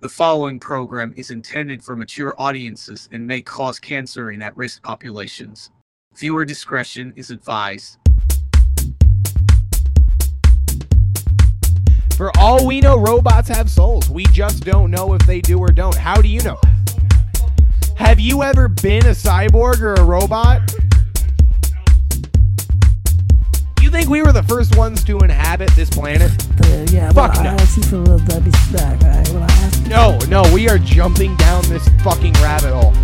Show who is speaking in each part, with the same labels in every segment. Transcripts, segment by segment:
Speaker 1: The following program is intended for mature audiences and may cause cancer in at risk populations. Viewer discretion is advised.
Speaker 2: For all we know, robots have souls. We just don't know if they do or don't. How do you know? Have you ever been a cyborg or a robot? You think we were the first ones to inhabit this planet?
Speaker 3: Uh, yeah,
Speaker 2: Fuck
Speaker 3: well,
Speaker 2: no.
Speaker 3: I asked you for a little Debbie's back. Right? Well, I asked
Speaker 2: No, no, we are jumping down this fucking rabbit hole.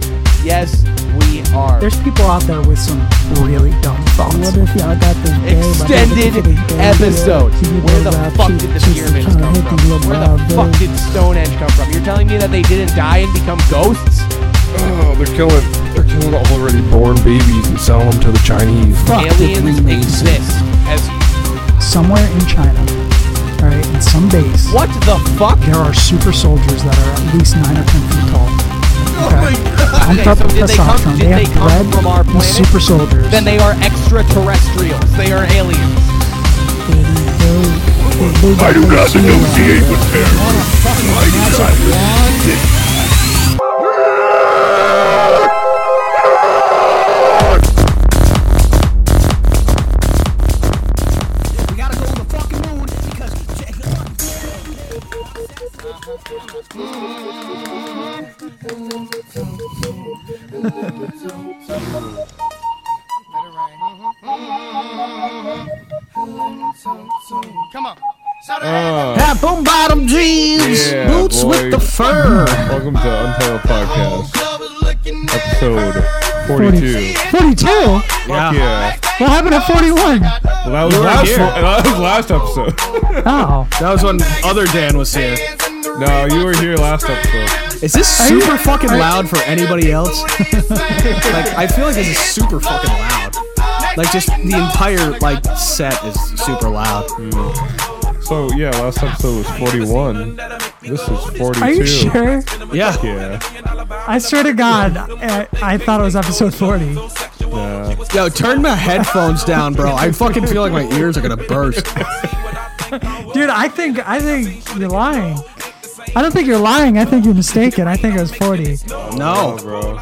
Speaker 2: Yes, we are.
Speaker 4: There's people out there with some really dumb thoughts.
Speaker 3: what if y'all got this game?
Speaker 2: Extended episode. Where the fuck did the pyramids come from? Where the fuck did Stonehenge come from? You're telling me that they didn't die and become ghosts?
Speaker 5: Oh, they're killing, they're killing already born babies and selling them to the Chinese.
Speaker 4: Fuck with
Speaker 2: Aliens
Speaker 4: Freemasons.
Speaker 2: exist. As
Speaker 4: Somewhere in China, all right, in some base,
Speaker 2: What the fuck?
Speaker 4: there are super soldiers that are at least nine or ten feet tall. Okay? Pumped
Speaker 2: Oh Okay,
Speaker 4: up
Speaker 2: so
Speaker 4: with
Speaker 2: did they come-
Speaker 4: testosterone.
Speaker 2: did
Speaker 4: They
Speaker 2: they
Speaker 4: have
Speaker 2: come
Speaker 4: bred
Speaker 2: from our
Speaker 4: these
Speaker 2: planet?
Speaker 4: super soldiers.
Speaker 2: Then they are extraterrestrials. They are aliens.
Speaker 3: I do not negotiate with
Speaker 2: Come on.
Speaker 6: Hat on bottom jeans,
Speaker 5: Yeah,
Speaker 6: boots
Speaker 5: boy.
Speaker 6: with the fur.
Speaker 5: Welcome to Untitled Podcast, episode 42.
Speaker 4: 42? What
Speaker 5: Fuck yeah.
Speaker 4: happened at 41?
Speaker 5: Well, that was last. One, that was last episode.
Speaker 4: Oh.
Speaker 6: That was when other Dan was here.
Speaker 5: no, you were here last episode.
Speaker 6: Is this super fucking loud for anybody else? like, I feel like this is super fucking loud. Like, just the entire like set is super loud.
Speaker 5: So yeah, last episode was 41. This is 42.
Speaker 4: Are you sure?
Speaker 6: Yeah.
Speaker 5: Yeah.
Speaker 4: I swear to God, I, I thought it was episode 40.
Speaker 5: Nah.
Speaker 6: Yo, turn my headphones down, bro. I fucking feel like my ears are gonna burst.
Speaker 4: Dude, I think I think you're lying. I don't think you're lying. I think you're mistaken. I think it was 40.
Speaker 5: Oh,
Speaker 6: No.
Speaker 5: bro.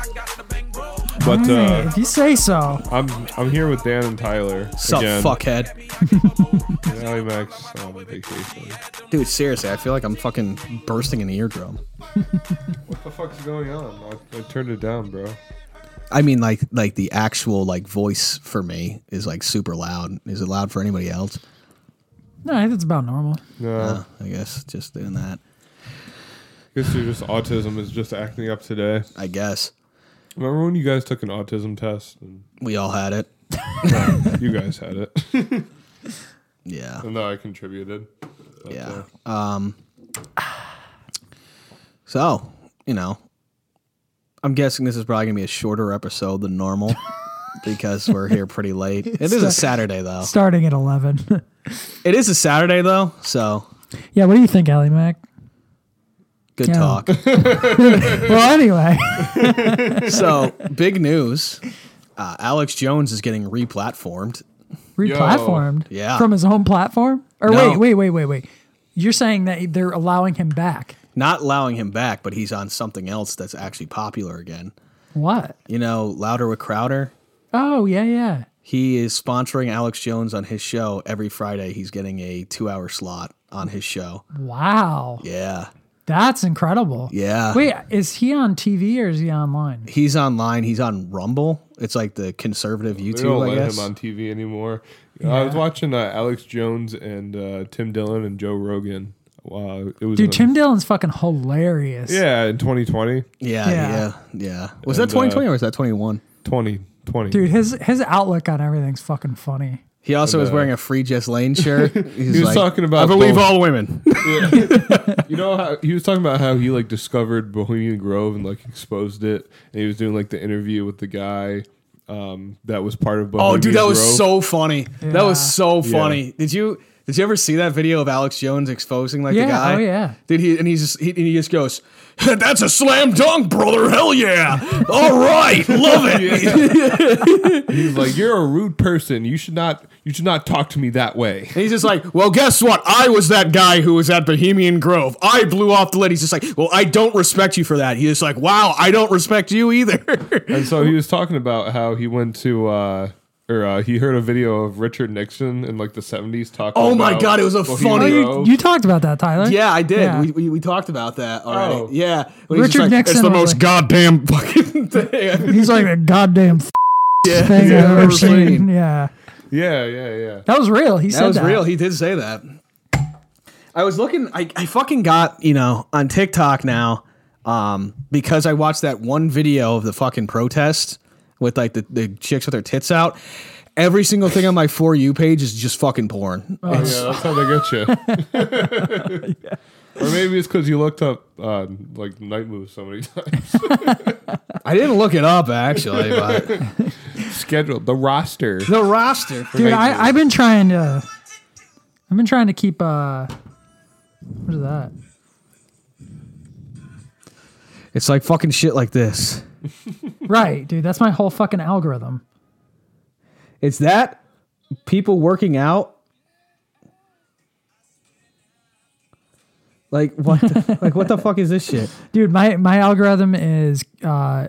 Speaker 5: But uh,
Speaker 4: If you say so.
Speaker 5: I'm I'm here with Dan and Tyler
Speaker 6: Sup,
Speaker 5: again.
Speaker 6: fuckhead.
Speaker 5: Ali Max on vacation.
Speaker 6: Dude, seriously, I feel like I'm fucking bursting an eardrum.
Speaker 5: What the fuck's going on? I, I turned it down, bro.
Speaker 6: I mean, like, like the actual like voice for me is like super loud. Is it loud for anybody else?
Speaker 4: No, I think it's about normal.
Speaker 5: No.
Speaker 6: Uh, I guess just doing that.
Speaker 5: Guess you're just autism is just acting up today.
Speaker 6: I guess
Speaker 5: Remember when you guys took an autism test and
Speaker 6: we all had it.
Speaker 5: you guys had it?
Speaker 6: Yeah,
Speaker 5: and that I contributed. But,
Speaker 6: yeah.
Speaker 5: uh,
Speaker 6: Um, so you know, I'm guessing this is probably gonna be a shorter episode than normal because we're here pretty late. It is a Saturday though.
Speaker 4: Starting at 11.
Speaker 6: It is a Saturday though, so
Speaker 4: yeah, what do you think, Ellie Mac?
Speaker 6: good
Speaker 4: Yeah.
Speaker 6: talk.
Speaker 4: Well, anyway,
Speaker 6: so big news. Uh, Alex Jones is getting replatformed.
Speaker 4: replatformed
Speaker 6: Yeah.
Speaker 4: from his home platform. Or
Speaker 6: No.
Speaker 4: wait, wait, wait, wait, wait. You're saying that they're allowing him back?
Speaker 6: Not allowing him back, but he's on something else that's actually popular again.
Speaker 4: What?
Speaker 6: You know, Louder with Crowder.
Speaker 4: Oh yeah, yeah.
Speaker 6: He is sponsoring Alex Jones on his show every Friday. He's getting a two-hour slot on his show.
Speaker 4: Wow,
Speaker 6: Yeah,
Speaker 4: that's incredible.
Speaker 6: yeah.
Speaker 4: Wait, is he on TV or is he online?
Speaker 6: He's online. He's on Rumble. It's like the conservative
Speaker 5: They don't
Speaker 6: YouTube, I
Speaker 5: let
Speaker 6: guess.
Speaker 5: him on TV anymore. I was watching uh, Alex Jones and uh, Tim Dillon and Joe Rogan. Wow, it was
Speaker 4: Dude,
Speaker 5: in-
Speaker 4: Tim Dillon's fucking hilarious.
Speaker 5: Yeah, in 2020,
Speaker 6: yeah,
Speaker 4: Yeah.
Speaker 6: yeah, yeah, Was
Speaker 5: And,
Speaker 6: that
Speaker 5: uh,
Speaker 6: 2020 or was that 21?
Speaker 5: 2020.
Speaker 4: Dude, his his outlook on everything's fucking funny.
Speaker 6: He also
Speaker 5: and,
Speaker 6: was
Speaker 5: uh,
Speaker 6: wearing a Free Jess Lane shirt. He's
Speaker 5: was talking about
Speaker 6: I believe
Speaker 5: both."
Speaker 6: all women.
Speaker 5: You know how he was talking about how he like discovered Bohemian Grove and like exposed it, and he was doing like the interview with the guy um, that was part of Bohemian
Speaker 6: Oh, dude, that was
Speaker 5: Grove.
Speaker 6: so funny. That was so funny. Did you Did you ever see that video of Alex Jones exposing like
Speaker 4: Yeah,
Speaker 6: the guy?
Speaker 4: oh, yeah.
Speaker 6: Did he? And he's just he, and he just goes, "That's a slam dunk, brother! Hell yeah! All right, love it."
Speaker 5: He's like, you're a rude person. You should not. You should not talk to me that way.
Speaker 6: And he's just like, well, guess what? I was that guy who was at Bohemian Grove. I blew off the lid. He's just like, well, I don't respect you for that. He's just like, wow, I don't respect you either.
Speaker 5: And so he was talking about how he went to. uh or uh, he heard a video of Richard Nixon in like the seventies talking.
Speaker 6: Oh my
Speaker 5: about
Speaker 6: God, it was a
Speaker 5: Bohemian
Speaker 6: funny-
Speaker 5: Grove.
Speaker 4: Oh, You, you talked about that, Tyler.
Speaker 6: yeah, I did.
Speaker 4: Yeah.
Speaker 6: We, we, we talked about that already.
Speaker 5: Oh.
Speaker 6: Yeah. When he's just
Speaker 4: Richard
Speaker 6: like,
Speaker 4: Nixon
Speaker 6: It's the
Speaker 4: was
Speaker 6: most
Speaker 4: like-
Speaker 6: goddamn fucking thing.
Speaker 4: He's like a goddamn f-
Speaker 6: yeah.
Speaker 4: thing
Speaker 6: yeah,
Speaker 4: I've
Speaker 6: ever
Speaker 4: ever
Speaker 6: seen.
Speaker 4: seen. Yeah,
Speaker 5: yeah, yeah, yeah.
Speaker 4: that was real. He
Speaker 6: That
Speaker 4: said
Speaker 6: was
Speaker 4: that.
Speaker 6: real. He did say that. I was looking. I, I fucking got you know on TikTok now um, because I watched that one video of the fucking protest with like the, the chicks with their tits out. Every single thing on my for you page is just fucking porn.
Speaker 5: Oh, yeah, that's how they get you. Or maybe it's because you looked up uh, like night moves so many times.
Speaker 6: I didn't look it up actually, but
Speaker 5: Schedule the roster.
Speaker 6: the roster.
Speaker 4: Dude,
Speaker 5: Thank
Speaker 4: I, I've been trying to. I've been trying to keep. uh What is that?
Speaker 6: It's like fucking shit like this.
Speaker 4: Right, dude. That's my whole fucking algorithm.
Speaker 6: It's that people working out. Like what? The, like what the fuck is this shit?
Speaker 4: Dude, my my algorithm is uh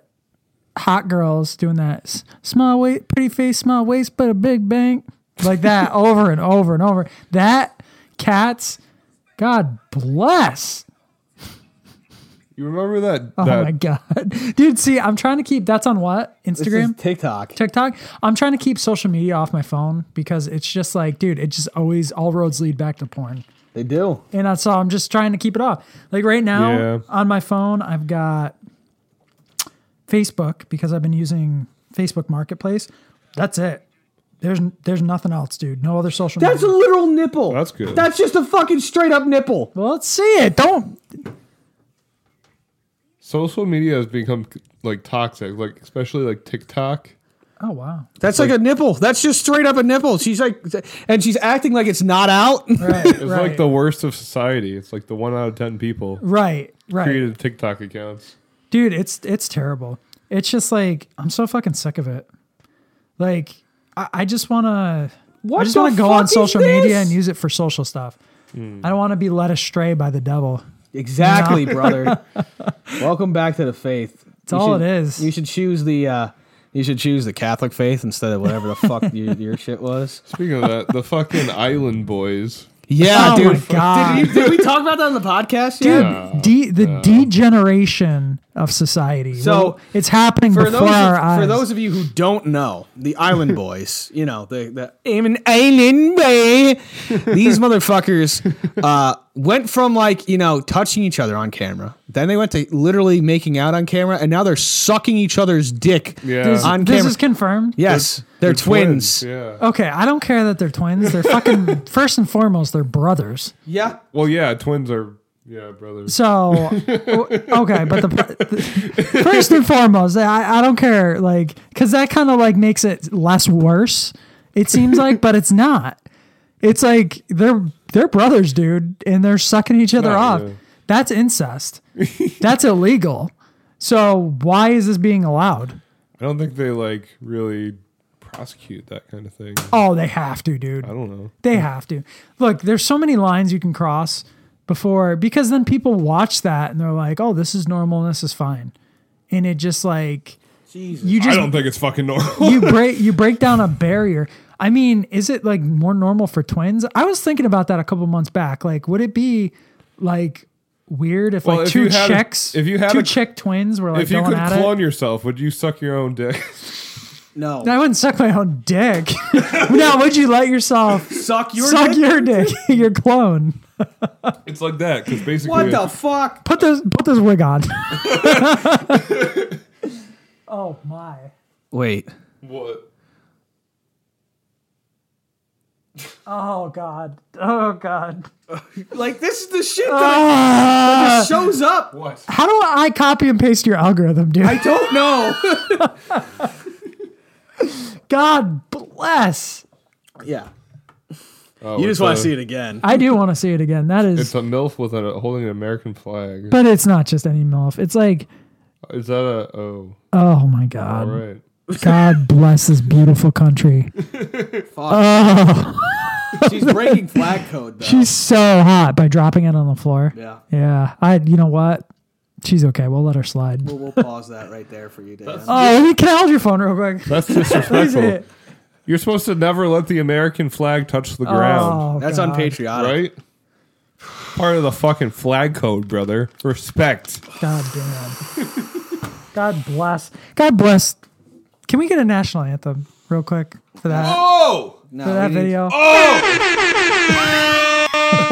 Speaker 4: hot girls doing that s- small waist, pretty face, small waist, but a big bang. Like that over and over and over. That cats, God bless.
Speaker 5: You remember that?
Speaker 4: Oh
Speaker 5: that
Speaker 4: my god. Dude, see, I'm trying to keep that's on what?
Speaker 6: This is
Speaker 4: Instagram?
Speaker 6: TikTok.
Speaker 4: TikTok. I'm trying to keep social media off my phone because it's just like, dude, it just always all roads lead back to porn.
Speaker 6: They do.
Speaker 4: And that's all I'm just trying to keep it off. Like right now
Speaker 5: Yeah.
Speaker 4: on my phone, I've got Facebook because I've been using Facebook Marketplace. That's it. There's there's nothing else, dude. No other social
Speaker 6: That's a
Speaker 4: media.
Speaker 6: literal nipple.
Speaker 5: That's good.
Speaker 6: That's just a fucking straight up nipple.
Speaker 4: well, let's see it. Don't
Speaker 5: social media has become like toxic, like especially like TikTok.
Speaker 4: Oh wow.
Speaker 6: That's like, a nipple. That's just straight up a nipple. She's like, and she's acting like it's not out.
Speaker 4: Right.
Speaker 5: It's
Speaker 4: right.
Speaker 5: like the worst of society. It's like the one out of ten people
Speaker 4: Right. Right.
Speaker 5: created TikTok accounts.
Speaker 4: dude it's it's terrible it's just like i'm so fucking sick of it like i, I just want to i
Speaker 6: What
Speaker 4: just
Speaker 6: the
Speaker 4: want to go
Speaker 6: fuck
Speaker 4: on
Speaker 6: is
Speaker 4: social media
Speaker 6: this? Hmm.
Speaker 4: and use it for social stuff i don't want to be led astray by the devil
Speaker 6: Exactly, brother. Welcome back to the faith. It's
Speaker 4: all it is.
Speaker 6: You should choose the. Uh, you should choose the Catholic faith instead of whatever the fuck your, your shit was.
Speaker 5: Speaking of that, the fucking Island Boys.
Speaker 6: Yeah,
Speaker 4: oh
Speaker 6: dude.
Speaker 4: my god
Speaker 6: Did, did we talk about that on the podcast?
Speaker 4: dude
Speaker 6: Yet?
Speaker 4: de- the degeneration of society
Speaker 6: So,
Speaker 4: Well, it's happening
Speaker 6: For
Speaker 4: before
Speaker 6: those,
Speaker 4: our
Speaker 6: of,
Speaker 4: eyes
Speaker 6: for those of you who don't know, the Island Boys, you know, the, the Amen Island Boy, these motherfuckers uh, went from like, you know, touching each other on camera. Then they went to literally making out on camera, and now they're sucking each other's dick
Speaker 5: Yeah.
Speaker 4: this,
Speaker 6: on
Speaker 4: this
Speaker 6: camera.
Speaker 4: is confirmed
Speaker 6: yes, they're, twins.
Speaker 5: Yeah.
Speaker 4: okay i don't care that they're twins they're fucking first and foremost they're brothers
Speaker 6: Yeah.
Speaker 5: Well, yeah, twins are yeah brothers.
Speaker 4: So w- okay, but the, the first and foremost, I, I don't care, like, because that kind of like makes it less worse. It seems like, but it's not. It's like they're they're brothers, dude, and they're sucking each other
Speaker 5: Yeah,
Speaker 4: off.
Speaker 5: yeah.
Speaker 4: That's incest. That's illegal. So why is this being allowed?
Speaker 5: I don't think they like really prosecute that kind of thing.
Speaker 4: Oh, they have to, dude.
Speaker 5: I don't know.
Speaker 4: They have to. Look, there's so many lines you can cross before because then people watch that and they're like, "Oh, this is normal. This is fine." And it just like you
Speaker 5: I
Speaker 4: just
Speaker 5: don't think it's fucking normal.
Speaker 4: you break you break down a barrier. I mean, is it like more normal for twins? I was thinking about that a couple months back. Like, would it be like weird if
Speaker 5: Well,
Speaker 4: like
Speaker 5: if
Speaker 4: two
Speaker 5: you had a-
Speaker 4: chicks,
Speaker 5: if you had
Speaker 4: two
Speaker 5: a-
Speaker 4: chick twins were like
Speaker 5: if you
Speaker 4: going
Speaker 5: could
Speaker 4: at
Speaker 5: clone
Speaker 4: it?
Speaker 5: yourself, would you suck your own dick?
Speaker 6: No.
Speaker 4: I wouldn't suck my own dick. now, would you let yourself
Speaker 6: Suck your
Speaker 4: suck
Speaker 6: dick?
Speaker 4: your dick, your clone?
Speaker 5: it's like that because basically,
Speaker 6: What the fuck?
Speaker 4: Put this put this wig on. oh my.
Speaker 6: Wait.
Speaker 5: what?
Speaker 4: Oh god. Oh god.
Speaker 6: Like, this is the shit that
Speaker 4: Ah.
Speaker 6: shows up.
Speaker 5: What?
Speaker 4: How do I copy and paste your algorithm, dude?
Speaker 6: I don't know.
Speaker 4: god bless.
Speaker 6: yeah.
Speaker 5: Oh,
Speaker 6: you
Speaker 5: it's
Speaker 6: just want
Speaker 5: a-
Speaker 6: to see it again.
Speaker 4: I do want to see it again. That
Speaker 5: It's
Speaker 4: is,
Speaker 5: a MILF with a holding an American flag.
Speaker 4: but it's not just any MILF. It's like,
Speaker 5: Is that a oh?
Speaker 4: oh my
Speaker 5: All
Speaker 4: God.
Speaker 5: right.
Speaker 4: God bless this beautiful country.
Speaker 6: She's breaking flag code though.
Speaker 4: She's so hot by dropping it on the floor.
Speaker 6: yeah.
Speaker 4: Yeah. I, you know what? She's okay. We'll let her slide.
Speaker 6: We'll, we'll pause that right there for you, Dan.
Speaker 4: Oh, can I hold your phone real quick?
Speaker 5: That's
Speaker 4: Please
Speaker 5: disrespectful.
Speaker 4: hit.
Speaker 5: You're supposed to never let the American flag touch the ground,
Speaker 4: Oh,
Speaker 6: That's
Speaker 4: God.
Speaker 6: unpatriotic.
Speaker 5: right? Part of the fucking flag code, brother. Respect.
Speaker 4: God damn. God bless. God bless. Can we get a national anthem real quick for that?
Speaker 5: Oh,
Speaker 6: No,
Speaker 4: for that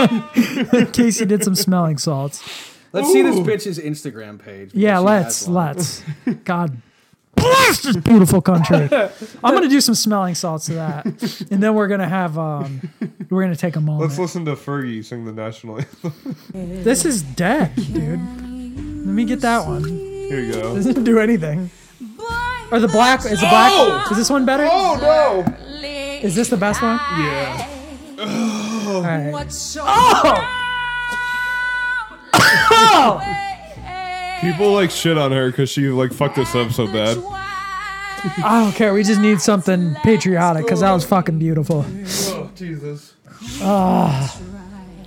Speaker 6: we need-
Speaker 4: video. Casey did some smelling salts.
Speaker 6: Let's see this bitch's Instagram page.
Speaker 4: Yeah,
Speaker 6: because she
Speaker 4: let's
Speaker 6: has one.
Speaker 4: let's. God bless this beautiful country. I'm gonna do some smelling salts to that, and then we're gonna have um, we're gonna take a
Speaker 5: let's
Speaker 4: moment.
Speaker 5: listen to Fergie sing the national anthem.
Speaker 4: This is dead, dude. Let me get that one.
Speaker 5: Here you go.
Speaker 4: Doesn't do anything. Or the black? Is the black? Is this one better?
Speaker 5: Oh no!
Speaker 4: Is this the best one?
Speaker 5: Yeah.
Speaker 4: All right. Oh!
Speaker 5: People like shit on her because she like fucked us up so bad.
Speaker 4: I don't care. We just need something patriotic because that was fucking beautiful.
Speaker 5: Oh Jesus. Ah.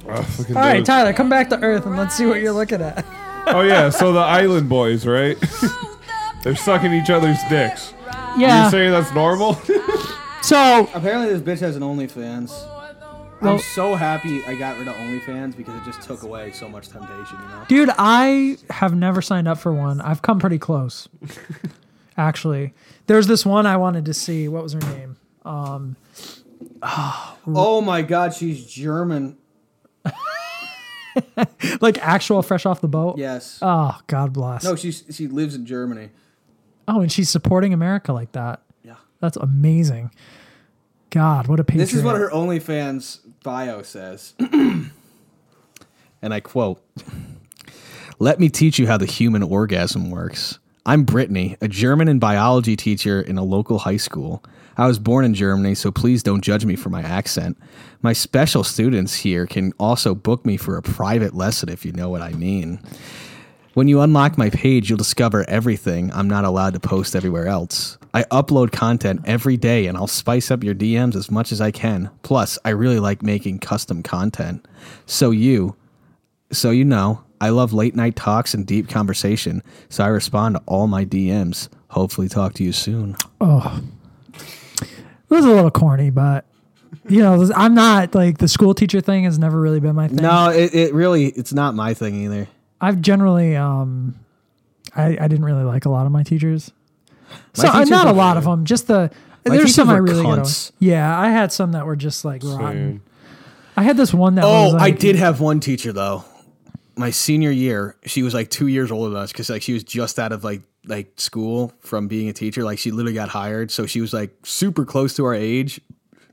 Speaker 5: fucking
Speaker 4: All right,
Speaker 5: dope.
Speaker 4: Tyler, come back to Earth and let's see what you're looking at.
Speaker 5: oh yeah, so the island boys, right? They're sucking each other's dicks. You're saying that's normal?
Speaker 4: So
Speaker 6: Apparently, this bitch has an OnlyFans.
Speaker 4: Oh.
Speaker 6: I'm so happy I got rid of OnlyFans because it just took away so much temptation. You know.
Speaker 4: Dude, I have never signed up for one. I've come pretty close, actually. There's this one I wanted to see. What was her name?
Speaker 6: Oh my God, she's German.
Speaker 4: Like actual fresh off the boat.
Speaker 6: Yes.
Speaker 4: Oh, God bless.
Speaker 6: no, she's she lives in Germany.
Speaker 4: Oh, and she's supporting America like that.
Speaker 6: Yeah.
Speaker 4: That's amazing. God, what a patriot.
Speaker 6: This is what her OnlyFans bio says. and I quote Let me teach you how the human orgasm works. I'm Brittany, a German and biology teacher in a local high school. I was born in Germany, so please don't judge me for my accent. My special students here can also book me for a private lesson if you know what I mean. When you unlock my page, you'll discover everything I'm not allowed to post everywhere else. I upload content every day and I'll spice up your DMs as much as I can. Plus, I really like making custom content. So you, so you know, I love late night talks and deep conversation, so I respond to all my DMs. Hopefully talk to you soon.
Speaker 4: It was a little corny, but you know, this- I'm not like the school teacher thing has never really been my thing.
Speaker 6: No, it, it really it's not my thing either.
Speaker 4: I've generally um I, I didn't really like a lot of my teachers. So uh,
Speaker 6: teachers
Speaker 4: not a
Speaker 6: were
Speaker 4: lot
Speaker 6: good.
Speaker 4: of them, just the
Speaker 6: teachers
Speaker 4: there's some I
Speaker 6: were
Speaker 4: really good
Speaker 6: cunts.
Speaker 4: on. Yeah, I had some that were just like rotten.
Speaker 5: Same.
Speaker 4: I had this one that was
Speaker 6: Oh, I
Speaker 4: like,
Speaker 6: did have one teacher though. My senior year, she was like two years older than us because like she was just out of like like school from being a teacher. Like she literally got hired, so she was like super close to our age,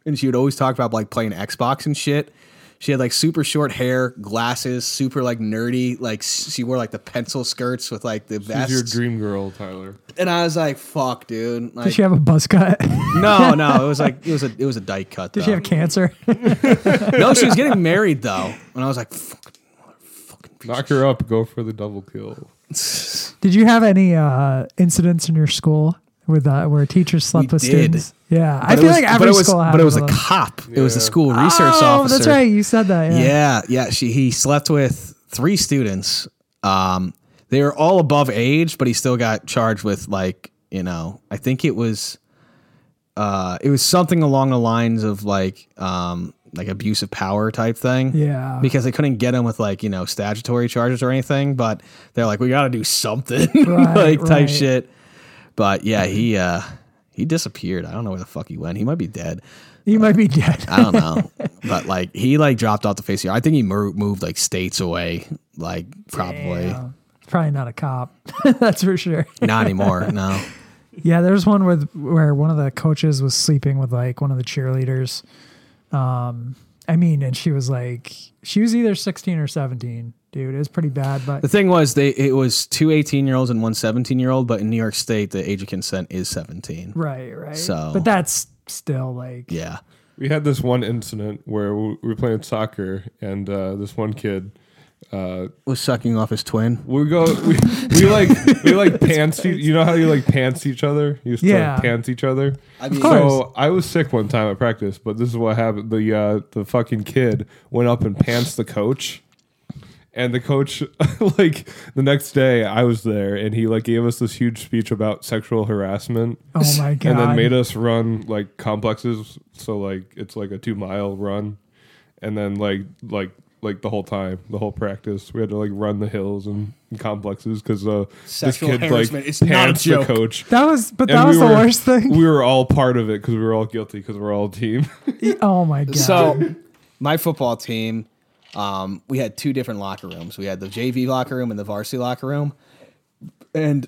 Speaker 6: and she would always talk about like playing Xbox and shit. She had like super short hair, glasses, super like nerdy. Like s- she wore like the pencil skirts with like the
Speaker 5: She's your
Speaker 6: vests,
Speaker 5: dream girl, Tyler.
Speaker 6: and I was like, "Fuck, dude!" Like,
Speaker 4: Did she have a buzz cut?
Speaker 6: no, no, it was like it was a it was a dyke cut.
Speaker 4: Did she have cancer?
Speaker 6: no, she was getting married though, and I was like, "Fuck,
Speaker 5: Knock her up. Go for the double kill.
Speaker 4: did you have any uh incidents in your school with uh, where teachers slept
Speaker 6: We
Speaker 4: with
Speaker 6: did.
Speaker 4: students? Yeah, I
Speaker 6: But it
Speaker 4: feel
Speaker 6: was-
Speaker 4: like every
Speaker 6: but it was,
Speaker 4: school had
Speaker 6: But it was
Speaker 4: one
Speaker 6: a
Speaker 4: of those.
Speaker 6: cop. It was a
Speaker 5: Yeah.
Speaker 6: school research
Speaker 4: Oh,
Speaker 6: officer.
Speaker 4: that's right. You said that. Yeah.
Speaker 6: Yeah, yeah. She he slept with three students. Um, they were all above age, but he still got charged with like you know. I think it was, uh, it was something along the lines of like um like abuse of power type thing.
Speaker 4: Yeah.
Speaker 6: Because they couldn't get him with like you know statutory charges or anything, but they're like we got to do something
Speaker 4: Right,
Speaker 6: like type
Speaker 4: right.
Speaker 6: shit. But yeah, he uh he disappeared. I don't know where the fuck he went. He might be dead.
Speaker 4: You might be dead.
Speaker 6: I don't know, but like he like dropped off the face of the earth. I think he mo- moved like states away, like probably
Speaker 4: Yeah. Probably not a cop. That's for sure.
Speaker 6: not anymore. No,
Speaker 4: Yeah, there was one where where one of the coaches was sleeping with like one of the cheerleaders. Um, I mean, and she was like, she was either sixteen or seventeen, dude. It was pretty bad, but
Speaker 6: the thing was they it was two 18 year olds and one 17 year old, but in New York State the age of consent is seventeen.
Speaker 4: right, right.
Speaker 6: So-
Speaker 4: but that's still like,
Speaker 6: Yeah,
Speaker 5: We had this one incident where we we were playing soccer, and uh, this one kid. Uh,
Speaker 6: Was sucking off his twin.
Speaker 5: we go, we, we like, we like pants. e- You know how you like pants each other? You used to
Speaker 4: Yeah.
Speaker 5: like pants each other.
Speaker 6: I mean,
Speaker 4: Of course.
Speaker 5: So I was sick one time at practice, but this is what happened. The uh, the fucking kid went up and pants the coach, and the coach like the next day I was there, and he like gave us this huge speech about sexual harassment,
Speaker 4: Oh my god!
Speaker 5: and then made us run like complexes. So like it's like a two mile run, and then like like like the whole time, the whole practice, we had to like run the hills and, and complexes because uh, this
Speaker 6: Sexual
Speaker 5: kid like
Speaker 6: harassment is
Speaker 5: pants
Speaker 6: not a
Speaker 5: the
Speaker 6: joke.
Speaker 5: coach.
Speaker 4: that was, but
Speaker 5: And
Speaker 4: that was
Speaker 5: we
Speaker 4: the
Speaker 5: were-
Speaker 4: worst thing.
Speaker 5: We were all part of it because we were all guilty because we're all a team.
Speaker 4: oh my god!
Speaker 6: So, my football team, um, we had two different locker rooms. We had the JV locker room and the varsity locker room. And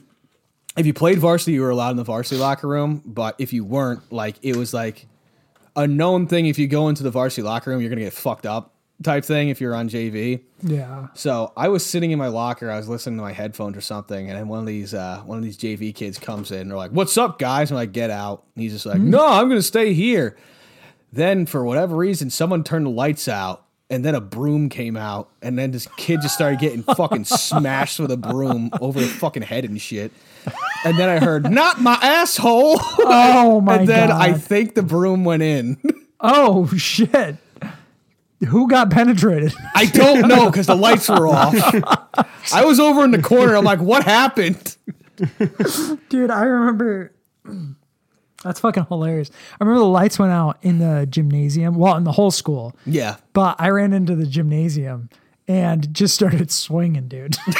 Speaker 6: if you played varsity, you were allowed in the varsity locker room. But if you weren't, like it was like a known thing. If you go into the varsity locker room, you're gonna get fucked up type thing. If you're on JV,
Speaker 4: yeah,
Speaker 6: so I was sitting in my locker, I was listening to my headphones or something, and then one of these uh, one of these JV kids comes in, and they're like, "What's up, guys?" I'm like, "Get out!" And he's just like, "No, I'm gonna stay here." Then for whatever reason, someone turned the lights out, and then a broom came out, and then this kid just started getting fucking smashed with a broom over the fucking head and shit. And then I heard, "Not my asshole!"
Speaker 4: Oh my
Speaker 6: and then I
Speaker 4: God.
Speaker 6: think the broom went in.
Speaker 4: Oh shit! Who got penetrated?
Speaker 6: I don't know because the lights were off. I was over in the corner. I'm like, what happened?
Speaker 4: Dude, I remember. That's fucking hilarious. I remember the lights went out in the gymnasium, well, in the whole school.
Speaker 6: Yeah.
Speaker 4: But I ran into the gymnasium and just started swinging, dude. and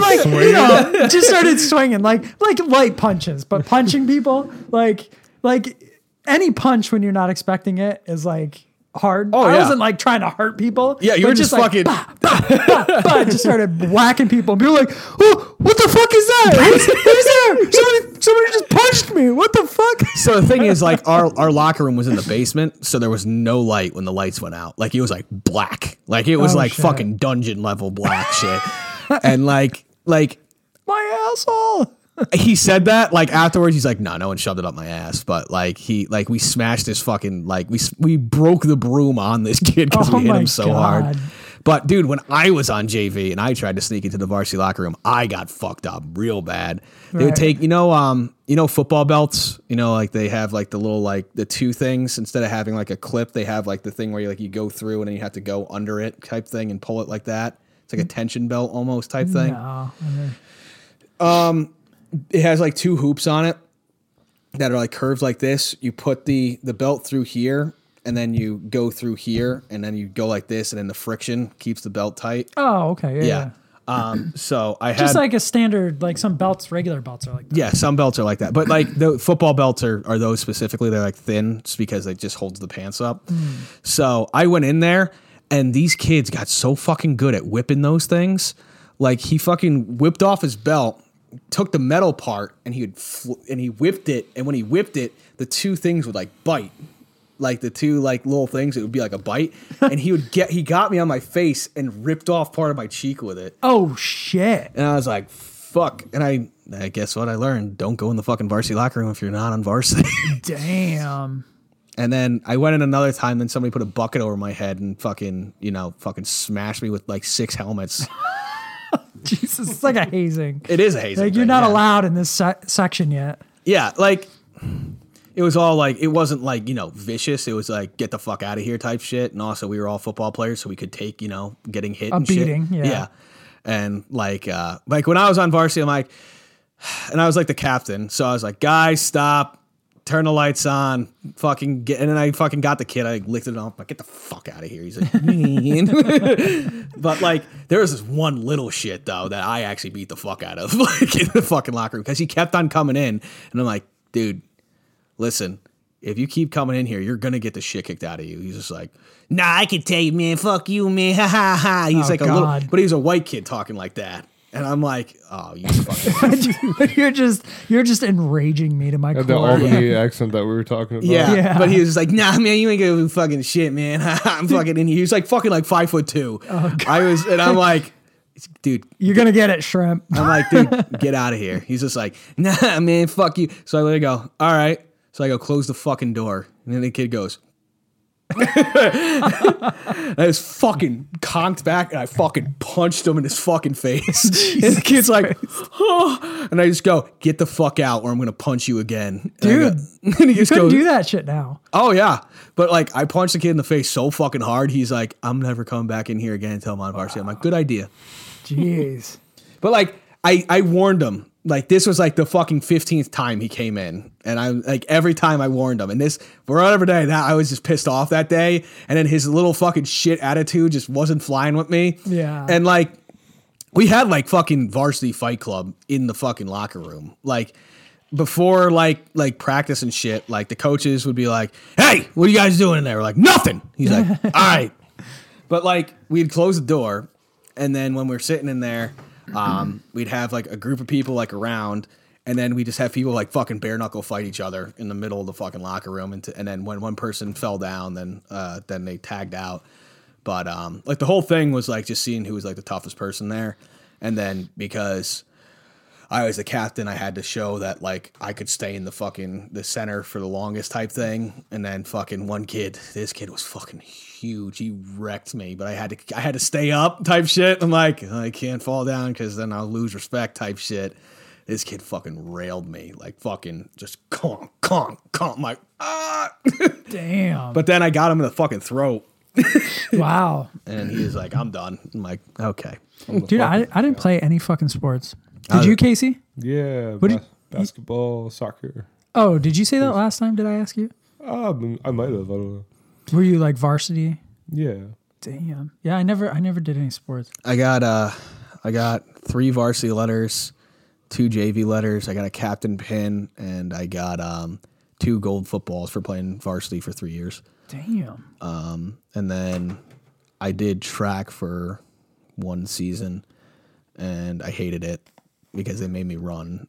Speaker 4: like, you know, just started swinging, like like light punches, but punching people, like like any punch when you're not expecting it is like hard. Oh, I
Speaker 6: yeah.
Speaker 4: wasn't like trying to hurt people.
Speaker 6: Yeah, you
Speaker 4: but
Speaker 6: were just
Speaker 4: like,
Speaker 6: fucking-
Speaker 4: bah, bah, bah, bah, I just started whacking people. And people were like, oh, what the fuck is that? Who's, who's there? Somebody, somebody just punched me. What the fuck?
Speaker 6: So the thing is, like, our, our locker room was in the basement, so there was no light when the lights went out. Like, it was like black. Like, it was
Speaker 4: Oh,
Speaker 6: like
Speaker 4: shit.
Speaker 6: fucking dungeon level black shit. And like, like
Speaker 4: My asshole.
Speaker 6: he said that like afterwards. He's like, no, no one shoved it up my ass, but like he like we smashed this fucking like we s- we broke the broom on this kid because
Speaker 4: Oh
Speaker 6: we hit
Speaker 4: my
Speaker 6: him so
Speaker 4: God.
Speaker 6: hard. But dude, when I was on JV and I tried to sneak into the varsity locker room, I got fucked up real bad. They
Speaker 4: Right.
Speaker 6: would take, you know, um, you know, football belts. You know, like they have like the little like the two things instead of having like a clip, they have like the thing where you like you go through and then you have to go under it type thing and pull it like that. It's like a tension belt almost type thing
Speaker 4: Mm. No.
Speaker 6: it has like two hoops on it that are like curved like this. You put the the belt through here, and then you go through here, and then you go like this, and then the friction keeps the belt tight.
Speaker 4: Oh, okay. Yeah. yeah.
Speaker 6: Yeah. Um. So I had
Speaker 4: Just like a standard, like some belts, regular belts are like that.
Speaker 6: yeah, some belts are like that, but like the football belts are are those specifically. They're like thin just because it just holds the pants up. So I went in there, and these kids got so fucking good at whipping those things. Like he fucking whipped off his belt, took the metal part, and he would fl- and he whipped it. And when he whipped it, the two things would like bite, like the two like little things. It would be like a bite, and he would get he got me on my face and ripped off part of my cheek with it.
Speaker 4: Oh, shit.
Speaker 6: And I was like, fuck. And I, I guess what I learned don't go in the fucking varsity locker room if you're not on varsity.
Speaker 4: Damn.
Speaker 6: and then I went in another time, then somebody put a bucket over my head and fucking, you know, fucking smashed me with like six helmets.
Speaker 4: Jesus. It's like a hazing.
Speaker 6: It is a hazing.
Speaker 4: Like, you're
Speaker 6: thing,
Speaker 4: not
Speaker 6: yeah.
Speaker 4: allowed in this se- section yet.
Speaker 6: Yeah. Like, it was all like, it wasn't like, you know, vicious. It was like, get the fuck out of here type shit. And also, we were all football players, so we could take, you know, getting hit and
Speaker 4: beating,
Speaker 6: shit.
Speaker 4: yeah.
Speaker 6: And like, uh, like when I was on varsity, I'm like, and I was like the captain. So I was like, guys, stop, turn the lights on, fucking get. And then I fucking got the kid. I licked it off. I'm like, get the fuck out of here. He's like, "Man." but like, there was this one little shit though that I actually beat the fuck out of, like in the fucking locker room because he kept on coming in, and I'm like, dude, listen. If you keep coming in here, you're gonna get the shit kicked out of you. He's just like, nah, I can tell you, man. Fuck you, man. Ha ha ha. He's
Speaker 4: Oh,
Speaker 6: like a
Speaker 4: God.
Speaker 6: little, but he's a white kid talking like that, and I'm like, oh, you fucking
Speaker 4: you're just, you're just enraging me to my
Speaker 5: Had that
Speaker 4: core.
Speaker 5: Albany accent that we were talking about.
Speaker 6: Yeah.
Speaker 4: Yeah.
Speaker 6: But he was just like, nah, man, you ain't gonna do fucking shit, man. I'm fucking in here. He was like fucking like five foot two.
Speaker 4: Oh,
Speaker 6: I was, and I'm like, dude,
Speaker 4: You're going to get it, shrimp.
Speaker 6: I'm like, dude, get out of here. He's just like, nah, man, fuck you. So I let it go. All right. So I go, close the fucking door. And then the kid goes, I was fucking conked back and I fucking punched him in his fucking face. and the kid's like, "Oh," and I just go, get the fuck out or I'm going to punch you again. And I go- and he
Speaker 4: You
Speaker 6: just
Speaker 4: couldn't
Speaker 6: goes,
Speaker 4: do that shit now.
Speaker 6: oh yeah. But like, I punched the kid in the face so fucking hard. He's like, I'm never coming back in here again until I'm on varsity. I'm like, good idea.
Speaker 4: Jeez.
Speaker 6: But like I I warned him. Like this was like the fucking fifteenth time he came in, and I like every time I warned him. And this for whatever day that I was just pissed off that day, and then his little fucking shit attitude just wasn't flying with me.
Speaker 4: Yeah.
Speaker 6: and like we had like fucking varsity fight club in the fucking locker room, like. Before like like practice and shit, like the coaches would be like, "Hey, what are you guys doing in there?" We're like, "Nothing." He's like, "All right." But like we'd close the door, and then when we were sitting in there, um, we'd have like a group of people like around, and then we just have people like fucking bare knuckle fight each other in the middle of the fucking locker room, and, t- and then when one person fell down, then uh, then they tagged out. But um, like the whole thing was like just seeing who was like the toughest person there, and then because. I was the captain. I had to show that like I could stay in the fucking the center for the longest type thing. And then fucking one kid, this kid was fucking huge. He wrecked me, but I had to I had to stay up type shit. I'm like I can't fall down because then I'll lose respect type shit. This kid fucking railed me like fucking just conk conk conk. I'm like ah.
Speaker 4: Damn.
Speaker 6: But then I got him in the fucking throat,
Speaker 4: wow.
Speaker 6: and he was like, "I'm done." I'm like, "Okay."
Speaker 4: Dude, I, I didn't play any fucking sports. Did you, Casey?
Speaker 5: Yeah,
Speaker 4: do
Speaker 5: bas- basketball, soccer.
Speaker 4: Oh, did you say that last time? Did I ask you?
Speaker 5: Um, I might have. I don't know.
Speaker 4: Were you like varsity?
Speaker 5: Yeah.
Speaker 4: Damn. Yeah, I never I never did any sports.
Speaker 6: I got uh I got three varsity letters, two JV letters, I got a captain pin, and I got um two gold footballs for playing varsity for three years. Um,
Speaker 4: Damn.
Speaker 6: And then I did track for one season and I hated it because they made me run.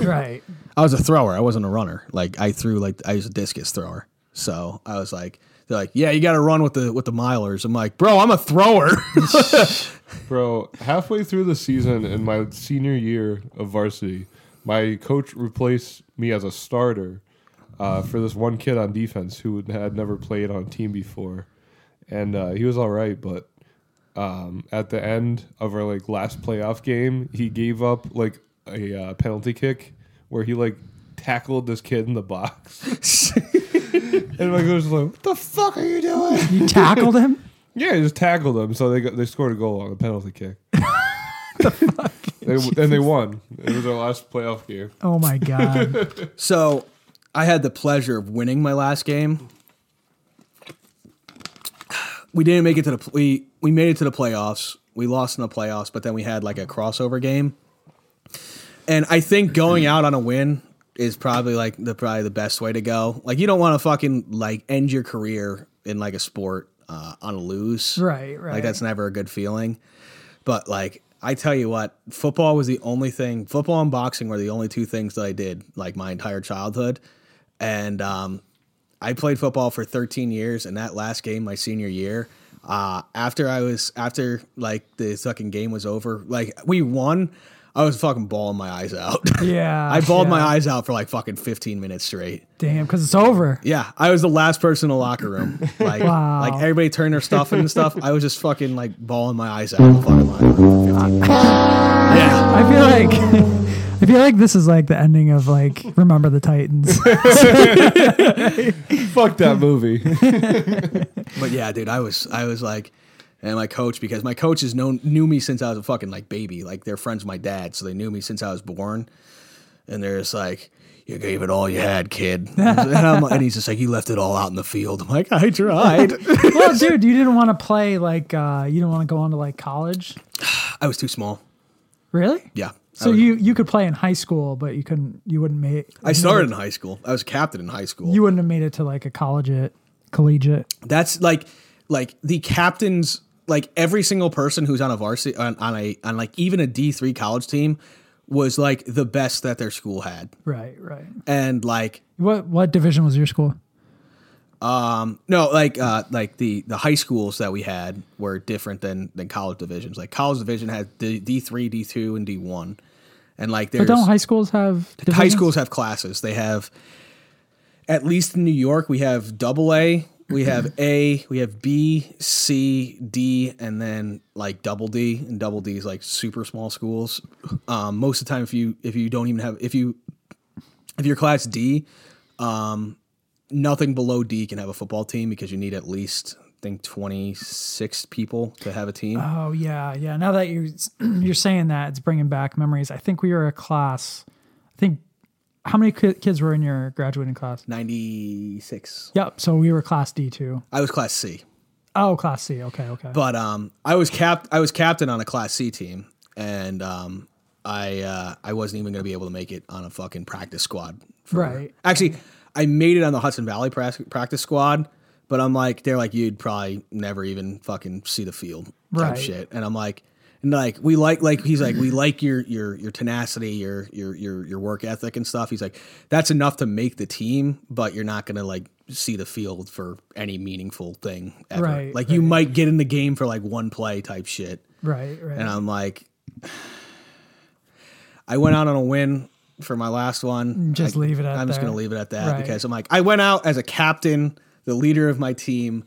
Speaker 4: Right.
Speaker 6: I was a thrower, I wasn't a runner. Like I threw like I was a discus thrower. So I was like they're like, Yeah, you gotta run with the with the milers. I'm like, bro, I'm a thrower.
Speaker 5: Bro, halfway through the season in my senior year of varsity, my coach replaced me as a starter uh, for this one kid on defense who had never played on a team before, and uh, he was all right. But um, at the end of our like last playoff game, he gave up like a uh, penalty kick where he like tackled this kid in the box, and my coach was like, "What the fuck are you doing?"
Speaker 4: You tackled him?
Speaker 5: Yeah, he just tackled them, so they got, they scored a goal on a penalty kick. They, and they won. It was our last playoff game.
Speaker 4: Oh my god.
Speaker 6: So I had the pleasure of winning my last game. We didn't make it to the we we made it to the playoffs. We lost in the playoffs, but then we had like a crossover game. And I think going out on a win is probably like the probably the best way to go. Like you don't want to fucking like end your career in like a sport uh, on a lose.
Speaker 4: Right, right.
Speaker 6: Like that's never a good feeling. But like I tell you what, football was the only thing. Football and boxing were the only two things that I did like my entire childhood. And um, I played football for 13 years, and that last game, my senior year, uh, after I was after like the fucking game was over, like we won, I was fucking bawling my eyes out.
Speaker 4: Yeah.
Speaker 6: I bawled my
Speaker 4: yeah.
Speaker 6: eyes out for like fucking 15 minutes straight.
Speaker 4: Damn, because it's over.
Speaker 6: Yeah, I was the last person in the locker room. Like,
Speaker 4: Wow.
Speaker 6: like everybody turned their stuff in and stuff. I was just fucking like bawling my eyes out. in the fucking locker room for 15 minutes. yeah,
Speaker 4: I feel like I feel like this is like the ending of like Remember the Titans.
Speaker 5: Fuck that movie.
Speaker 6: but yeah, dude, I was, I was like, and my coach because my coach has known knew me since I was a fucking like baby. Like they're friends with my dad, so they knew me since I was born. And they're just like, "You gave it all you had, kid." And I'm like, and he's just like, "You left it all out in the field." I'm like, "I tried."
Speaker 4: well, dude, you didn't want to play like uh you didn't want to go on to like college.
Speaker 6: I was too small.
Speaker 4: Really?
Speaker 6: Yeah.
Speaker 4: So
Speaker 6: I was-
Speaker 4: you you could play in high school, but you couldn't you wouldn't make
Speaker 6: I started in high school. I was a captain in high school.
Speaker 4: you wouldn't have made it to like a collegiate collegiate.
Speaker 6: That's like like the captains like every single person who's on a varsity on, on a on like even a D3 college team was like the best that their school had.
Speaker 4: Right, right.
Speaker 6: And like
Speaker 4: What what division was your school?
Speaker 6: no, like uh like the the high schools that we had were different than than college divisions. Like college division had D, D3, D2 and D1. And like there's
Speaker 4: Don't high schools have
Speaker 6: high
Speaker 4: divisions?
Speaker 6: schools have classes. They have at least in New York, we have double A, we have A, we have B, C, D, and then like double D, and double D is like super small schools. Um, most of the time, if you if you don't even have if you if you're class D, um, nothing below D can have a football team because you need at least I think 26 people to have a team.
Speaker 4: Oh yeah, yeah. Now that you you're saying that, it's bringing back memories. I think we were a class. I think how many ki- kids were in your graduating class?
Speaker 6: 96.
Speaker 4: Yep. So we were class D two.
Speaker 6: I was class C.
Speaker 4: Oh, class C. Okay, okay.
Speaker 6: but um, I was cap I was captain on a Class C team, and um, I uh, I wasn't even gonna be able to make it on a fucking practice squad. for-
Speaker 4: Right.
Speaker 6: Actually, I made it on the Hudson Valley prac- practice squad, but I'm like, they're like, you'd probably never even fucking see the field, type
Speaker 4: Right.
Speaker 6: Shit, and I'm like. And like we like like he's like we like your your your tenacity your your your your work ethic and stuff. He's like that's enough to make the team, but you're not gonna like see the field for any meaningful thing ever.
Speaker 4: Right,
Speaker 6: like you might get in the game for like one play type shit.
Speaker 4: Right. Right.
Speaker 6: And I'm like, I went out on a win for my last one.
Speaker 4: Just
Speaker 6: I-
Speaker 4: leave it at
Speaker 6: I'm just
Speaker 4: that.
Speaker 6: gonna leave it at that
Speaker 4: Right.
Speaker 6: because I'm like, I went out as a captain, the leader of my team,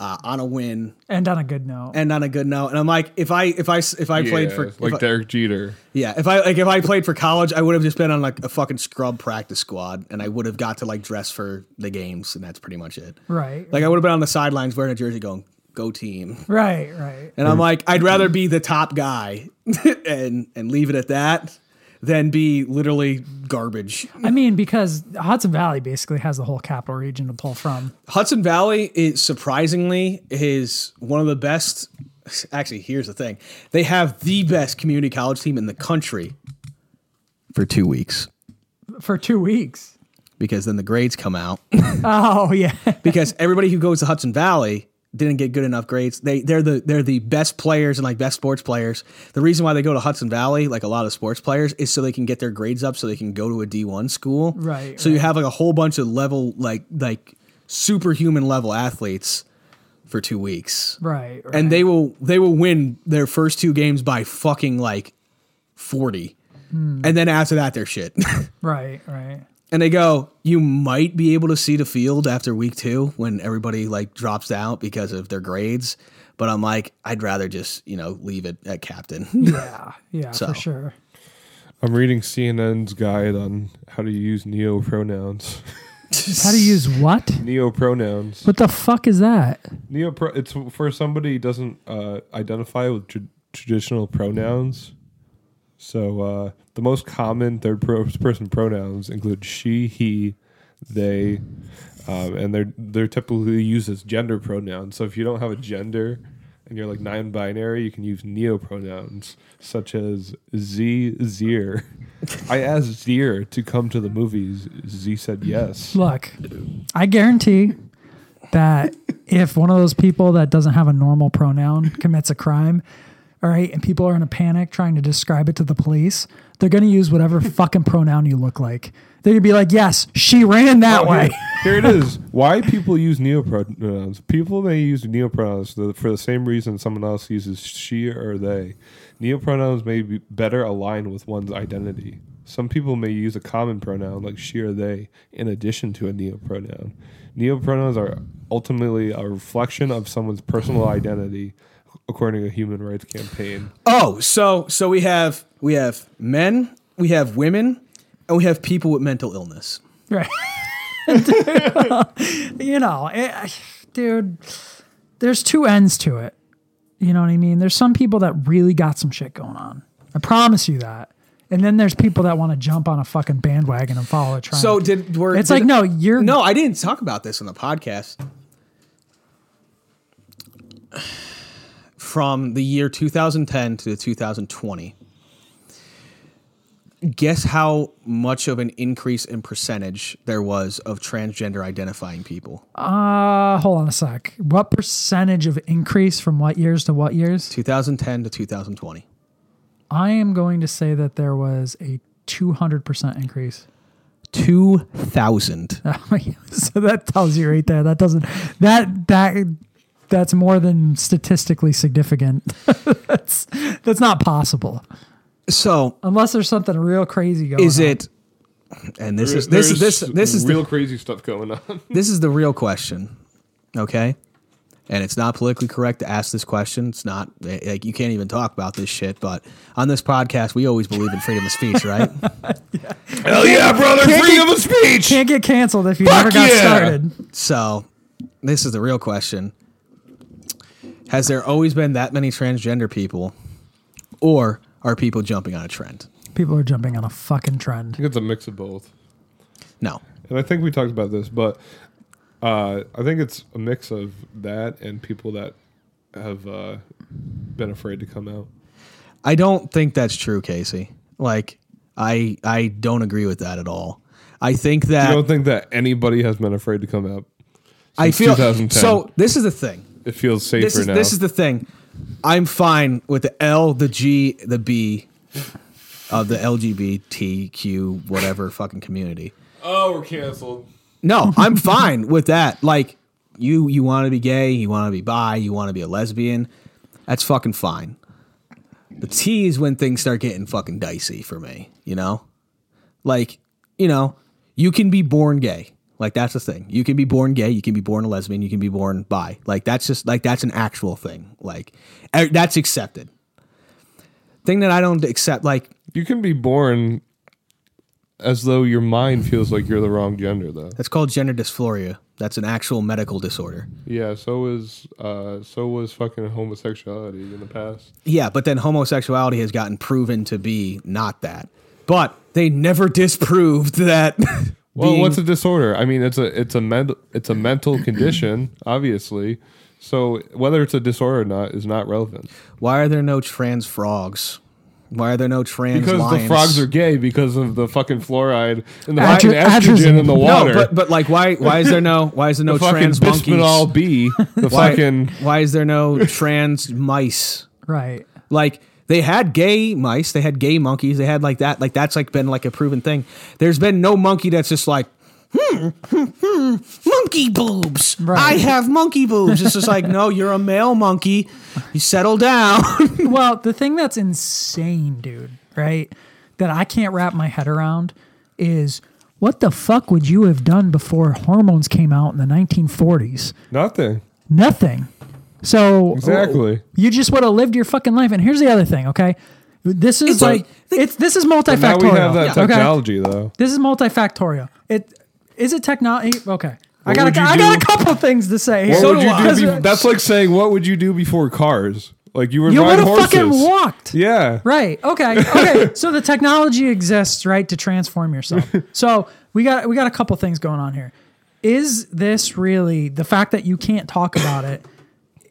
Speaker 6: uh, on a win
Speaker 4: and on a good note.
Speaker 6: and on a good note. And I'm like, if I if I s- if I played for
Speaker 5: like
Speaker 6: if I-
Speaker 5: Derek Jeter.
Speaker 6: yeah, if I like if I played for college, I would have just been on like a fucking scrub practice squad, and I would have got to like dress for the games, and that's pretty much it.
Speaker 4: right.
Speaker 6: Like I would have been on the sidelines wearing a jersey, going "Go team."
Speaker 4: right. Right.
Speaker 6: And I'm like, I'd rather be the top guy and and leave it at that than be literally garbage.
Speaker 4: I mean, because Hudson Valley basically has the whole capital region to pull from.
Speaker 6: Hudson Valley is surprisingly is one of the best. Actually, here's the thing: they have the best community college team in the country for two weeks
Speaker 4: for two weeks.
Speaker 6: because then the grades come out
Speaker 4: Oh yeah,
Speaker 6: because everybody who goes to Hudson Valley didn't get good enough grades. They they're the they're the best players and like best sports players. The reason why they go to Hudson Valley, like a lot of sports players, is so they can get their grades up so they can go to a D one school.
Speaker 4: Right,
Speaker 6: So you have like a whole bunch of level like like superhuman level athletes for two weeks.
Speaker 4: right. right.
Speaker 6: And they will they will win their first two games by fucking like forty.
Speaker 4: Hmm.
Speaker 6: And then after that they're shit.
Speaker 4: right, right,
Speaker 6: and they go, you might be able to see the field after week two when everybody like drops out because of their grades. But I'm like, I'd rather just you know leave it at captain.
Speaker 4: yeah, yeah,
Speaker 6: So.
Speaker 4: for sure.
Speaker 5: I'm reading CNN's guide on how to use neo pronouns.
Speaker 4: How to use what?
Speaker 5: neo pronouns.
Speaker 4: What the fuck is that?
Speaker 5: Neo pro. It's for somebody who doesn't uh, identify with tr- traditional pronouns. So uh, the most common third pro- person pronouns include she, he, they, um, and they're they're typically used as gender pronouns. So if you don't have a gender and you're like non-binary, you can use neo pronouns such as z zier. I asked zier to come to the movies. Z said yes.
Speaker 4: Look, I guarantee that if one of those people that doesn't have a normal pronoun commits a crime, all right, and people are in a panic trying to describe it to the police, they're gonna use whatever fucking pronoun you look like. They're gonna be like, "Yes, she ran that
Speaker 5: Oh,
Speaker 4: way."
Speaker 5: Here, here it is. Why people use neopronouns? People may use neopronouns th- for the same reason someone else uses she or they. Neopronouns may be better aligned with one's identity. Some people may use a common pronoun like she or they in addition to a neopronoun. Neopronouns are ultimately a reflection of someone's personal identity, according to a human rights campaign.
Speaker 6: oh, so so we have we have men, we have women, and we have people with mental illness.
Speaker 4: Right. you know, it, dude, there's two ends to it. You know what I mean? There's some people that really got some shit going on. I promise you that. And then there's people that want to jump on a fucking bandwagon and follow a trend.
Speaker 6: So did we're
Speaker 4: it's
Speaker 6: did-
Speaker 4: like, no, you're
Speaker 6: no, I didn't talk about this on the podcast. From the year 2010 to 2020, guess how much of an increase in percentage there was of transgender identifying people?
Speaker 4: Uh, hold on a sec. What percentage of increase from what years to what years?
Speaker 6: 2010 to 2020.
Speaker 4: I am going to say that there was a 200% increase.
Speaker 6: 2,000.
Speaker 4: Uh, so that tells you right there. That doesn't that that that's more than statistically significant. that's that's not possible
Speaker 6: So
Speaker 4: unless there's something real crazy going.
Speaker 6: is
Speaker 4: on.
Speaker 6: it and this is this is this
Speaker 5: There's
Speaker 6: this is
Speaker 5: real
Speaker 6: the,
Speaker 5: crazy stuff going on.
Speaker 6: this is the real question. Okay? And it's not politically correct to ask this question. It's not eh, like you can't even talk about this shit, but on this podcast we always believe in freedom of speech, right?
Speaker 5: Hell yeah, brother!
Speaker 4: Can't get-
Speaker 5: of speech.
Speaker 4: Can't get canceled if you
Speaker 5: Fuck
Speaker 4: never got
Speaker 5: yeah.
Speaker 4: started.
Speaker 6: So, this is the real question. Has there always been that many transgender people or are people jumping on a trend?
Speaker 4: People are jumping on a fucking trend.
Speaker 5: I think it's a mix of both.
Speaker 6: No.
Speaker 5: And I think we talked about this, but uh, I think it's a mix of that and people that have uh, been afraid to come out.
Speaker 6: I don't think that's true, Casey. Like I I don't agree with that at all. I think
Speaker 5: I
Speaker 6: that
Speaker 5: don't think that anybody has been afraid to come out.
Speaker 6: I
Speaker 5: since
Speaker 6: feel
Speaker 5: 2010.
Speaker 6: so this is the thing.
Speaker 5: It feels safer
Speaker 6: This is
Speaker 5: now.
Speaker 6: this is the thing. I'm fine with the L, the G, the B of the LGBTQ whatever fucking community.
Speaker 5: oh, we're canceled.
Speaker 6: No, I'm fine with that. Like you you want to be gay, you want to be bi, you want to be a lesbian. That's fucking fine. The T is when things start getting fucking dicey for me, you know? Like, you know, you can be born gay. Like that's the thing. You can be born gay, you can be born a lesbian, you can be born bi. Like that's just like that's an actual thing. Like e- that's accepted. Thing that I don't accept like
Speaker 5: You can be born as though your mind feels like you're the wrong gender, though.
Speaker 6: that's called gender dysphoria. That's an actual medical disorder.
Speaker 5: Yeah. So is uh, so was fucking homosexuality in the past.
Speaker 6: Yeah, but then homosexuality has gotten proven to be not that. But they never disproved that.
Speaker 5: Well,
Speaker 6: being-
Speaker 5: what's a disorder? I mean, it's a it's a mental it's a mental condition, obviously. So whether it's a disorder or not is not relevant
Speaker 6: Why are there no trans frogs? Why are there no trans
Speaker 5: because
Speaker 6: lions?
Speaker 5: the frogs are gay because of the fucking fluoride and the
Speaker 4: Atro-
Speaker 5: fucking estrogen
Speaker 4: atrazine.
Speaker 5: in the
Speaker 4: No,
Speaker 5: water.
Speaker 6: No, but but like why why is there no why is there no
Speaker 5: the fucking
Speaker 6: trans monkeys?
Speaker 5: bisphenol B, the
Speaker 6: Why,
Speaker 5: fucking
Speaker 6: why is there no trans mice?
Speaker 4: Right.
Speaker 6: Like they had gay mice, they had gay monkeys, they had like that. Like that's like been like a proven thing. There's been no monkey that's just like hmm, hmm, hmm, monkey boobs. I have monkey boobs. It's just like no, you're a male monkey. You settle down.
Speaker 4: Well, the thing that's insane, dude, right? That I can't wrap my head around is what the fuck would you have done before hormones came out in the 1940s?
Speaker 5: nothing.
Speaker 4: Nothing. So
Speaker 5: Exactly.
Speaker 4: you just would have lived your fucking life. And here's the other thing, okay? This is
Speaker 6: It's
Speaker 4: like
Speaker 6: like-
Speaker 4: it's this is
Speaker 5: Now
Speaker 4: multifactorial.
Speaker 5: we have that
Speaker 4: okay?
Speaker 5: technology though.
Speaker 4: This is multifactorial. It is it technology. Okay, I
Speaker 5: What
Speaker 4: got
Speaker 5: would
Speaker 4: a,
Speaker 5: you
Speaker 4: I got a
Speaker 5: do-
Speaker 4: couple things to say.
Speaker 5: What
Speaker 4: So
Speaker 5: would
Speaker 4: do I.
Speaker 5: you do? Be,
Speaker 4: Because
Speaker 5: that's like saying what would you do before cars? Like you would
Speaker 4: you
Speaker 5: ride
Speaker 4: would have
Speaker 5: horses.
Speaker 4: fucking walked.
Speaker 5: Yeah.
Speaker 4: Right. Okay. Okay. so the technology exists, right, to transform yourself. So we got we got a couple things going on here. Is this really the fact that you can't talk about it?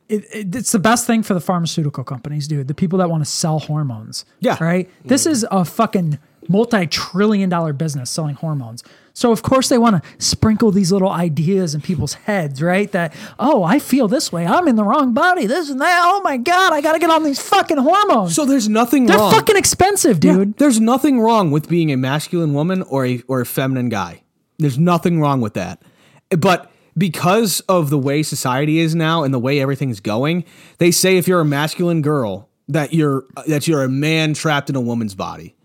Speaker 4: It, it- it's the best thing for the pharmaceutical companies, dude. The people that want to sell hormones.
Speaker 6: Yeah.
Speaker 4: Right. This is a fucking multi-trillion-dollar business selling hormones. So of course they want to sprinkle these little ideas in people's heads, right? That oh, I feel this way. I'm in the wrong body. This and that. Oh my god, I got to get on these fucking hormones.
Speaker 6: So there's nothing
Speaker 4: They're
Speaker 6: wrong.
Speaker 4: fucking expensive,
Speaker 6: Yeah,
Speaker 4: dude.
Speaker 6: there's nothing wrong with being a masculine woman or a or a feminine guy. There's nothing wrong with that. But because of the way society is now and the way everything's going, they say if you're a masculine girl that you're that you're a man trapped in a woman's body.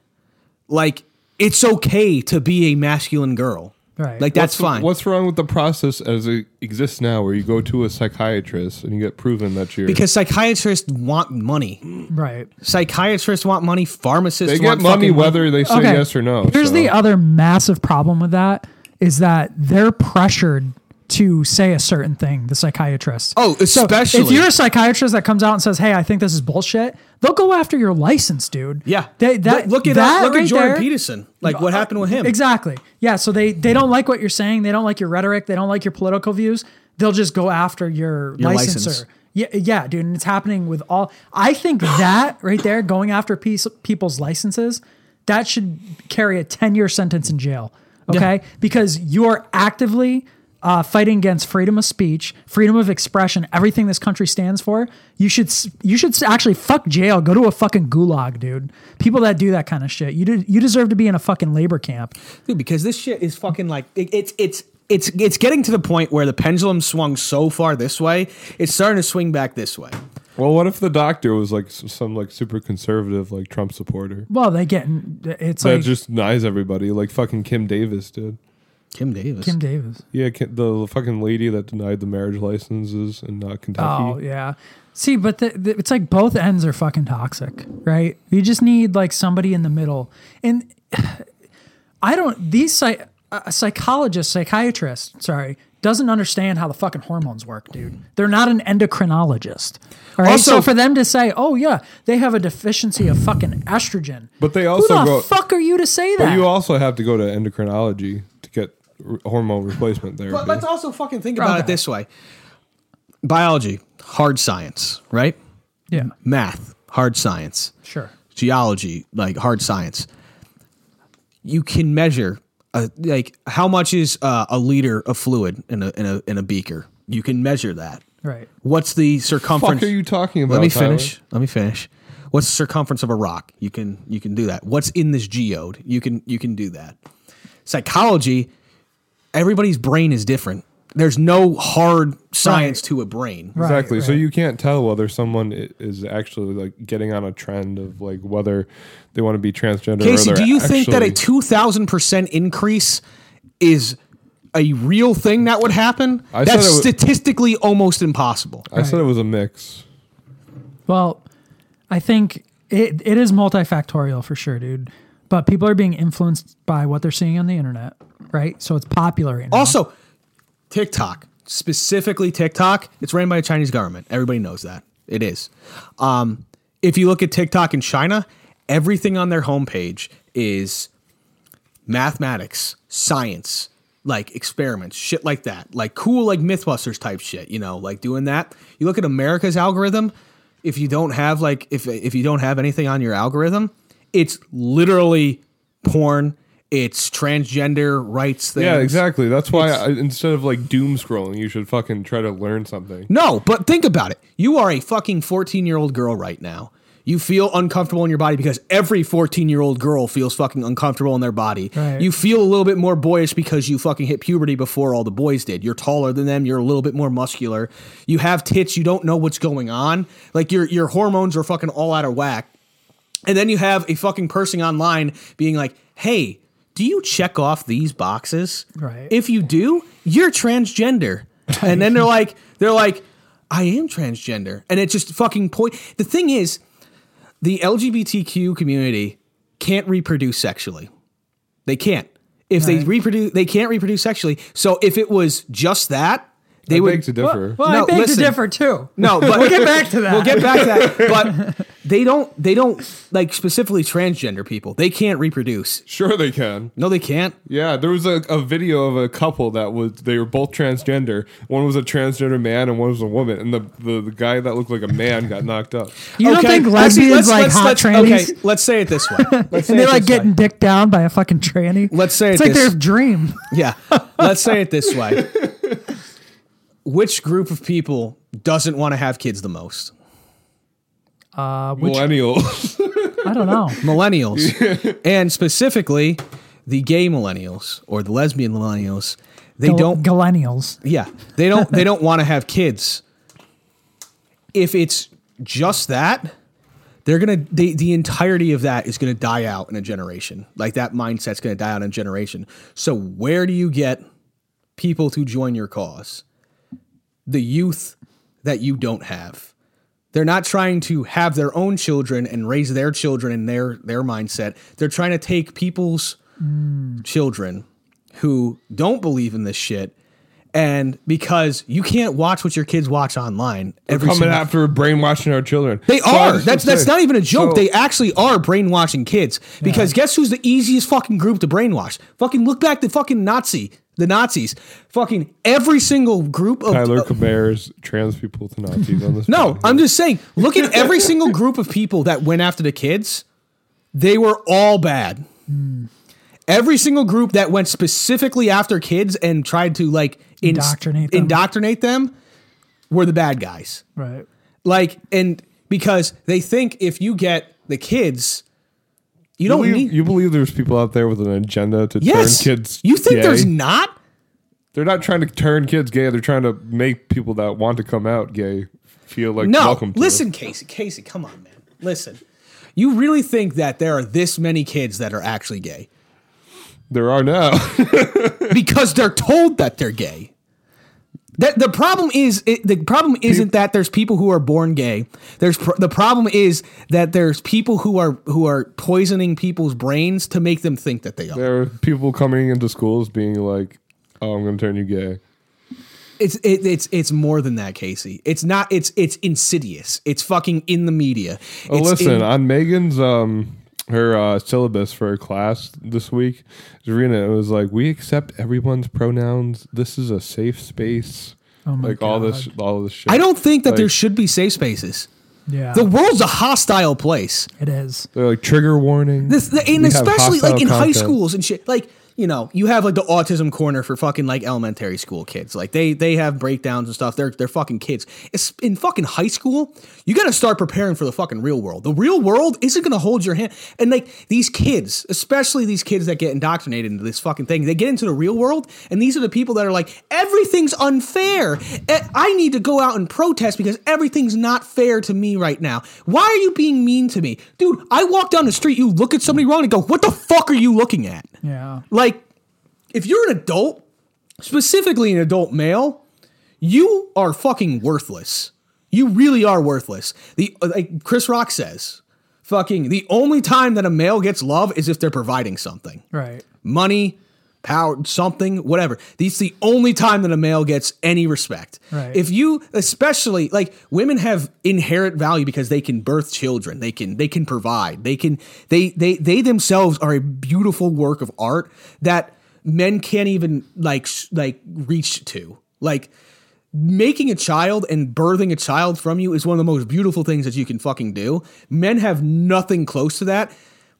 Speaker 6: Like it's okay to be a masculine girl.
Speaker 4: Right.
Speaker 6: Like that's fine.
Speaker 5: What's wrong with the process as it exists now, where you go to a psychiatrist and you get proven that you're
Speaker 6: because psychiatrists want money.
Speaker 4: Right.
Speaker 6: Psychiatrists want money. Pharmacists
Speaker 5: they get
Speaker 6: want
Speaker 5: money
Speaker 6: fucking
Speaker 5: whether they say yes or no.
Speaker 4: Here's
Speaker 5: so.
Speaker 4: the other massive problem with that is that they're pressured to say a certain thing, the psychiatrists.
Speaker 6: Oh,
Speaker 4: If
Speaker 6: especially.
Speaker 4: you're a psychiatrist that comes out and says, "Hey, I think this is bullshit," they'll go after your license, dude.
Speaker 6: Yeah.
Speaker 4: They, that,
Speaker 6: look at
Speaker 4: that.
Speaker 6: look
Speaker 4: right
Speaker 6: at Jordan
Speaker 4: there-
Speaker 6: Peterson. Like what happened with him?
Speaker 4: Exactly. Yeah. So they they don't like what you're saying. They don't like your rhetoric. They don't like your political views. They'll just go after your,
Speaker 6: Your
Speaker 4: licensor.
Speaker 6: license.
Speaker 4: Yeah, yeah, dude. And it's happening with all. I think that right there, going after piece, people's licenses, that should carry a 10 year sentence in jail. Okay, because you are actively. Uh, fighting against freedom of speech, freedom of expression, everything this country stands for, you should s- you should s- actually fuck jail, go to a fucking gulag, dude. People that do that kind of shit, you de- you deserve to be in a fucking labor camp.
Speaker 6: Dude, because this shit is fucking like it, it's it's it's it's getting to the point where the pendulum swung so far this way, it's starting to swing back this way.
Speaker 5: Well, what if the doctor was like s- some like super conservative like Trump supporter
Speaker 4: Well, they get it's
Speaker 5: that
Speaker 4: like
Speaker 5: just knives everybody like fucking Kim Davis did?
Speaker 6: Kim Davis.
Speaker 4: Kim Davis.
Speaker 5: Yeah, Kim, the fucking lady that denied the marriage licenses in uh,
Speaker 4: Oh
Speaker 5: Kentucky.
Speaker 4: yeah. See, but the, the, it's like both ends are fucking toxic, right? You just need like somebody in the middle. And I don't these psych, a psychologist, psychiatrist, sorry, doesn't understand how the fucking hormones work, dude. They're not an endocrinologist. All right.
Speaker 6: Also-
Speaker 4: so for them to say, "Oh yeah, they have a deficiency of fucking estrogen,"
Speaker 5: But they
Speaker 4: who
Speaker 5: also
Speaker 4: the
Speaker 5: go.
Speaker 4: fuck are you to say
Speaker 5: But
Speaker 4: that?
Speaker 5: you also have to go to endocrinology to get r- hormone replacement therapy.
Speaker 6: But let's also fucking think about it
Speaker 4: Okay.
Speaker 6: this way: biology, hard science, right?
Speaker 4: yeah,
Speaker 6: Math, hard science.
Speaker 4: sure.
Speaker 6: Geology, like hard science. You can measure, uh, like how much is uh, a liter of fluid in a in a in a beaker. You can measure that.
Speaker 4: Right.
Speaker 6: What's the
Speaker 5: fuck
Speaker 6: circumference?
Speaker 5: are you talking about?
Speaker 6: Let me
Speaker 5: Tyler?
Speaker 6: finish. Let me finish. What's the circumference of a rock? You can you can do that. What's in this geode? You can you can do that. Psychology, everybody's brain is different. There's no hard science to a brain.
Speaker 4: Right,
Speaker 5: Exactly. So
Speaker 4: right.
Speaker 5: you can't tell whether someone i- is actually like getting on a trend of like whether they want to be transgender.
Speaker 6: Casey,
Speaker 5: or they're
Speaker 6: do you think that a
Speaker 5: actually-
Speaker 6: 2000% increase is a real thing that would happen?
Speaker 5: I said
Speaker 6: That's
Speaker 5: it wa-
Speaker 6: statistically almost impossible.
Speaker 5: I said it was a mix.
Speaker 4: Well, I think it, it is multifactorial for sure, dude. But people are being influenced by what they're seeing on the internet, right? So it's popular
Speaker 5: Mm-hmm.
Speaker 4: right now.
Speaker 6: Also, TikTok, specifically TikTok, it's ran by the Chinese government. Everybody knows that. It is. Um, if you look at TikTok in China, everything on their homepage is mathematics, science, like experiments, shit like that. Like cool, like Mythbusters type shit, you know, like doing that. You look at America's algorithm, if you don't have like if if you don't have anything on your algorithm, it's literally porn. It's transgender rights things.
Speaker 5: Yeah, exactly. That's why
Speaker 6: It's-
Speaker 5: I, instead of like doom scrolling, you should fucking try to learn something.
Speaker 6: No, but think about it. You are a fucking 14 year old girl right now. You feel uncomfortable in your body because every 14 year old girl feels fucking uncomfortable in their body.
Speaker 4: Right.
Speaker 6: You feel a little bit more boyish because you fucking hit puberty before all the boys did. You're taller than them. You're a little bit more muscular. You have tits. You don't know what's going on. Like your, your hormones are fucking all out of whack. And then you have a fucking person online being like, hey, do you check off these boxes?
Speaker 4: Right.
Speaker 6: If you do, you're transgender. And then they're like, they're like, I am transgender. And it just fucking point. The thing is, the LGBTQ community can't reproduce sexually. They can't. If they
Speaker 4: Right.
Speaker 6: reproduce, they can't reproduce sexually. So if it was just that, they
Speaker 5: I
Speaker 6: would
Speaker 5: beg to differ.
Speaker 4: well,
Speaker 6: No,
Speaker 4: I beg
Speaker 6: listen.
Speaker 4: to differ too.
Speaker 6: no, but
Speaker 4: We'll get back to that.
Speaker 6: We'll get back to that. But they don't. They don't like specifically transgender people. They can't reproduce.
Speaker 5: Sure, they can.
Speaker 6: No, they can't.
Speaker 5: Yeah, there was a, a video of a couple that was they were both transgender. One was a transgender man and one was a woman, and the, the, the guy that looked like a man got knocked up.
Speaker 4: You don't think
Speaker 6: let's see-
Speaker 4: lesbians
Speaker 6: let's-
Speaker 4: like
Speaker 6: let's-
Speaker 4: hot
Speaker 6: let's-
Speaker 4: trannies?
Speaker 6: Okay, let's say it this way. Let's say
Speaker 4: And
Speaker 6: it
Speaker 4: they're like
Speaker 6: this
Speaker 4: getting
Speaker 6: way.
Speaker 4: dicked down by a fucking tranny.
Speaker 6: Let's say
Speaker 4: it's
Speaker 6: it
Speaker 4: like
Speaker 6: this-
Speaker 4: their dream.
Speaker 6: Yeah, let's say it this way. Which group of people doesn't want to have kids the most?
Speaker 5: Millennials.
Speaker 4: I don't know.
Speaker 6: Millennials, and specifically the gay millennials or the lesbian millennials. They
Speaker 4: Gal-
Speaker 6: don't
Speaker 4: Galenials.
Speaker 6: Yeah, they don't they don't want to have kids. If it's just that, they're gonna the, the entirety of that is gonna die out in a generation. Like that mindset's gonna die out in a generation. So where do you get people to join your cause? The youth that you don't have. They're not trying to have their own children and raise their children in their their mindset. They're trying to take people's children who don't believe in this shit and because you can't watch what your kids watch online every
Speaker 5: Coming
Speaker 6: single-
Speaker 5: after brainwashing our children.
Speaker 6: they
Speaker 5: So I
Speaker 6: are.
Speaker 5: was
Speaker 6: That's
Speaker 5: gonna
Speaker 6: that's
Speaker 5: say-
Speaker 6: not even a joke.
Speaker 5: so-
Speaker 6: they actually are brainwashing kids because guess who's the easiest fucking group to brainwash? Fucking look back the fucking Nazi, the Nazis. Fucking every single group of
Speaker 5: Tyler
Speaker 6: uh,
Speaker 5: compares trans people to Nazis on this.
Speaker 6: no,
Speaker 5: podcast.
Speaker 6: I'm just saying. Look at every single group of people that went after the kids. They were all bad. Every single group that went specifically after kids and tried to like ins-
Speaker 4: Indoctrinate them.
Speaker 6: indoctrinate them were the bad guys.
Speaker 4: Right.
Speaker 6: Like, and because they think if you get the kids, you
Speaker 5: You
Speaker 6: don't
Speaker 5: believe,
Speaker 6: need.
Speaker 5: you believe there's people out there with an agenda to
Speaker 6: yes,
Speaker 5: turn kids.
Speaker 6: you think
Speaker 5: gay?
Speaker 6: there's not?
Speaker 5: They're not trying to turn kids gay. They're trying to make people that want to come out gay feel like
Speaker 6: No,
Speaker 5: welcome. To
Speaker 6: listen, Casey. Casey, come on, man. Listen, you really think that there are this many kids that are actually gay
Speaker 5: it. There are now.
Speaker 6: because they're told that they're gay? That the problem is it, the problem isn't that there's people who are born gay. There's pr- the problem is that there's people who are who are poisoning people's brains to make them think that they are.
Speaker 5: there are people coming into schools being like, "Oh, I'm going to turn you gay."
Speaker 6: It's it, it's it's more than that, Casey. It's not. It's it's insidious. It's fucking in the media.
Speaker 5: Oh,
Speaker 6: It's
Speaker 5: listen,
Speaker 6: in-
Speaker 5: on Megan's um her uh, syllabus for her class this week, Serena, it was like, "We accept everyone's pronouns. This is a safe space."
Speaker 4: Oh my
Speaker 5: like all this, all this shit.
Speaker 6: I don't think that there
Speaker 5: Like-
Speaker 6: should be safe spaces.
Speaker 4: Yeah,
Speaker 6: The world's a hostile place.
Speaker 4: it is.
Speaker 5: They're like trigger warning.
Speaker 6: This the, and
Speaker 5: We have
Speaker 6: especially
Speaker 5: hostile
Speaker 6: like in high
Speaker 5: content.
Speaker 6: schools and shit. Like you know, you have like the autism corner for fucking like elementary school kids. Like they they have breakdowns and stuff. They're they're fucking kids. It's, in fucking high school, you got to start preparing for the fucking real world. The real world isn't going to hold your hand. And like these kids, especially these kids that get indoctrinated into this fucking thing, they get into the real world, and these are the people that are like everything's unfair. Eh, I need to go out and protest because everything's not fair to me right now. Why are you being mean to me, dude? I walk down the street, you look at somebody wrong, and go, "What the fuck are you looking at?"
Speaker 4: Yeah,
Speaker 6: Like, if you're an adult, specifically an adult male, you are fucking worthless. You really are worthless. The uh, like Chris Rock says, fucking the only time that a male gets love is if they're providing something.
Speaker 4: right.
Speaker 6: Money, power, something, whatever. It's the only time that a male gets any respect.
Speaker 4: Right.
Speaker 6: If you especially like women have inherent value because they can birth children, they can they can provide, they can they they they themselves are a beautiful work of art that men can't even like sh- like reach to. Like making a child and birthing a child from you is one of the most beautiful things that you can fucking do. Men have nothing close to that.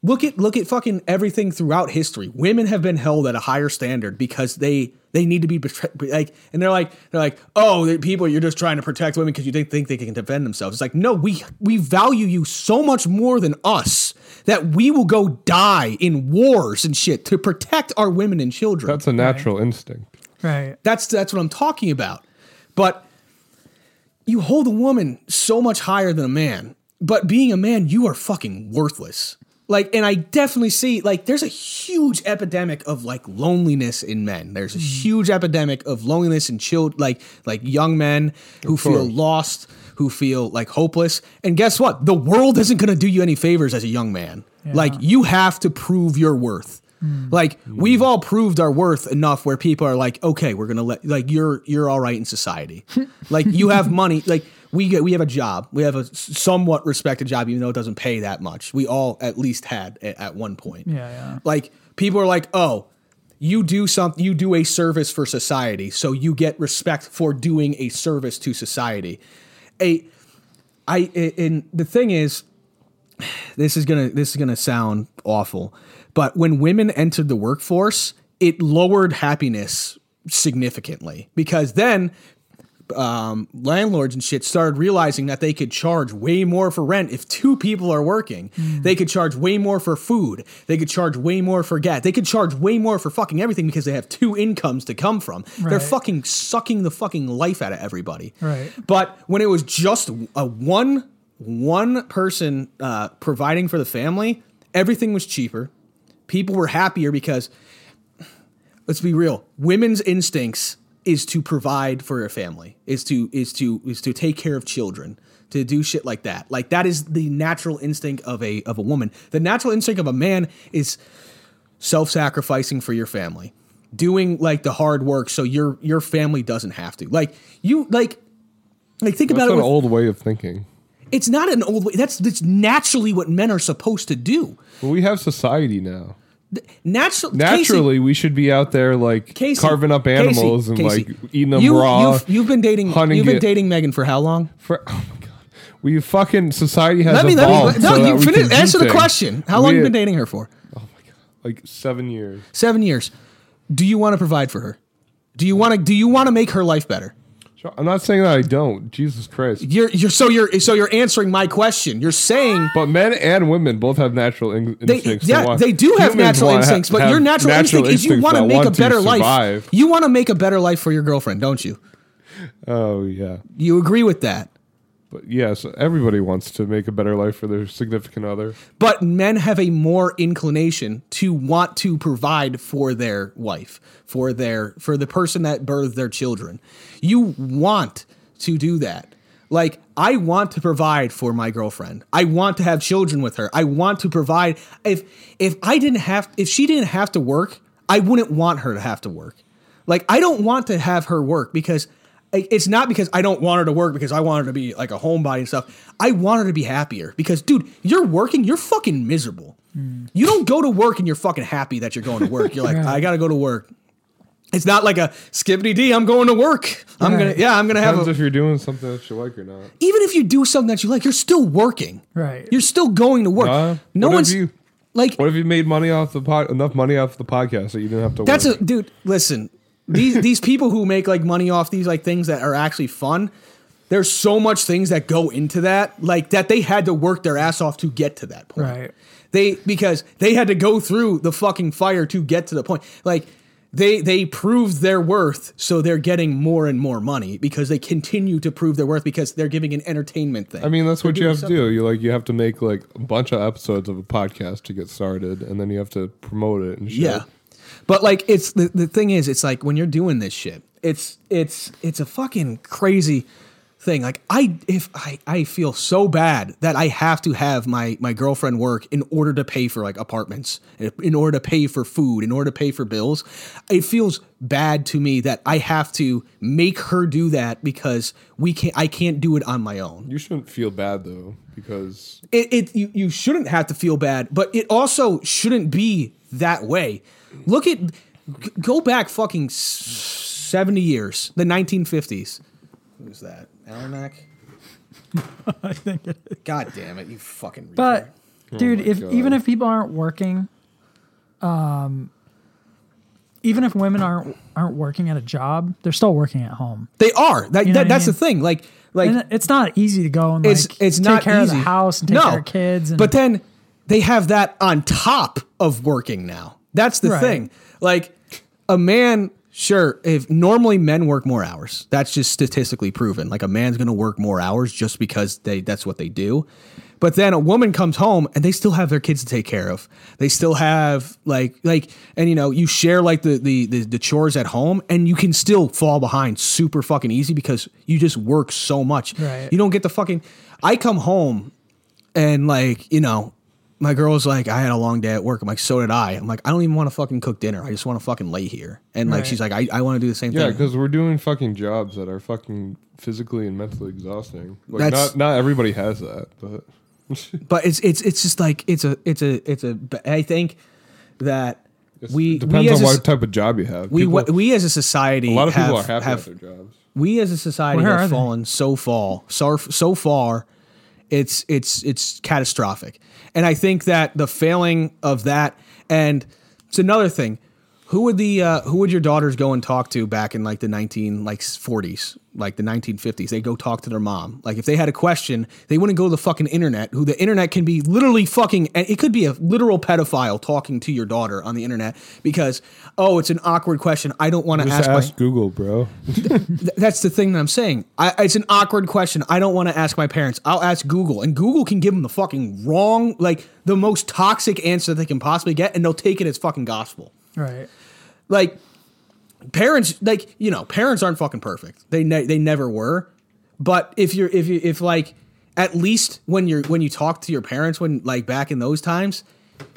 Speaker 6: Look at look at fucking everything throughout history. Women have been held at a higher standard because they they need to be betra- be- like and they're like they're like oh the people you're just trying to protect women because you think think they can defend themselves. It's like no we we value you so much more than us that we will go die in wars and shit to protect our women and children.
Speaker 5: That's a natural instinct.
Speaker 4: Right.
Speaker 6: That's that's what I'm talking about. But you hold a woman so much higher than a man. But being a man, you are fucking worthless. Like, and I definitely see like there's a huge epidemic of like loneliness in men. There's a huge epidemic of loneliness in child like like young men who feel
Speaker 5: course.
Speaker 6: lost, who feel like hopeless. And guess what? The world isn't gonna do you any favors as a young man. Like you have to prove your worth. Like we've all proved our worth enough where people are like, okay, we're gonna let like you're you're all right in society. like you have money. Like we get we have a job. We have a s- somewhat respected job, even though it doesn't pay that much. We all at least had at, at one point.
Speaker 4: Yeah, yeah.
Speaker 6: Like people are like, oh, you do something, you do a service for society, so you get respect for doing a service to society. A, I and the thing is, this is gonna this is gonna sound awful, but when women entered the workforce, it lowered happiness significantly because then um, landlords and shit started realizing that they could charge way more for rent if two people are working. They could charge way more for food. They could charge way more for gas. They could charge way more for fucking everything because they have two incomes to come from. They're
Speaker 4: Right.
Speaker 6: fucking sucking the fucking life out of everybody.
Speaker 4: Right.
Speaker 6: But when it was just a one one person uh, providing for the family, everything was cheaper. People were happier because let's be real women's instincts is to provide for your family is to is to is to take care of children to do shit like that like that is the natural instinct of a of a woman the natural instinct of a man is self-sacrificing for your family doing like the hard work so your your family doesn't have to like you like like think
Speaker 5: That's
Speaker 6: about
Speaker 5: an
Speaker 6: it with,
Speaker 5: old way of thinking.
Speaker 6: it's not an old way that's that's naturally what men are supposed to do
Speaker 5: But we have society now.
Speaker 6: natural Casey-
Speaker 5: Naturally, we should be out there like
Speaker 6: Casey,
Speaker 5: carving up
Speaker 6: Casey,
Speaker 5: animals and
Speaker 6: Casey,
Speaker 5: like eating them
Speaker 6: you,
Speaker 5: raw.
Speaker 6: You've, you've been dating.
Speaker 5: hunting
Speaker 6: You've been
Speaker 5: it.
Speaker 6: dating Megan for how long?
Speaker 5: For, oh my god, we fucking society has
Speaker 6: Let me. Let
Speaker 5: evolved.
Speaker 6: me. No,
Speaker 5: so that
Speaker 6: you
Speaker 5: we can
Speaker 6: finish.
Speaker 5: do
Speaker 6: Answer the
Speaker 5: things.
Speaker 6: question. How long
Speaker 5: We-
Speaker 6: you been dating her for?
Speaker 5: Like seven years.
Speaker 6: Seven years. Do you want to provide for her? Do you want to? Do you want to make her life better?
Speaker 5: So I'm not saying that I don't. Jesus Christ.
Speaker 6: You're you're so you're so you're answering my question. You're saying
Speaker 5: But men and women both have natural in-
Speaker 6: they
Speaker 5: instincts. to
Speaker 6: yeah,
Speaker 5: want-
Speaker 6: they do have
Speaker 5: humans
Speaker 6: natural
Speaker 5: want-
Speaker 6: instincts, but
Speaker 5: have
Speaker 6: your natural, instinct is you
Speaker 5: instincts
Speaker 6: want to
Speaker 5: that
Speaker 6: make a
Speaker 5: want to
Speaker 6: better life.
Speaker 5: survive.
Speaker 6: You want to make a better life for your girlfriend, don't you?
Speaker 5: Oh yeah,
Speaker 6: You agree with that.
Speaker 5: but yes, everybody wants to make a better life for their significant other.
Speaker 6: But men have a more inclination to want to provide for their wife, for their for the person that birthed their children. You want to do that. Like I want to provide for my girlfriend. I want to have children with her. I want to provide if if I didn't have if she didn't have to work, I wouldn't want her to have to work. Like I don't want to have her work because I- it's not because I don't want her to work because I want her to be like a homebody and stuff. I want her to be happier because dude, you're working, you're fucking miserable. You don't go to work and you're fucking happy that you're going to work. You're like, I gotta go to work. It's not like a skibbity d. I'm going to work. I'm gonna
Speaker 4: Right.
Speaker 6: yeah. I'm gonna have
Speaker 5: Depends
Speaker 6: a,
Speaker 5: if you're doing something that you like or not.
Speaker 6: even if you do something that you like, you're still working.
Speaker 4: Right.
Speaker 6: You're still going to work.
Speaker 5: Uh,
Speaker 6: no
Speaker 5: what if
Speaker 6: one's
Speaker 5: you-
Speaker 6: like
Speaker 5: What if you made money off the pod, enough money off the podcast that you didn't have to?
Speaker 6: That's
Speaker 5: work?
Speaker 6: a dude. Listen, these these people who make like money off these like things that are actually fun. There's so much things that go into that, like that they had to work their ass off to get to that point.
Speaker 4: Right.
Speaker 6: They because they had to go through the fucking fire to get to the point. Like they they proved their worth, so they're getting more and more money because they continue to prove their worth because they're giving an entertainment thing.
Speaker 5: I mean, that's what you have to do. You like you have to make like a bunch of episodes of a podcast to get started, and then you have to promote it and shit.
Speaker 6: Yeah. But like it's the, the thing is it's like when you're doing this shit, it's it's it's a fucking crazy thing. Like I if I I feel so bad that I have to have my my girlfriend work in order to pay for like apartments, in order to pay for food, in order to pay for bills. It feels bad to me that I have to make her do that because we can't I can't do it on my own
Speaker 5: You shouldn't feel bad though, because
Speaker 6: it, it you, you shouldn't have to feel bad, but it also shouldn't be that way. Look at g- go back fucking s- 70 years, the 1950s. Who's that? Almanac?
Speaker 4: I think it is.
Speaker 6: God damn it, you fucking retard.
Speaker 4: But
Speaker 6: Oh
Speaker 4: dude,
Speaker 5: my
Speaker 4: if
Speaker 5: God.
Speaker 4: even if people aren't working, um, even if women aren't aren't working at a job, they're still working at home.
Speaker 6: they are. That,
Speaker 4: You know what
Speaker 6: that
Speaker 4: I
Speaker 6: that's
Speaker 4: mean?
Speaker 6: the thing. Like like
Speaker 4: And it's not easy to go and like
Speaker 6: it's it's
Speaker 4: take
Speaker 6: not
Speaker 4: care
Speaker 6: easy.
Speaker 4: of the house and take care of kids. And,
Speaker 6: but then they have that on top of working now. That's the
Speaker 4: Right.
Speaker 6: thing. Like a man, sure, if normally men work more hours. That's just statistically proven. Like a man's gonna work more hours just because they that's what they do. But then a woman comes home and they still have their kids to take care of. They still have like like and you know, you share like the the the, the chores at home and you can still fall behind super fucking easy because you just work so much.
Speaker 4: Right.
Speaker 6: You don't get the fucking I come home and like, you know, my girl's like, I had a long day at work. I'm like, so did I. I'm like, I don't even want to fucking cook dinner. I just want to fucking lay here. And like,
Speaker 4: Right.
Speaker 6: she's like, I, I want to do the same
Speaker 5: yeah,
Speaker 6: thing.
Speaker 5: because we're doing fucking jobs that are fucking physically and mentally exhausting. Like
Speaker 6: That's-
Speaker 5: not not everybody has that, but
Speaker 6: But it's it's it's just like it's a it's a it's a. I think that we
Speaker 5: depends
Speaker 6: we as
Speaker 5: on
Speaker 6: a,
Speaker 5: what
Speaker 6: s-
Speaker 5: type of job you have.
Speaker 6: we
Speaker 5: People-
Speaker 6: we as a society
Speaker 5: a lot of
Speaker 6: have,
Speaker 5: people are happy
Speaker 6: have
Speaker 5: at their jobs.
Speaker 6: we as a society
Speaker 4: Where are
Speaker 6: have
Speaker 4: they?
Speaker 6: fallen so far, so, so far, it's it's it's catastrophic. And I think that the failing of that, and it's another thing. Who would the uh, who would your daughters go and talk to back in like the nineteen like forties, like the nineteen fifties? They go talk to their mom. Like if they had a question, they wouldn't go to the fucking internet. Who the internet can be literally fucking. and It could be a literal pedophile talking to your daughter on the internet because oh, it's an awkward question. I don't want to
Speaker 5: Just
Speaker 6: ask.
Speaker 5: ask,
Speaker 6: my-
Speaker 5: Google, bro.
Speaker 6: Th- that's the thing that I'm saying. I, it's an awkward question. I don't want to ask my parents. I'll ask Google, and Google can give them the fucking wrong, like the most toxic answer they can possibly get, and they'll take it as fucking gospel.
Speaker 4: right,
Speaker 6: Like parents, like you know, parents aren't fucking perfect. They ne- they never were. But if you're if you if like at least when you're when you talk to your parents when like back in those times,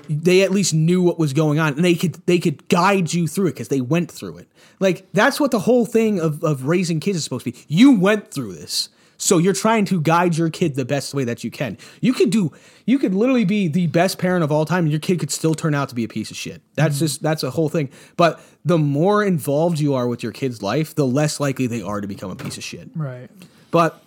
Speaker 6: they at least knew what was going on and they could they could guide you through it because they went through it like that's what the whole thing of, of raising kids is supposed to be you went through this so you're trying to guide your kid the best way that you can you could do you could literally be the best parent of all time and your kid could still turn out to be a piece of shit that's just that's a whole thing but the more involved you are with your kid's life the less likely they are to become a piece of shit
Speaker 4: right.
Speaker 6: but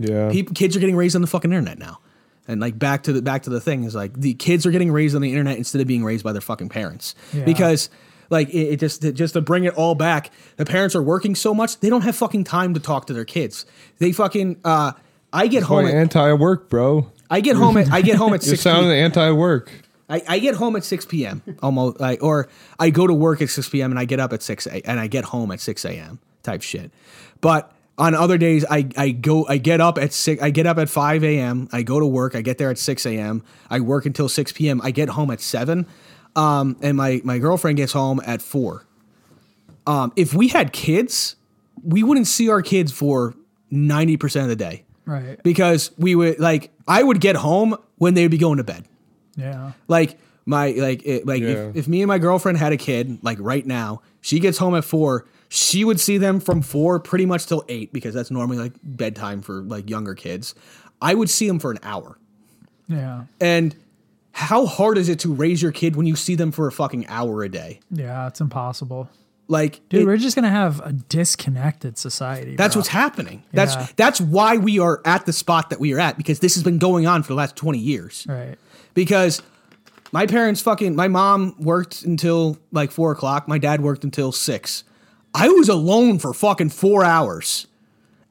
Speaker 5: Yeah,
Speaker 6: people, kids are getting raised on the fucking internet now. And like back to the back to the thing is like the kids are getting raised on the internet instead of being raised by their fucking parents
Speaker 4: Yeah.
Speaker 6: because Like it, it just it just to bring it all back. The parents are working so much they don't have fucking time to talk to their kids. They fucking. Uh, I get home.
Speaker 5: Boy,
Speaker 6: At,
Speaker 5: anti-work, bro.
Speaker 6: I get home at I get home at
Speaker 5: You're
Speaker 6: six.
Speaker 5: sounding
Speaker 6: p-
Speaker 5: anti-work.
Speaker 6: I, I get home at six p.m. almost, like, or I go to work at six p.m. and I get up at six a, and I get home at six a.m. type shit. But on other days, I, I go I get up at six I get up at five a.m. I go to work. I get there at six a.m. I work until six p.m. I get home at seven, um, and my my girlfriend gets home at four. Um, if we had kids, we wouldn't see our kids for ninety percent of the day
Speaker 4: Right.
Speaker 6: because we would like I would get home when they would be going to bed.
Speaker 4: Yeah.
Speaker 6: Like my like it, like
Speaker 5: Yeah.
Speaker 6: if, if me and my girlfriend had a kid like right now, she gets home at four. She would see them from four pretty much till eight because that's normally like bedtime for like younger kids. I would see them for an hour.
Speaker 4: Yeah.
Speaker 6: And how hard is it to raise your kid when you see them for a fucking hour a day?
Speaker 4: Yeah. It's impossible.
Speaker 6: Like
Speaker 4: Dude,
Speaker 6: it-
Speaker 4: we're just gonna have a disconnected society.
Speaker 6: that's
Speaker 4: bro.
Speaker 6: what's happening. That's
Speaker 4: Yeah.
Speaker 6: that's why we are at the spot that we are at because this has been going on for the last twenty years.
Speaker 4: right.
Speaker 6: because my parents fucking my mom worked until like four o'clock my dad worked until six i was alone for fucking four hours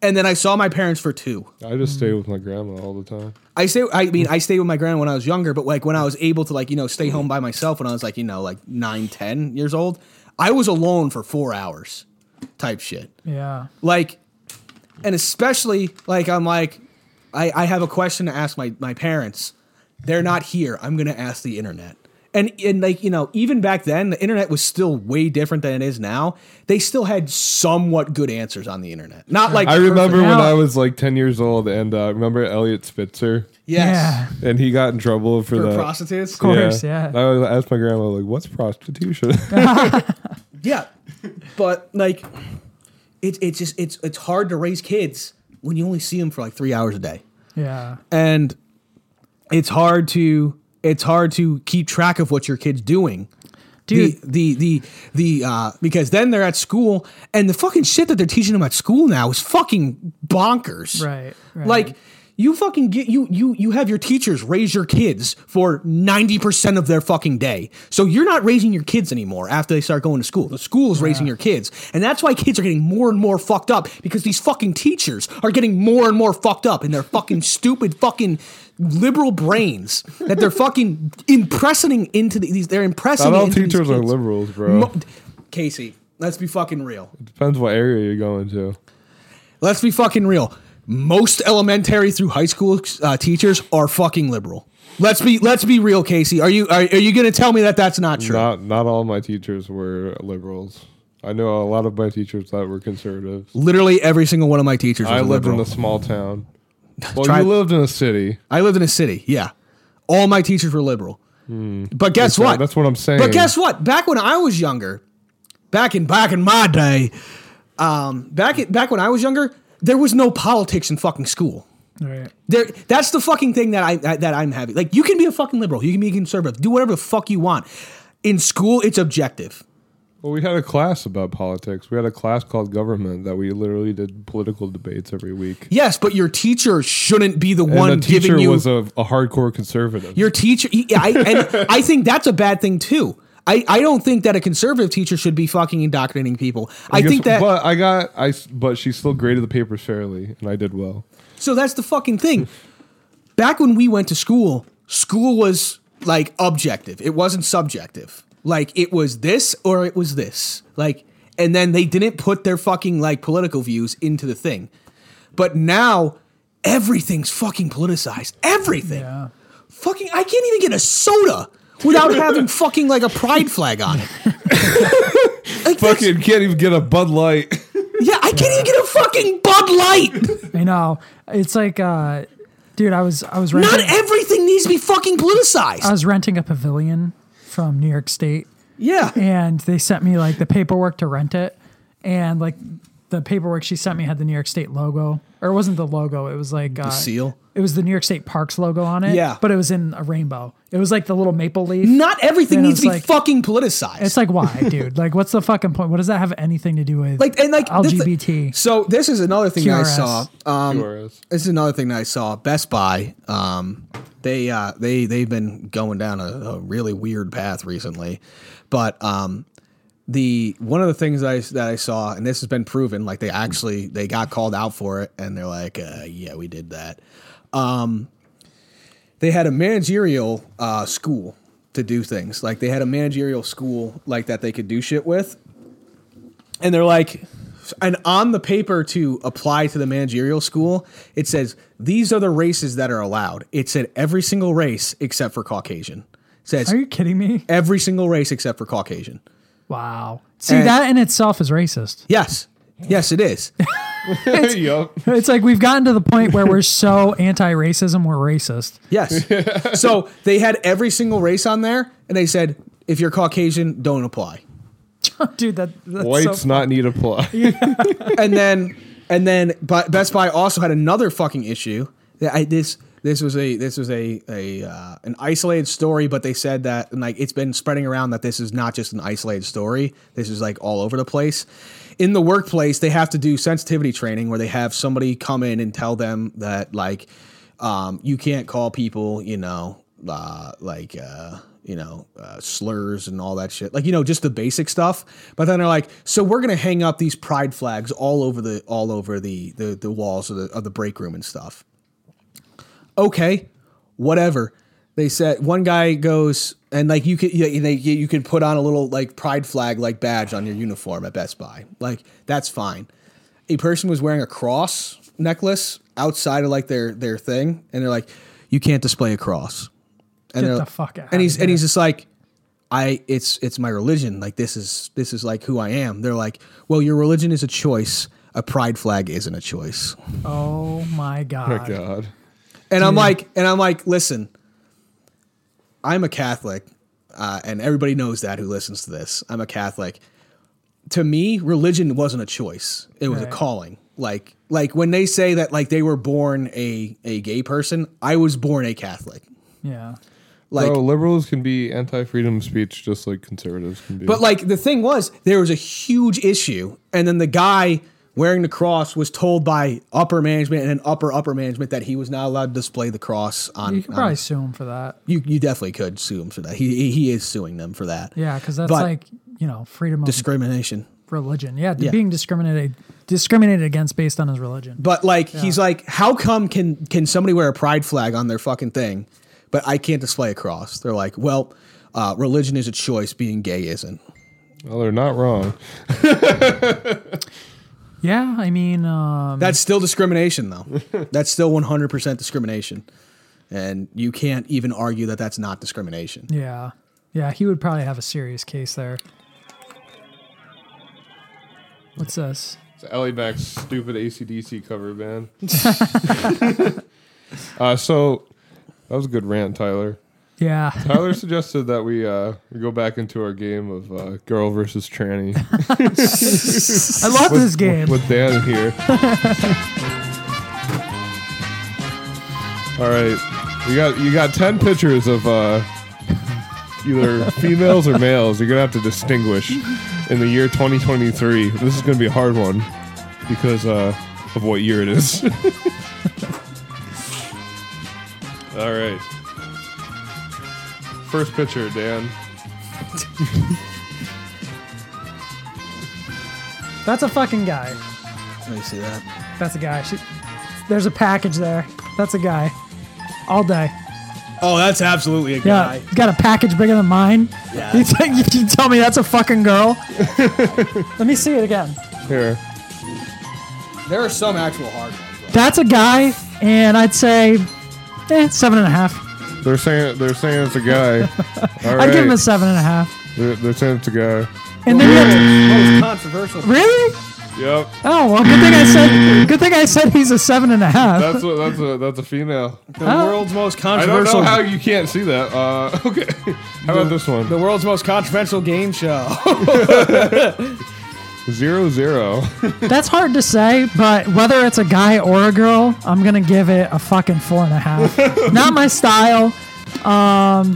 Speaker 6: and then i saw my parents for two
Speaker 5: I just
Speaker 6: Hmm.
Speaker 5: stay with my grandma all the time.
Speaker 6: i stay i mean i stayed with my grandma when i was younger but like when i was able to like you know stay home by myself when i was like you know like nine ten years old i was alone for four hours type shit
Speaker 4: Yeah.
Speaker 6: like and especially like i'm like i, I have a question to ask my, my parents they're not here i'm going to ask the internet and and like you know even back then the internet was still way different than it is now they still had somewhat good answers on the internet not like
Speaker 5: I remember when
Speaker 4: Now-
Speaker 5: I was like 10 years old, and uh, remember Elliot Spitzer,
Speaker 6: yes
Speaker 4: Yeah.
Speaker 5: and he got in trouble for,
Speaker 6: For
Speaker 5: that.
Speaker 6: prostitutes,
Speaker 4: Of course. Yeah.
Speaker 5: I always asked my grandma, like, what's prostitution?
Speaker 6: yeah, but like, it's it's just it's it's hard to raise kids when you only see them for like three hours a day.
Speaker 4: Yeah.
Speaker 6: and it's hard to it's hard to keep track of what your kid's doing
Speaker 4: Dude.
Speaker 6: the the the, the uh, because then they're at school and the fucking shit that they're teaching them at school now is fucking bonkers
Speaker 4: Right, right.
Speaker 6: like you fucking get you you you have your teachers raise your kids for 90% of their fucking day so you're not raising your kids anymore after they start going to school the school is raising your kids and that's why kids are getting more and more fucked up because these fucking teachers are getting more and more fucked up in their fucking stupid fucking liberal brains that they're fucking impressing into the, these they're impressing
Speaker 5: Not all
Speaker 6: into these
Speaker 5: teachers are
Speaker 6: kids.
Speaker 5: liberals, bro.
Speaker 6: Mo- casey let's be fucking real
Speaker 5: Depends what area you're going to.
Speaker 6: let's be fucking real. Most elementary through high school uh, teachers are fucking liberal. Let's be let's be real, Casey. Are you are, are you going to tell me that that's not true?
Speaker 5: Not not all my teachers were liberals. I know a lot of my teachers that were conservatives.
Speaker 6: Literally every single one of my teachers. Was
Speaker 5: I lived
Speaker 6: liberal.
Speaker 5: in a small town. Well,
Speaker 6: Try-
Speaker 5: you lived in a city.
Speaker 6: I lived in a city. Yeah, all my teachers were liberal. But guess what?
Speaker 5: Hmm. That's what I'm saying.
Speaker 6: But guess what? Back when I was younger, back in back in my day, um, back in, back when I was younger, there was no politics in fucking school.
Speaker 4: Right.
Speaker 6: There, that's the fucking thing that I that, that I'm having. Like, you can be a fucking liberal, you can be a conservative, do whatever the fuck you want. In school, it's objective.
Speaker 5: Well, we had a class about politics. We had a class called government that we literally did political debates every week.
Speaker 6: Yes, but your teacher shouldn't be the one
Speaker 5: and the teacher
Speaker 6: giving you
Speaker 5: was a, a hardcore conservative.
Speaker 6: your teacher. he- I, and I think that's a bad thing too. I, I don't think that a conservative teacher should be fucking indoctrinating people. I
Speaker 5: guess-
Speaker 6: think that
Speaker 5: But I got I. s- But she still graded the papers fairly, and I did well.
Speaker 6: So that's the fucking thing. Back when we went to school, school was like objective. It wasn't subjective. Like it was this or it was this. Like and then they didn't put their fucking like political views into the thing. But now everything's fucking politicized. Everything.
Speaker 4: Yeah.
Speaker 6: Fucking I can't even get a soda without having fucking like a pride flag on it. Like, that's-
Speaker 5: Fucking can't even get a Bud Light.
Speaker 6: yeah, I can't even get a fucking Bud Light.
Speaker 4: I know. It's like, uh, dude, I was I was
Speaker 6: Not
Speaker 4: renting
Speaker 6: everything needs to be fucking politicized.
Speaker 4: I was renting a pavilion from New York State,
Speaker 6: yeah.
Speaker 4: and they sent me like the paperwork to rent it, and like the paperwork she sent me had the New York State logo, or it wasn't the logo. It was like uh,
Speaker 6: seal?
Speaker 4: It was the New York State Parks logo on it.
Speaker 6: Yeah.
Speaker 4: but it was in a rainbow. It was like the little maple leaf.
Speaker 6: Not everything
Speaker 4: And I
Speaker 6: needs to be
Speaker 4: was like-
Speaker 6: fucking politicized.
Speaker 4: It's like why, dude? Like, what's the fucking point? What does that have anything to do with
Speaker 6: like and like this-
Speaker 4: LGBT?
Speaker 6: so this is another thing that I
Speaker 4: QRS.
Speaker 6: saw. Um,
Speaker 5: Whereas-
Speaker 6: this is another thing that I saw. Best Buy. Um, they uh, they they've been going down a, a really weird path recently, but um, the one of the things I, that I saw, and this has been proven, like they actually they got called out for it, and they're like, uh, yeah, we did that. Um, they had a managerial uh, school to do things. Like they had a managerial school like that they could do shit with, and they're like, and on the paper to apply to the managerial school, it says these are the races that are allowed. It said every single race except for Caucasian. It says
Speaker 4: Are you kidding me?
Speaker 6: every single race except for Caucasian.
Speaker 4: Wow. See,
Speaker 6: And-
Speaker 4: that in itself is racist.
Speaker 6: Yes. Yes, it is.
Speaker 5: yup.
Speaker 4: It's like we've gotten to the point where we're so anti racism, we're racist.
Speaker 6: Yes. so they had every single race on there, and they said, if you're Caucasian, don't apply.
Speaker 4: Dude, that, that's
Speaker 5: Whites
Speaker 4: so,
Speaker 5: not need apply.
Speaker 6: And then, and then, but Best Buy also had another fucking issue. That I, this this was a this was a a uh, an isolated story, but they said that and like it's been spreading around that this is not just an isolated story. This is like all over the place. In the workplace, they have to do sensitivity training where they have somebody come in and tell them that like um, you can't call people, you know, uh, like, uh, you know, uh, slurs and all that shit. Like, you know, just the basic stuff. But then they're like, so we're gonna hang up these pride flags all over the all over the the, the walls of the of the break room and stuff. Okay, whatever. They said one guy goes and like you could you, they, you could put on a little like pride flag like badge on your uniform at Best Buy. Like that's fine a person was wearing a cross necklace outside of like their their thing, and they're like, "You can't display a cross." And
Speaker 4: Get
Speaker 6: they're-
Speaker 4: the fuck out
Speaker 6: And he's
Speaker 4: of
Speaker 6: and he's just like, "I it's it's my religion. Like this is this is like who I am." They're like, "Well, your religion is a choice. A pride flag isn't a choice."
Speaker 4: oh my God.
Speaker 5: God.
Speaker 6: And
Speaker 4: Mm-hmm.
Speaker 6: I'm like, and I'm like, listen, I'm a Catholic, uh, and everybody knows that who listens to this. I'm a Catholic. To me, religion wasn't a choice; it was
Speaker 4: Right.
Speaker 6: a calling. Like, like when they say that, like they were born a a gay person, I was born a Catholic.
Speaker 4: Yeah.
Speaker 6: Like,
Speaker 5: Bro, liberals can be anti-freedom of speech just like conservatives can be.
Speaker 6: But like the thing was, there was a huge issue, and then the guy wearing the cross was told by upper management and an upper upper management that he was not allowed to display the cross on.
Speaker 4: You can
Speaker 6: on-
Speaker 4: probably sue him for that.
Speaker 6: you, you definitely could sue him for that. He he- he is suing them for that.
Speaker 4: Yeah, because that's
Speaker 6: But-
Speaker 4: like, you know, freedom of
Speaker 6: discrimination.
Speaker 4: religion. Yeah,
Speaker 6: Yeah.
Speaker 4: being discriminated discriminated against based on his religion.
Speaker 6: But like he's like, how come can can somebody wear a pride flag on their fucking thing, but I can't display a cross? They're like, well, uh, religion is a choice. Being gay isn't.
Speaker 5: well, they're not wrong.
Speaker 4: Yeah, I mean, um,
Speaker 6: That's still discrimination, though. that's still one hundred percent discrimination, and you can't even argue that that's not discrimination.
Speaker 4: yeah, yeah, he would probably have a serious case there. What's this?
Speaker 5: It's Ellie Mac's stupid ACDC cover band. uh, so that was a good rant, Tyler.
Speaker 4: Yeah,
Speaker 5: Tyler suggested that we uh, we go back into our game of uh, girl versus tranny
Speaker 4: I love this game.
Speaker 5: with Dan here. All right, you got you got ten pictures of uh, either females or males. You're gonna have to distinguish in the year 2023. This is gonna be a hard one because uh, of what year it is. All right, first picture, Dan.
Speaker 4: That's a fucking guy.
Speaker 6: Let me see that.
Speaker 4: That's a guy. She, there's a package there. That's a guy. All day.
Speaker 6: Oh, that's absolutely a
Speaker 4: Yeah,
Speaker 6: guy.
Speaker 4: he's got a package bigger than mine.
Speaker 6: Yeah.
Speaker 4: You, think- you can tell me that's a fucking girl. Let me see it again.
Speaker 5: Here,
Speaker 6: There are some actual hard ones. though.
Speaker 4: That's a guy, and I'd say, eh, seven and a half.
Speaker 5: they're saying they're saying it's a guy. All
Speaker 4: I'd give him a
Speaker 5: right.
Speaker 4: seven and a half.
Speaker 5: They're, they're saying it's a guy.
Speaker 4: And then you have
Speaker 6: Most controversial.
Speaker 4: to, really?
Speaker 5: Yep.
Speaker 4: Oh well, good thing I said. Good thing I said he's a seven and a half.
Speaker 5: That's what. That's a. That's a female.
Speaker 6: The world's most
Speaker 5: I don't
Speaker 6: controversial.
Speaker 5: know how you can't see that. Uh, okay. How about this one?
Speaker 6: the world's most controversial game show.
Speaker 5: Zero zero.
Speaker 4: That's hard to say, but whether it's a guy or a girl, I'm gonna give it a fucking four and a half. Not my style. Um,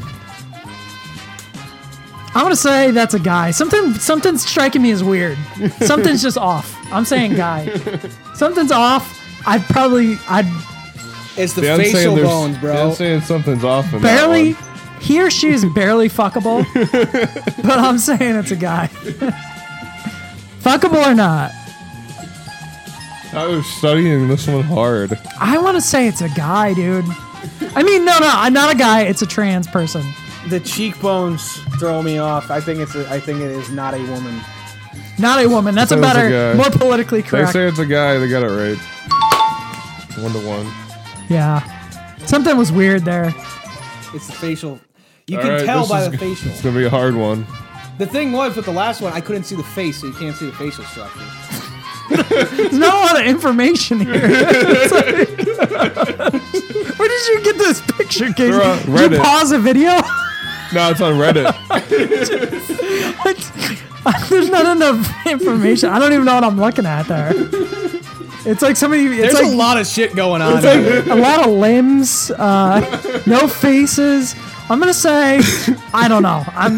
Speaker 4: I'm gonna say that's a guy. Something, something's striking me as weird. Something's just off. I'm saying guy. Something's off. I'd probably, I'd
Speaker 6: It's the
Speaker 5: Dan's saying
Speaker 6: facial
Speaker 5: there's-
Speaker 6: bones, bro.
Speaker 5: Dan's saying something's off. In that
Speaker 4: barely
Speaker 5: one.
Speaker 4: He or she is barely fuckable, but I'm saying it's a guy. fuckable or not,
Speaker 5: I was studying this one hard.
Speaker 4: I want to say it's a guy, dude. I mean, no, no, I'm not a guy. It's a trans person.
Speaker 6: The cheekbones throw me off. I think it's. A, I think it is not a woman.
Speaker 4: Not a woman. That's a
Speaker 5: That was a
Speaker 4: better,
Speaker 5: guy.
Speaker 4: more politically
Speaker 5: They
Speaker 4: correct.
Speaker 5: say it's a guy. They got it right. One to one.
Speaker 4: Yeah. Something was weird there.
Speaker 6: It's the facial. You
Speaker 5: All
Speaker 6: can
Speaker 5: right,
Speaker 6: tell
Speaker 5: this
Speaker 6: by
Speaker 5: is
Speaker 6: the
Speaker 5: g-
Speaker 6: facial.
Speaker 5: It's gonna be a hard one.
Speaker 6: The thing was with the last one, I couldn't see the face, so you can't see the facial structure.
Speaker 4: There's not a lot of information here. It's like- where did you get this picture, Casey?
Speaker 5: They're on
Speaker 4: Did you
Speaker 5: Reddit.
Speaker 4: pause a video?
Speaker 5: No, it's on Reddit.
Speaker 4: It's- There's not enough information. I don't even know what I'm looking at there. It's like somebody. It's
Speaker 6: There's
Speaker 4: like
Speaker 6: a lot of shit going on. here.
Speaker 4: a lot of limbs, uh, no faces. I'm gonna say, I don't know. I'm,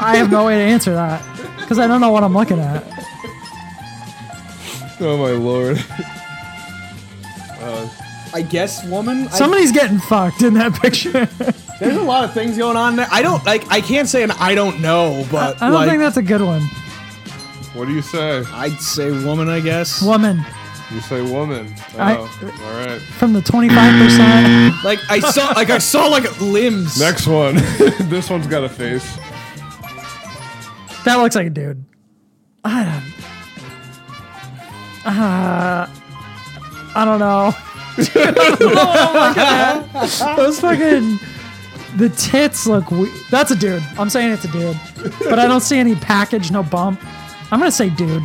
Speaker 4: I have no way to answer that because I don't know what I'm looking at.
Speaker 5: oh my lord.
Speaker 6: I guess woman. I-
Speaker 4: Somebody's getting fucked in that picture.
Speaker 6: there's a lot of things going on there. I don't like. I can't say an I don't know, but
Speaker 4: I don't
Speaker 6: like,
Speaker 4: think that's a good one.
Speaker 5: What do you say?
Speaker 6: I'd say woman. I guess.
Speaker 4: Woman
Speaker 5: You say woman. Oh,
Speaker 4: I-
Speaker 5: all right.
Speaker 4: from the 25 percent.
Speaker 6: Like I saw. Like I saw like limbs.
Speaker 5: Next one. this one's got a face.
Speaker 4: That looks like a dude. uh, I don't. Uh, I don't know. Those fucking the tits look. We- That's a dude. I'm saying it's a dude, but I don't see any package, no bump. I'm gonna say dude.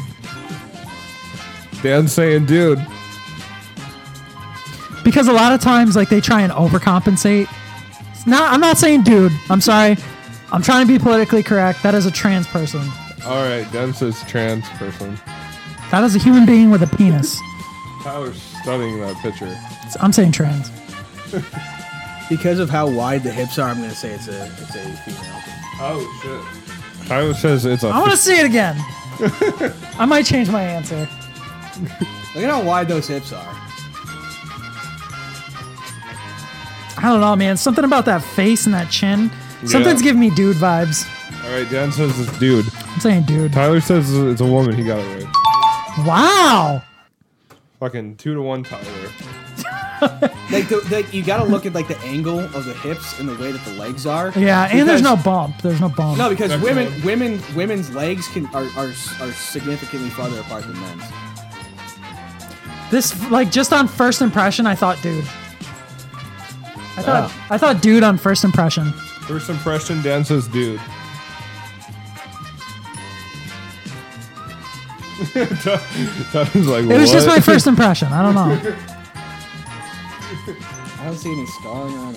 Speaker 5: Dan's saying, dude.
Speaker 4: because a lot of times like they try and overcompensate. It's not. I'm not saying dude. I'm sorry. I'm trying to be politically correct. That is a trans person.
Speaker 5: All right. Dan says trans person.
Speaker 4: That is a human being with a penis.
Speaker 5: Tyler's studying that picture.
Speaker 4: It's- I'm saying trans.
Speaker 6: Because of how wide the hips are, I'm gonna say it's a it's a female.
Speaker 5: Oh shit. Tyler says it's a.
Speaker 4: I want to see it again. I might change my answer.
Speaker 6: Look at how wide those hips are.
Speaker 4: I don't know, man. Something about that face and that chin. Something's
Speaker 5: Yeah.
Speaker 4: giving me dude vibes.
Speaker 5: all right. Dan says it's dude.
Speaker 4: I'm saying dude.
Speaker 5: Tyler says it's a woman. He got it right.
Speaker 4: Wow.
Speaker 5: Fucking two to one, Tyler.
Speaker 6: Like, the, like you gotta look at like the angle of the hips and the way that the legs are.
Speaker 4: Yeah, and there's
Speaker 6: Because-
Speaker 4: no bump. There's no bump.
Speaker 6: No, because
Speaker 5: That's
Speaker 6: women,
Speaker 5: right.
Speaker 6: women, women's legs can are, are are significantly farther apart than men's.
Speaker 4: This like just on first impression, I thought dude. I thought
Speaker 5: Ah.
Speaker 4: I thought dude on first impression.
Speaker 5: First impression, Dan says dude. Tyler's like,
Speaker 4: It was just
Speaker 5: "What?"
Speaker 4: my first impression. I don't know.
Speaker 6: I don't see any scarring around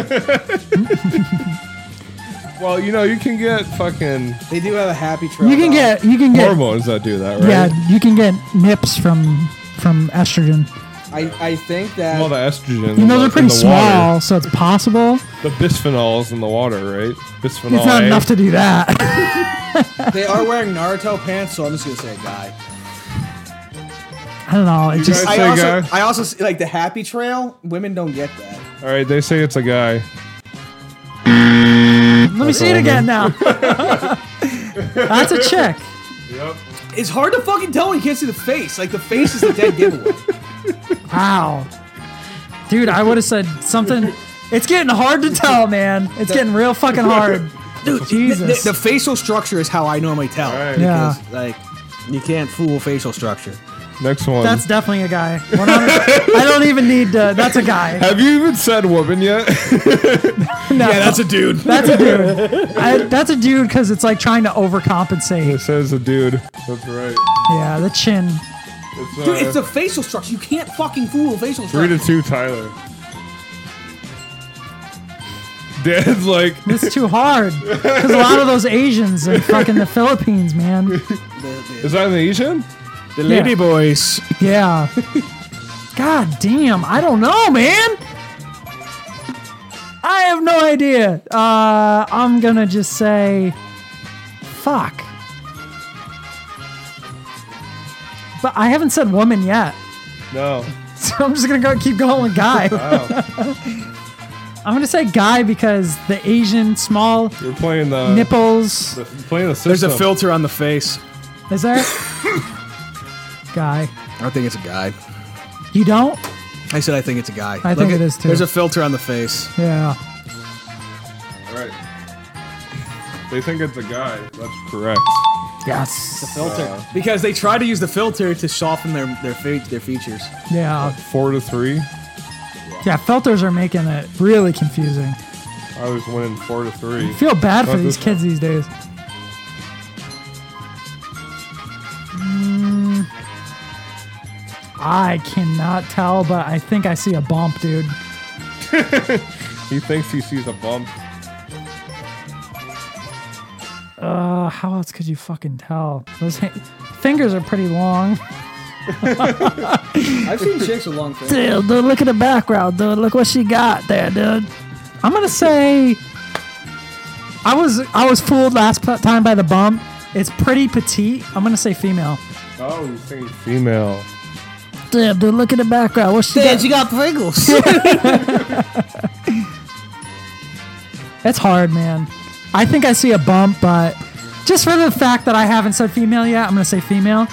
Speaker 6: the tits.
Speaker 5: Well, you know, you can get fucking
Speaker 6: They do have a happy trail.
Speaker 4: You can get you can get
Speaker 5: hormones that do that, right?
Speaker 4: yeah you can get nips from from estrogen.
Speaker 6: I, I think that
Speaker 5: All the estrogen.
Speaker 4: And
Speaker 5: in
Speaker 4: those are
Speaker 5: the- in
Speaker 4: pretty
Speaker 5: the
Speaker 4: small,
Speaker 5: Water.
Speaker 4: so it's possible.
Speaker 5: The bisphenols in the water, right? Bisphenol
Speaker 4: It's not
Speaker 5: A.
Speaker 4: enough to do that.
Speaker 6: they are wearing Naruto pants, so I'm just gonna say a guy.
Speaker 4: I don't know. It just
Speaker 5: guys-
Speaker 6: I
Speaker 5: Say
Speaker 6: also,
Speaker 5: guy.
Speaker 6: I also see, like the happy trail. Women don't get that.
Speaker 5: All right, they say it's a guy.
Speaker 4: let me see it again now. That's a chick.
Speaker 6: It's hard to fucking tell when you can't see the face. Like the face is the dead giveaway.
Speaker 4: Wow, dude, I would have said something. It's getting hard to tell, man. It's getting real fucking hard. Dude, Jesus.
Speaker 6: The, the facial structure is how I normally tell.
Speaker 5: right.
Speaker 4: Yeah.
Speaker 6: Because, Like you can't fool facial structure.
Speaker 5: Next one.
Speaker 4: That's definitely a guy. 100 I don't even need to. That's a guy.
Speaker 5: Have you even said woman yet?
Speaker 4: No,
Speaker 6: a dude.
Speaker 4: that's a dude. I, that's a dude because it's like trying to
Speaker 5: it
Speaker 4: overcompensate.
Speaker 5: says a dude. That's right.
Speaker 4: Yeah, the chin.
Speaker 5: It's, uh,
Speaker 6: Dude, it's the facial structure. You can't fucking fool facial
Speaker 5: three
Speaker 6: structure.
Speaker 5: to two, Tyler. Dan's like,
Speaker 4: It's too hard because a lot of those Asians in fucking the Philippines, man.
Speaker 5: is that an Asian?
Speaker 6: The
Speaker 4: lady
Speaker 6: boys.
Speaker 4: Yeah. God damn, I don't know, man. I have no idea. Uh, I'm gonna just say, fuck. But I haven't said woman yet.
Speaker 5: No.
Speaker 4: So I'm just gonna go keep going with guy. I'm gonna say guy because the Asian small
Speaker 5: You're playing the
Speaker 4: nipples.
Speaker 5: Playing the system.
Speaker 6: There's a filter on the face.
Speaker 4: Is there? guy.
Speaker 6: I don't think it's a guy.
Speaker 4: You don't?
Speaker 6: I said I think it's a guy.
Speaker 4: I think it is, too.
Speaker 6: There's a filter on the face.
Speaker 4: Yeah.
Speaker 5: All right. They think it's a guy. That's correct.
Speaker 4: Yes.
Speaker 6: Filter. because they try to use the filter to soften their their fe- their features.
Speaker 4: Yeah.
Speaker 5: Four to three.
Speaker 4: Yeah. Filters are making it really confusing.
Speaker 5: I was winning four to three.
Speaker 4: Feel bad for
Speaker 5: Not
Speaker 4: these
Speaker 5: this
Speaker 4: kids these days. Mm. I cannot tell, but I think I see a bump, dude.
Speaker 5: He thinks he sees a bump.
Speaker 4: Uh, how else could you fucking tell? Those ha- fingers are pretty long.
Speaker 6: I've seen chicks with long fingers.
Speaker 4: Dude, dude, look at the background, dude. Look what she got there, dude. I'm gonna say I was I was fooled last p- time by the bump. It's pretty petite. I'm gonna say female.
Speaker 5: Oh, he's thinking female.
Speaker 4: Dude, dude, look at the background. What she got?
Speaker 6: got Pringles.
Speaker 4: It's hard, man. I think I see a bump, but just for the fact that I haven't said female yet, I'm gonna say female.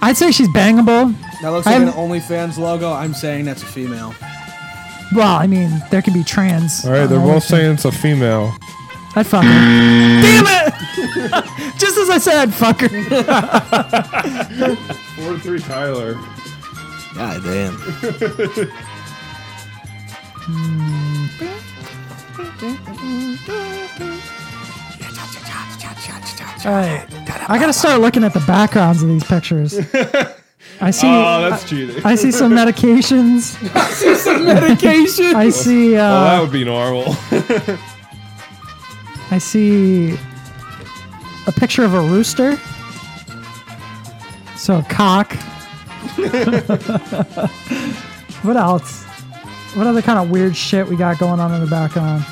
Speaker 4: I'd say she's bangable.
Speaker 6: that looks like
Speaker 4: I'm-
Speaker 6: an OnlyFans logo. I'm saying that's a female.
Speaker 4: Well, I mean, there can be trans.
Speaker 5: All right, they're
Speaker 4: on
Speaker 5: both
Speaker 4: OnlyFans.
Speaker 5: saying it's a female.
Speaker 4: I'd fuck her. Damn it! Just as I said, fuck her.
Speaker 5: Four to three, Tyler.
Speaker 6: God damn.
Speaker 4: All right. I gotta start looking at the backgrounds of these pictures. I see.
Speaker 5: Oh, that's cheating.
Speaker 4: I see some medications.
Speaker 6: Medication.
Speaker 4: I see. Uh,
Speaker 5: well, that would be normal.
Speaker 4: I see a picture of a rooster. So a cock. what else? What other kind of weird shit we got going on in the background?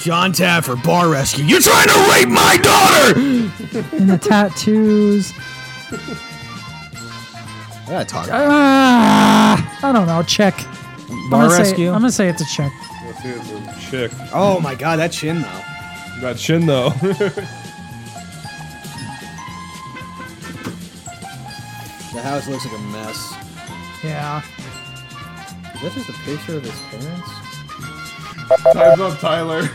Speaker 6: John Taffer, bar rescue. You're trying to rape my daughter.
Speaker 4: And the tattoos.
Speaker 6: Yeah, talk.
Speaker 4: Ah, I don't know. Check. I'm
Speaker 6: bar
Speaker 4: gonna Say,
Speaker 6: rescue.
Speaker 4: I'm gonna say it's a check.
Speaker 5: Let's see, it's a chick.
Speaker 6: oh my god, that chin though.
Speaker 5: That chin though.
Speaker 6: The house looks like a mess.
Speaker 4: Yeah.
Speaker 6: Is that just a picture of his parents?
Speaker 5: Time's up, Tyler.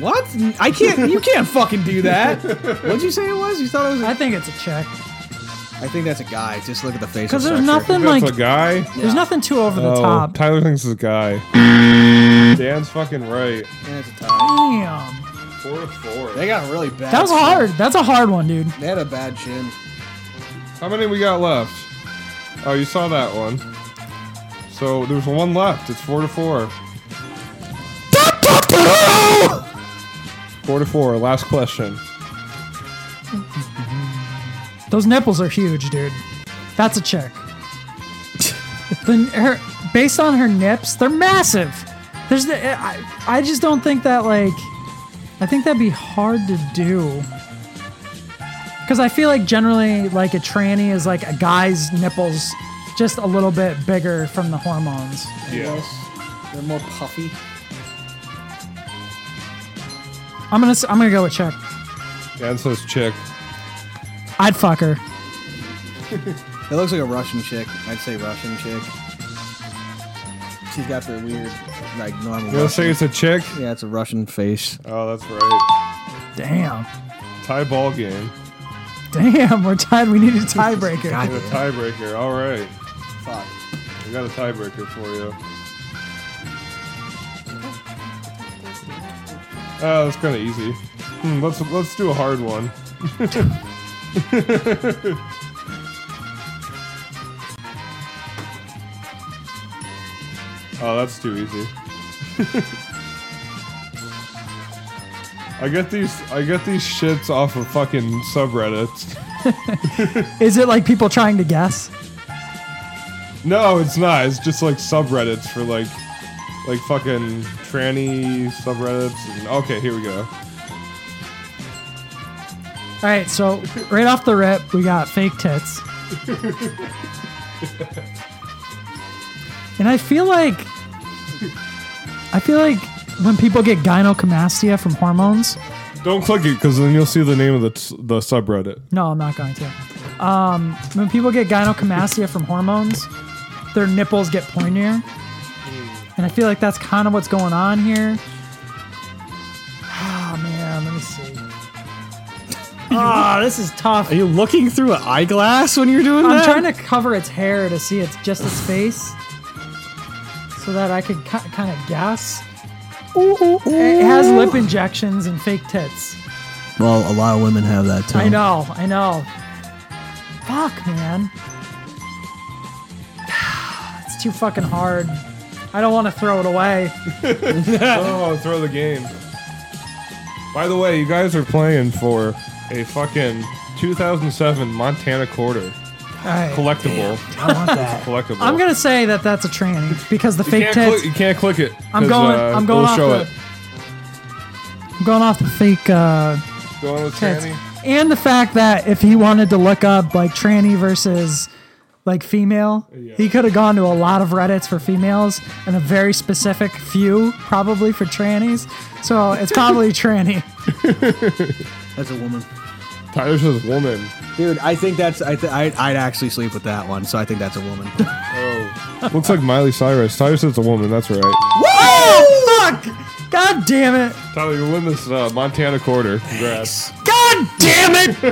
Speaker 6: What? I can't. You can't fucking do that. What'd you say it was? You thought it was?
Speaker 4: I
Speaker 6: A,
Speaker 4: think it's a check.
Speaker 6: I think that's a guy. Just look at the face.
Speaker 4: Because there's
Speaker 6: structure.
Speaker 4: nothing
Speaker 5: That's
Speaker 4: like.
Speaker 5: a guy.
Speaker 4: There's nothing too over the
Speaker 5: Oh,
Speaker 4: top.
Speaker 5: Tyler thinks it's a guy. Dan's fucking right.
Speaker 6: Yeah, it's a tie.
Speaker 4: Damn.
Speaker 5: Four to four.
Speaker 6: They got really bad.
Speaker 4: That was
Speaker 6: chin.
Speaker 4: hard. That's a hard one, dude.
Speaker 6: They had a bad chin.
Speaker 5: How many we got left? Oh, you saw that one. So there's one left. It's four to four. Four to four. Last question.
Speaker 4: Those nipples are huge, dude. That's a check. the, her, based on her nips, they're massive. There's the, eh, I, I just don't think that like, I think that'd be hard to do. Because I feel like generally like a tranny is like a guy's nipples just a little bit bigger from the hormones.
Speaker 5: Yes.
Speaker 6: They're more puffy.
Speaker 4: I'm gonna s- I'm gonna go with check.
Speaker 5: Dan says chick.
Speaker 4: I'd fuck her.
Speaker 6: It looks like a Russian chick. I'd say Russian chick. She's got the weird, like normal.
Speaker 5: You gonna say
Speaker 6: Russian-
Speaker 5: it's a chick?
Speaker 6: yeah, it's a Russian face.
Speaker 5: Oh, that's right.
Speaker 4: Damn.
Speaker 5: Tie ball game.
Speaker 4: Damn, we're tied. We need a tiebreaker.
Speaker 5: A tiebreaker. All right.
Speaker 6: Fuck.
Speaker 5: We got a tiebreaker for you. Uh, that's kind of easy. Hmm, let's let's do a hard one. oh, that's too easy. I get these I get these shits off of fucking subreddits.
Speaker 4: Is it like people trying to guess?
Speaker 5: No, it's not. It's just like subreddits for like, like fucking tranny subreddits. And, okay, here we go.
Speaker 4: All right, so right off the rip, we got fake tits. and I feel like I feel like when people get gynecomastia from hormones,
Speaker 5: Don't click it because then you'll see the name of the t- the subreddit.
Speaker 4: no, I'm not going to. Um, when people get gynecomastia from hormones, their nipples get pointier. And I feel like that's kind of what's going on here. Oh, man, let me see. Oh, this is tough.
Speaker 6: Are you looking through an eyeglass when you're doing
Speaker 4: I'm
Speaker 6: that?
Speaker 4: trying to cover its hair to see its just its face, so that I could ki kind of guess. It has lip injections and fake tits.
Speaker 6: Well, a lot of women have that too.
Speaker 4: I know, I know. Fuck, man. It's too fucking hard. I don't want to throw it away.
Speaker 5: Oh, throw the game. By the way, you guys are playing for a fucking 2007 Montana quarter
Speaker 4: All right,
Speaker 5: collectible.
Speaker 4: I want that.
Speaker 5: Collectible.
Speaker 4: I'm gonna say that that's a tranny because the
Speaker 5: You
Speaker 4: fake
Speaker 5: can't,
Speaker 4: tits.
Speaker 5: click, you can't click it.
Speaker 4: I'm
Speaker 5: 'cause,
Speaker 4: going.
Speaker 5: uh,
Speaker 4: I'm going
Speaker 5: it'll
Speaker 4: off
Speaker 5: show
Speaker 4: the.
Speaker 5: it.
Speaker 4: I'm going off the fake. Uh,
Speaker 5: Going with
Speaker 4: tits.
Speaker 5: tranny.
Speaker 4: And the fact that if he wanted to look up like tranny versus like female, he could have gone to a lot of Reddits for females and a very specific few probably for trannies. So it's probably tranny.
Speaker 6: That's a woman,
Speaker 5: Tyler says woman.
Speaker 6: dude. I think that's. I th- I'd, I'd actually sleep with that one. So I think that's a woman.
Speaker 5: Oh. Looks like Miley Cyrus. Tyler says a woman. That's right.
Speaker 4: Oh, fuck! God damn it!
Speaker 5: Tyler, you win this uh, Montana quarter. Congrats.
Speaker 4: God damn it!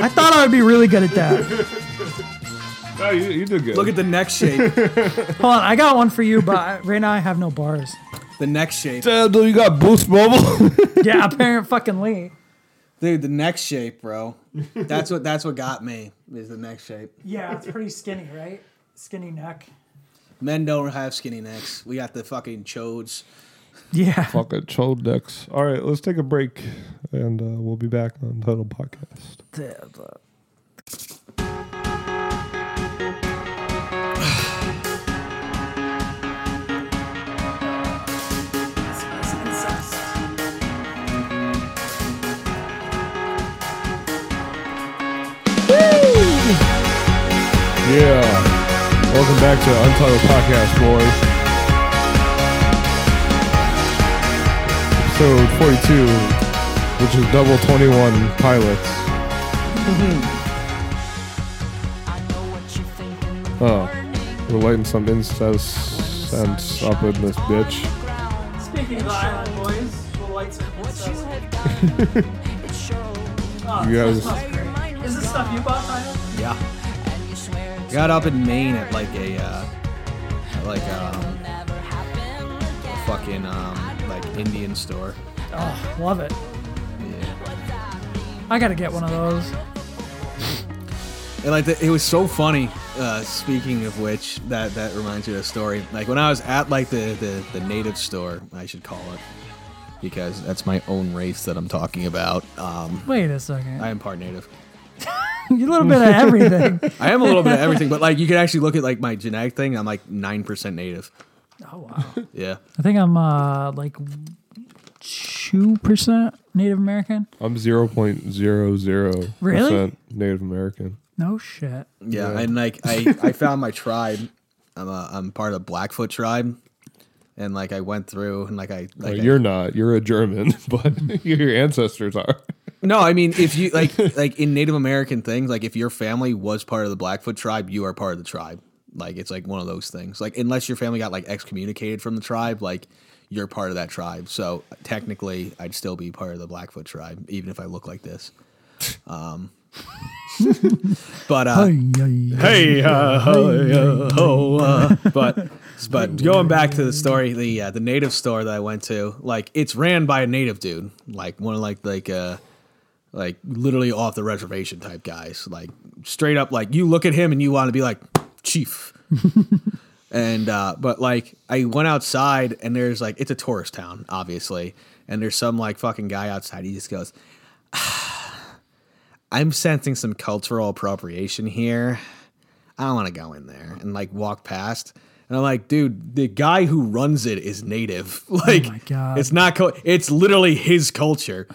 Speaker 4: I thought I would be really good at that.
Speaker 5: No, you, you did good.
Speaker 6: Look at the neck shape.
Speaker 4: Hold on, I got one for you, but I- right now I have no bars.
Speaker 6: The neck shape,
Speaker 5: Damn, dude, you got Boost Mobile.
Speaker 4: Yeah, apparent fucking Lee.
Speaker 6: dude. The neck shape, bro. That's what. That's what got me. Is the neck shape.
Speaker 4: Yeah, it's pretty skinny, right? Skinny neck.
Speaker 6: Men don't have skinny necks. We got the fucking chodes.
Speaker 4: Yeah.
Speaker 5: Fucking troll decks. All right, let's take a break, and uh, we'll be back on Total Podcast. Yeah. Welcome back to Untitled Podcast, boys. Episode 42, which is double 21 pilots. oh, we're lighting some incense up in this bitch.
Speaker 4: Speaking of island boys, the lights are princess.
Speaker 5: You guys,
Speaker 4: Is this stuff you bought, Tyler?
Speaker 6: Yeah. Got up in Maine at like a, uh, at like um, a fucking um, like Indian store.
Speaker 4: Oh, Love it. I gotta get one of those.
Speaker 6: And like the, it was so funny. Uh, speaking of which, that that reminds me of a story. Like when I was at like the the, the native store, I should call it, because that's my own race that I'm talking about. Um,
Speaker 4: Wait a second.
Speaker 6: I am part native.
Speaker 4: you a little bit of everything.
Speaker 6: I am a little bit of everything, but like you can actually look at like my genetic thing. I'm like nine percent native.
Speaker 4: oh wow.
Speaker 6: Yeah.
Speaker 4: I think I'm uh like two percent Native American.
Speaker 5: I'm 0.00%
Speaker 4: Really?
Speaker 5: Native American.
Speaker 4: No shit.
Speaker 6: Yeah, and like I, I found my tribe. I'm a, I'm part of the Blackfoot tribe, and like I went through and like I
Speaker 5: Uh,
Speaker 6: like I-
Speaker 5: you're not. You're a German, but your ancestors are.
Speaker 6: no, I mean if you like like in Native American things, like if your family was part of the Blackfoot tribe, you are part of the tribe. Like it's like one of those things. Like unless your family got like excommunicated from the tribe, like you're part of that tribe. So technically, I'd still be part of the Blackfoot tribe, even if I look like this. Um, but uh, hey, uh, ho, uh, ho, uh, but but going back to the story, the uh, the native store that I went to, like it's ran by a native dude, like one of like like uh like literally off the reservation type guys, like straight up like you look at him and you want to be like chief. and uh but like I went outside and there's like it's a tourist town obviously, and there's some like fucking guy outside. He just goes. "Ah, I'm sensing some cultural appropriation here. I don't want to go in there and like walk past. And I'm like, dude, the guy who runs it is native. Like,
Speaker 4: Oh my God.
Speaker 6: it's not, co- it's literally his culture.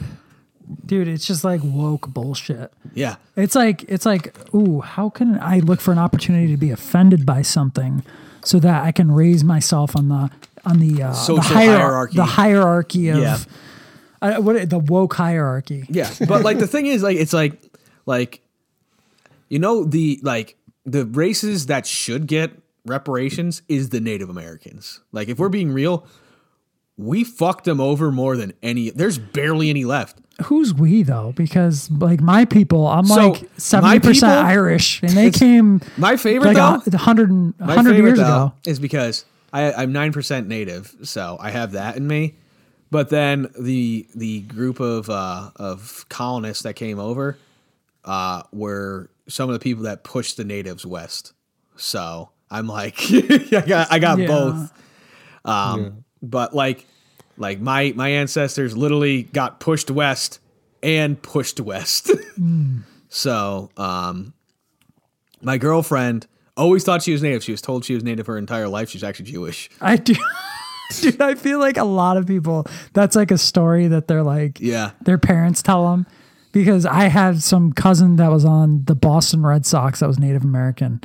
Speaker 4: Dude, it's just like woke bullshit.
Speaker 6: Yeah.
Speaker 4: It's like it's like, ooh, how can I look for an opportunity to be offended by something so that I can raise myself on the on the uh,
Speaker 6: Social
Speaker 4: the hierar-
Speaker 6: hierarchy.
Speaker 4: the hierarchy of
Speaker 6: Yeah.
Speaker 4: uh, what the woke hierarchy.
Speaker 6: Yeah, but like the thing is, like it's like, like, you know the like the races that should get reparations is the Native Americans. Like, if we're being real, we fucked them over more than any. There's barely any left.
Speaker 4: Who's we though? Because like my people, I'm
Speaker 6: So,
Speaker 4: like
Speaker 6: my
Speaker 4: seventy
Speaker 6: people-
Speaker 4: percent Irish, and they came
Speaker 6: My favorite
Speaker 4: like
Speaker 6: though,
Speaker 4: a hundred and a
Speaker 6: my
Speaker 4: hundred
Speaker 6: favorite,
Speaker 4: years
Speaker 6: though,
Speaker 4: ago.
Speaker 6: is because I, I'm nine percent Native, so I have that in me. But then the the group of uh, of colonists that came over uh, were some of the people that pushed the natives west. So I'm like, I got I got
Speaker 4: Yeah.
Speaker 6: both. Um, But like, like my my ancestors literally got pushed west and pushed west. So um, my girlfriend always thought she was native. She was told she was native her entire life. She's actually Jewish.
Speaker 4: I do. Dude, I feel like a lot of people. That's like a story that they're like,
Speaker 6: Yeah.
Speaker 4: their parents tell them. Because I had some cousin that was on the Boston Red Sox that was Native American,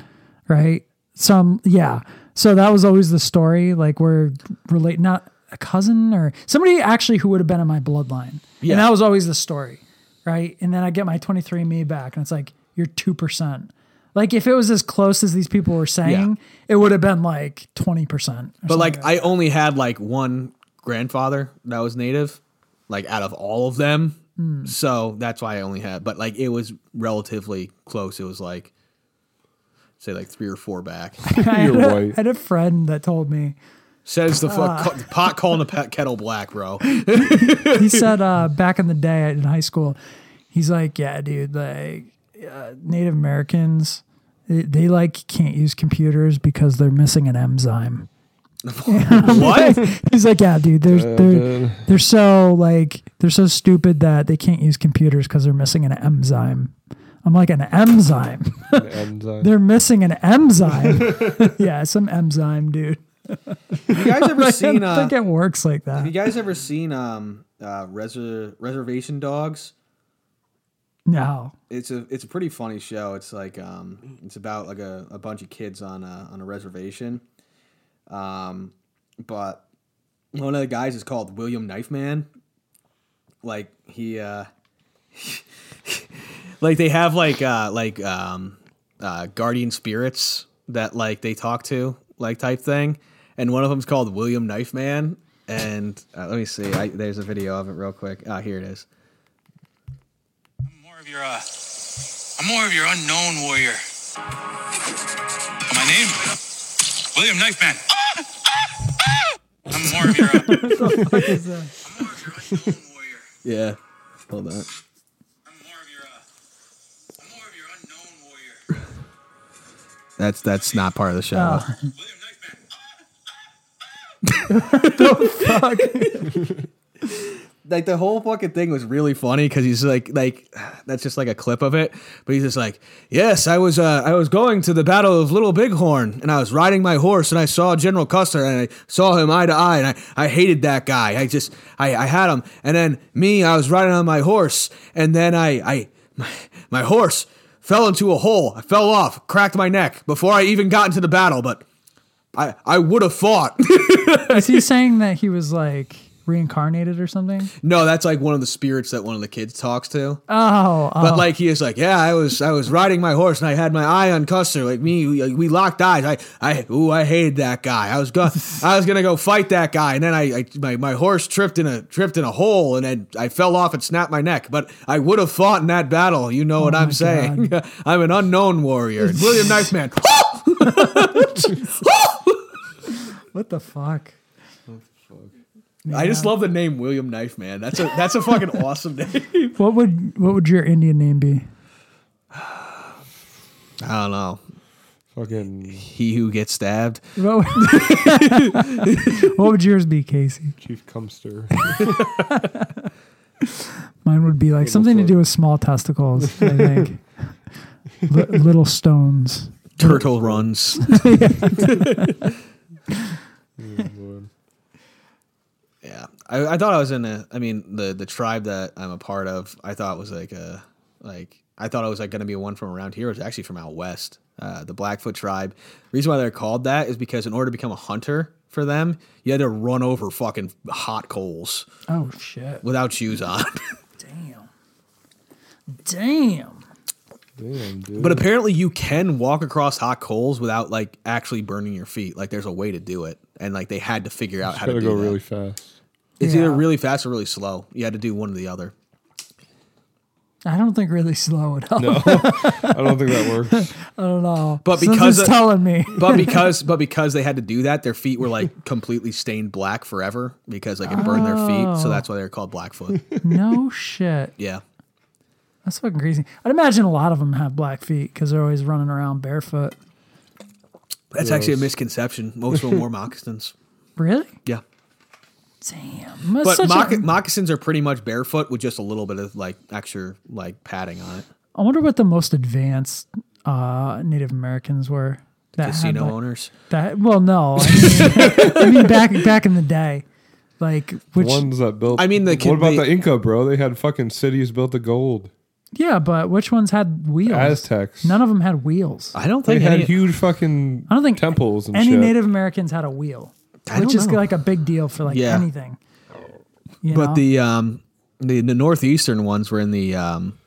Speaker 4: right? Some, yeah. So that was always the story. Like we're relate, not a cousin or somebody actually who would have been in my bloodline.
Speaker 6: Yeah.
Speaker 4: And that was always the story, right? And then I get my 23andMe back, and it's like you're two percent. Like if it was as close as these people were saying, it would have been like twenty percent.
Speaker 6: But like I only had like one grandfather that was native, like out of all of them.
Speaker 4: Hmm.
Speaker 6: So that's why I only had but like it was relatively close. It was like say like three or four back.
Speaker 5: You're
Speaker 4: I had a- I
Speaker 5: white.
Speaker 4: had a friend that told me.
Speaker 6: Says the fuck
Speaker 4: Ah.
Speaker 6: the pot calling the pe- kettle black, bro.
Speaker 4: He said uh, back in the day in high school, he's like, yeah, dude, like uh, Native Americans, they, they like can't use computers because they're missing an enzyme.
Speaker 6: what?
Speaker 4: He's like, yeah, dude, they're they're they're so like they're so stupid that they can't use computers because they're missing an enzyme. I'm like an enzyme.
Speaker 5: And, uh,
Speaker 4: they're missing an enzyme. yeah, some enzyme, dude.
Speaker 6: You guys ever
Speaker 4: I
Speaker 6: seen
Speaker 4: don't
Speaker 6: uh
Speaker 4: think it works like that.
Speaker 6: you guys ever seen um uh reser- reservation dogs?
Speaker 4: No.
Speaker 6: it's a it's a pretty funny show. It's like um it's about like a, a bunch of kids on a on a reservation. Um but one of the guys is called William Knife Man. Like he uh like they have like uh like um uh guardian spirits that like they talk to like type thing and one of them's called William Knife Man and uh, let me see I, there's a video of it real quick. Ah here it is.
Speaker 7: I'm more of your, uh, I'm more of your unknown warrior. My name, William Knifeman. I'm more of your, uh, I'm more of your unknown warrior.
Speaker 6: Yeah. Hold on.
Speaker 7: I'm more of your, uh, I'm more of your unknown warrior.
Speaker 6: That's that's not part of the show.
Speaker 4: Oh.
Speaker 7: William Knifeman.
Speaker 6: like the whole fucking thing was really funny because he's like like that's just like a clip of it but he's just like yes i was uh, i was going to the battle of little bighorn and i was riding my horse and i saw general custer and i saw him eye to eye and i, I hated that guy i just I, I had him and then me i was riding on my horse and then i i my, my horse fell into a hole i fell off cracked my neck before i even got into the battle but i i would have fought
Speaker 4: Is he saying that he was like reincarnated or something?
Speaker 6: no that's like one of the spirits that one of the kids talks to
Speaker 4: Oh, oh.
Speaker 6: But like he is like, yeah, I was I was riding my horse and I had my eye on Custer. Like me, we, we locked eyes. I I ooh, I hated that guy. I was going I was gonna go fight that guy, and then I, I my, my horse tripped in a tripped in a hole, and then I fell off and snapped my neck. But I would have fought in that battle. You know what I'm saying? I'm an unknown warrior, William Knife Man.
Speaker 4: what the fuck?
Speaker 6: I just love the name William Knife Man. That's a that's a fucking awesome name.
Speaker 4: What would what would your Indian name be?
Speaker 6: I don't know.
Speaker 5: fucking
Speaker 6: He who gets stabbed.
Speaker 4: What would, what would yours be, Casey?
Speaker 5: Chief Cumster.
Speaker 4: Mine would be like something to do with small testicles. I think Li- little stones.
Speaker 6: Turtle runs.
Speaker 5: Lord.
Speaker 6: Yeah, I, I thought I was in a. I mean, the the tribe that I'm a part of, I thought was like a like I thought it was like going to be one from around here. It was actually from out west, uh, the Blackfoot tribe. reason why they're called that is because in order to become a hunter for them, you had to run over fucking hot coals
Speaker 4: Oh shit!
Speaker 6: without shoes on.
Speaker 4: Damn. Damn.
Speaker 5: Damn, dude.
Speaker 6: but apparently, you can walk across hot coals without like actually burning your feet. Like there's a way to do it, and like they had to figure out how to
Speaker 5: gotta
Speaker 6: do
Speaker 5: go
Speaker 6: that.
Speaker 5: really fast.
Speaker 6: It's either
Speaker 4: Yeah.
Speaker 6: really fast or really slow. You had to do one or the other.
Speaker 4: I don't think really slow would help.
Speaker 5: I don't think that works.
Speaker 6: But
Speaker 4: Something's
Speaker 6: because of-
Speaker 4: telling me.
Speaker 6: but because but because they had to do that, their feet were like completely stained black forever because like it burned their feet. So that's why they're called Blackfoot.
Speaker 4: no shit.
Speaker 6: Yeah.
Speaker 4: That's fucking crazy. I'd imagine a lot of them have black feet because they're always running around barefoot.
Speaker 6: That's actually a misconception. Most of them wore moccasins.
Speaker 4: Really?
Speaker 6: Yeah.
Speaker 4: Damn. That's
Speaker 6: But
Speaker 4: such
Speaker 6: moc-
Speaker 4: a-
Speaker 6: moccasins are pretty much barefoot with just a little bit of like extra like padding on it.
Speaker 4: I wonder what the most advanced uh, Native Americans were. That had
Speaker 6: Casino
Speaker 4: that-
Speaker 6: owners.
Speaker 4: That well, no. I mean, I mean, back back in the day, like which
Speaker 5: Ones that built.
Speaker 6: I mean, the kid-
Speaker 5: what about
Speaker 6: the-
Speaker 5: the Inca, bro? They had fucking cities built of gold.
Speaker 4: yeah, but which ones had wheels?
Speaker 5: Aztecs.
Speaker 4: None of them had wheels.
Speaker 6: I don't
Speaker 5: They
Speaker 6: think
Speaker 5: had
Speaker 6: any,
Speaker 5: huge fucking.
Speaker 4: I don't think
Speaker 5: temples and
Speaker 4: any
Speaker 5: shit.
Speaker 4: Native Americans had a wheel,
Speaker 6: I
Speaker 4: which
Speaker 6: don't
Speaker 4: is
Speaker 6: know.
Speaker 4: like a big deal for like
Speaker 6: Yeah.
Speaker 4: anything. You
Speaker 6: but
Speaker 4: know?
Speaker 6: the um the, the northeastern ones were in the um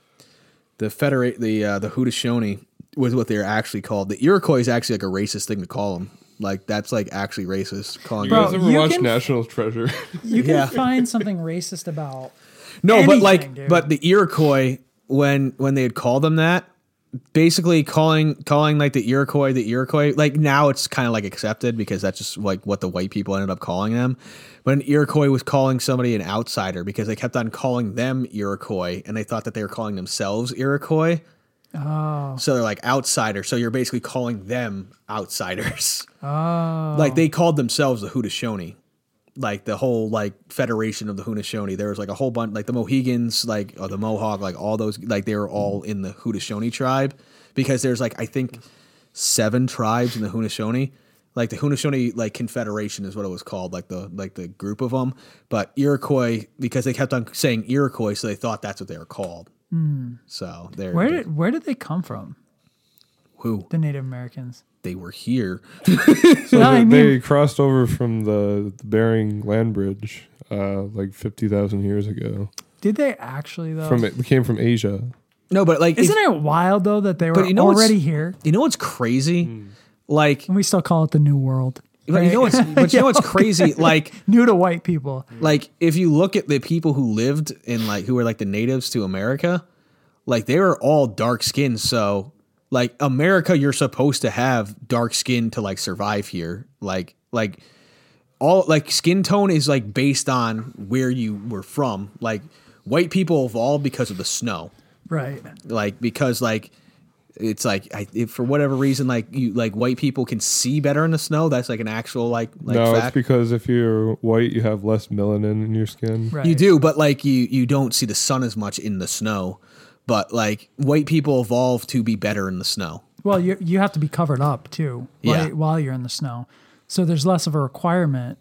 Speaker 6: the federate the uh, the Haudenosaunee was what they were actually called. The Iroquois is actually like a racist thing to call them. Like that's like actually racist calling.
Speaker 5: You
Speaker 6: them-
Speaker 5: guys ever
Speaker 4: you
Speaker 5: watched
Speaker 4: can-
Speaker 5: National Treasure?
Speaker 4: you can
Speaker 6: yeah.
Speaker 4: find something racist about
Speaker 6: No, but
Speaker 4: anything,
Speaker 6: like,
Speaker 4: dude.
Speaker 6: but the Iroquois when when they had called them that, basically calling calling like the Iroquois the Iroquois. Like now it's kind of like accepted because that's just like what the white people ended up calling them. But an Iroquois was calling somebody an outsider because they kept on calling them Iroquois and they thought that they were calling themselves Iroquois. Oh. So they're like outsider. So you're basically calling them outsiders. Oh. Like
Speaker 4: Um,
Speaker 6: they called themselves the Haudenosaunee like the whole like federation of the Haudenosaunee. There was like a whole bunch, like the Mohegans, like or the Mohawk, like all those, like they were all
Speaker 4: Mm-hmm.
Speaker 6: in the Haudenosaunee tribe because there's like I think seven tribes in the Haudenosaunee. Like the Haudenosaunee like confederation is what it was called, like the like the group of them. But Iroquois because they kept on saying Iroquois, so they thought that's what they were called. So they're
Speaker 4: Hmm. where did where did they come from?
Speaker 6: who
Speaker 4: The Native Americans.
Speaker 6: they were here.
Speaker 5: So
Speaker 4: No, I
Speaker 5: they,
Speaker 4: mean-
Speaker 5: they crossed over from the, the Bering Land Bridge uh, like 50,000 years ago.
Speaker 4: Did they actually though?
Speaker 5: From It came from Asia.
Speaker 6: No, but like
Speaker 4: Isn't
Speaker 6: if-
Speaker 4: it wild though that they were
Speaker 6: you know what's-
Speaker 4: already here
Speaker 6: you know what's crazy?
Speaker 4: Hmm.
Speaker 6: Like
Speaker 4: and we still call it the New World?
Speaker 6: but you know what's but you know what's crazy? Like
Speaker 4: New to white people.
Speaker 6: like if you look at the people who lived in like who were like the natives to America, like they were all dark skinned. So like America, you're supposed to have dark skin to like survive here. Like like all like skin tone is like based on where you were from. Like white people evolved because of the snow
Speaker 4: Right.
Speaker 6: like because like it's like I, if for whatever reason like you like white people can see better in the snow that's like an actual like like
Speaker 5: no, it's
Speaker 6: fact
Speaker 5: because if you're white, you have less melanin in your skin.
Speaker 4: Right.
Speaker 6: you do but like you you don't see the sun as much in the snow but like white people evolve to be better in the snow
Speaker 4: Well, you you have to be covered up too while,
Speaker 6: Yeah.
Speaker 4: while you're in the snow. So there's less of a requirement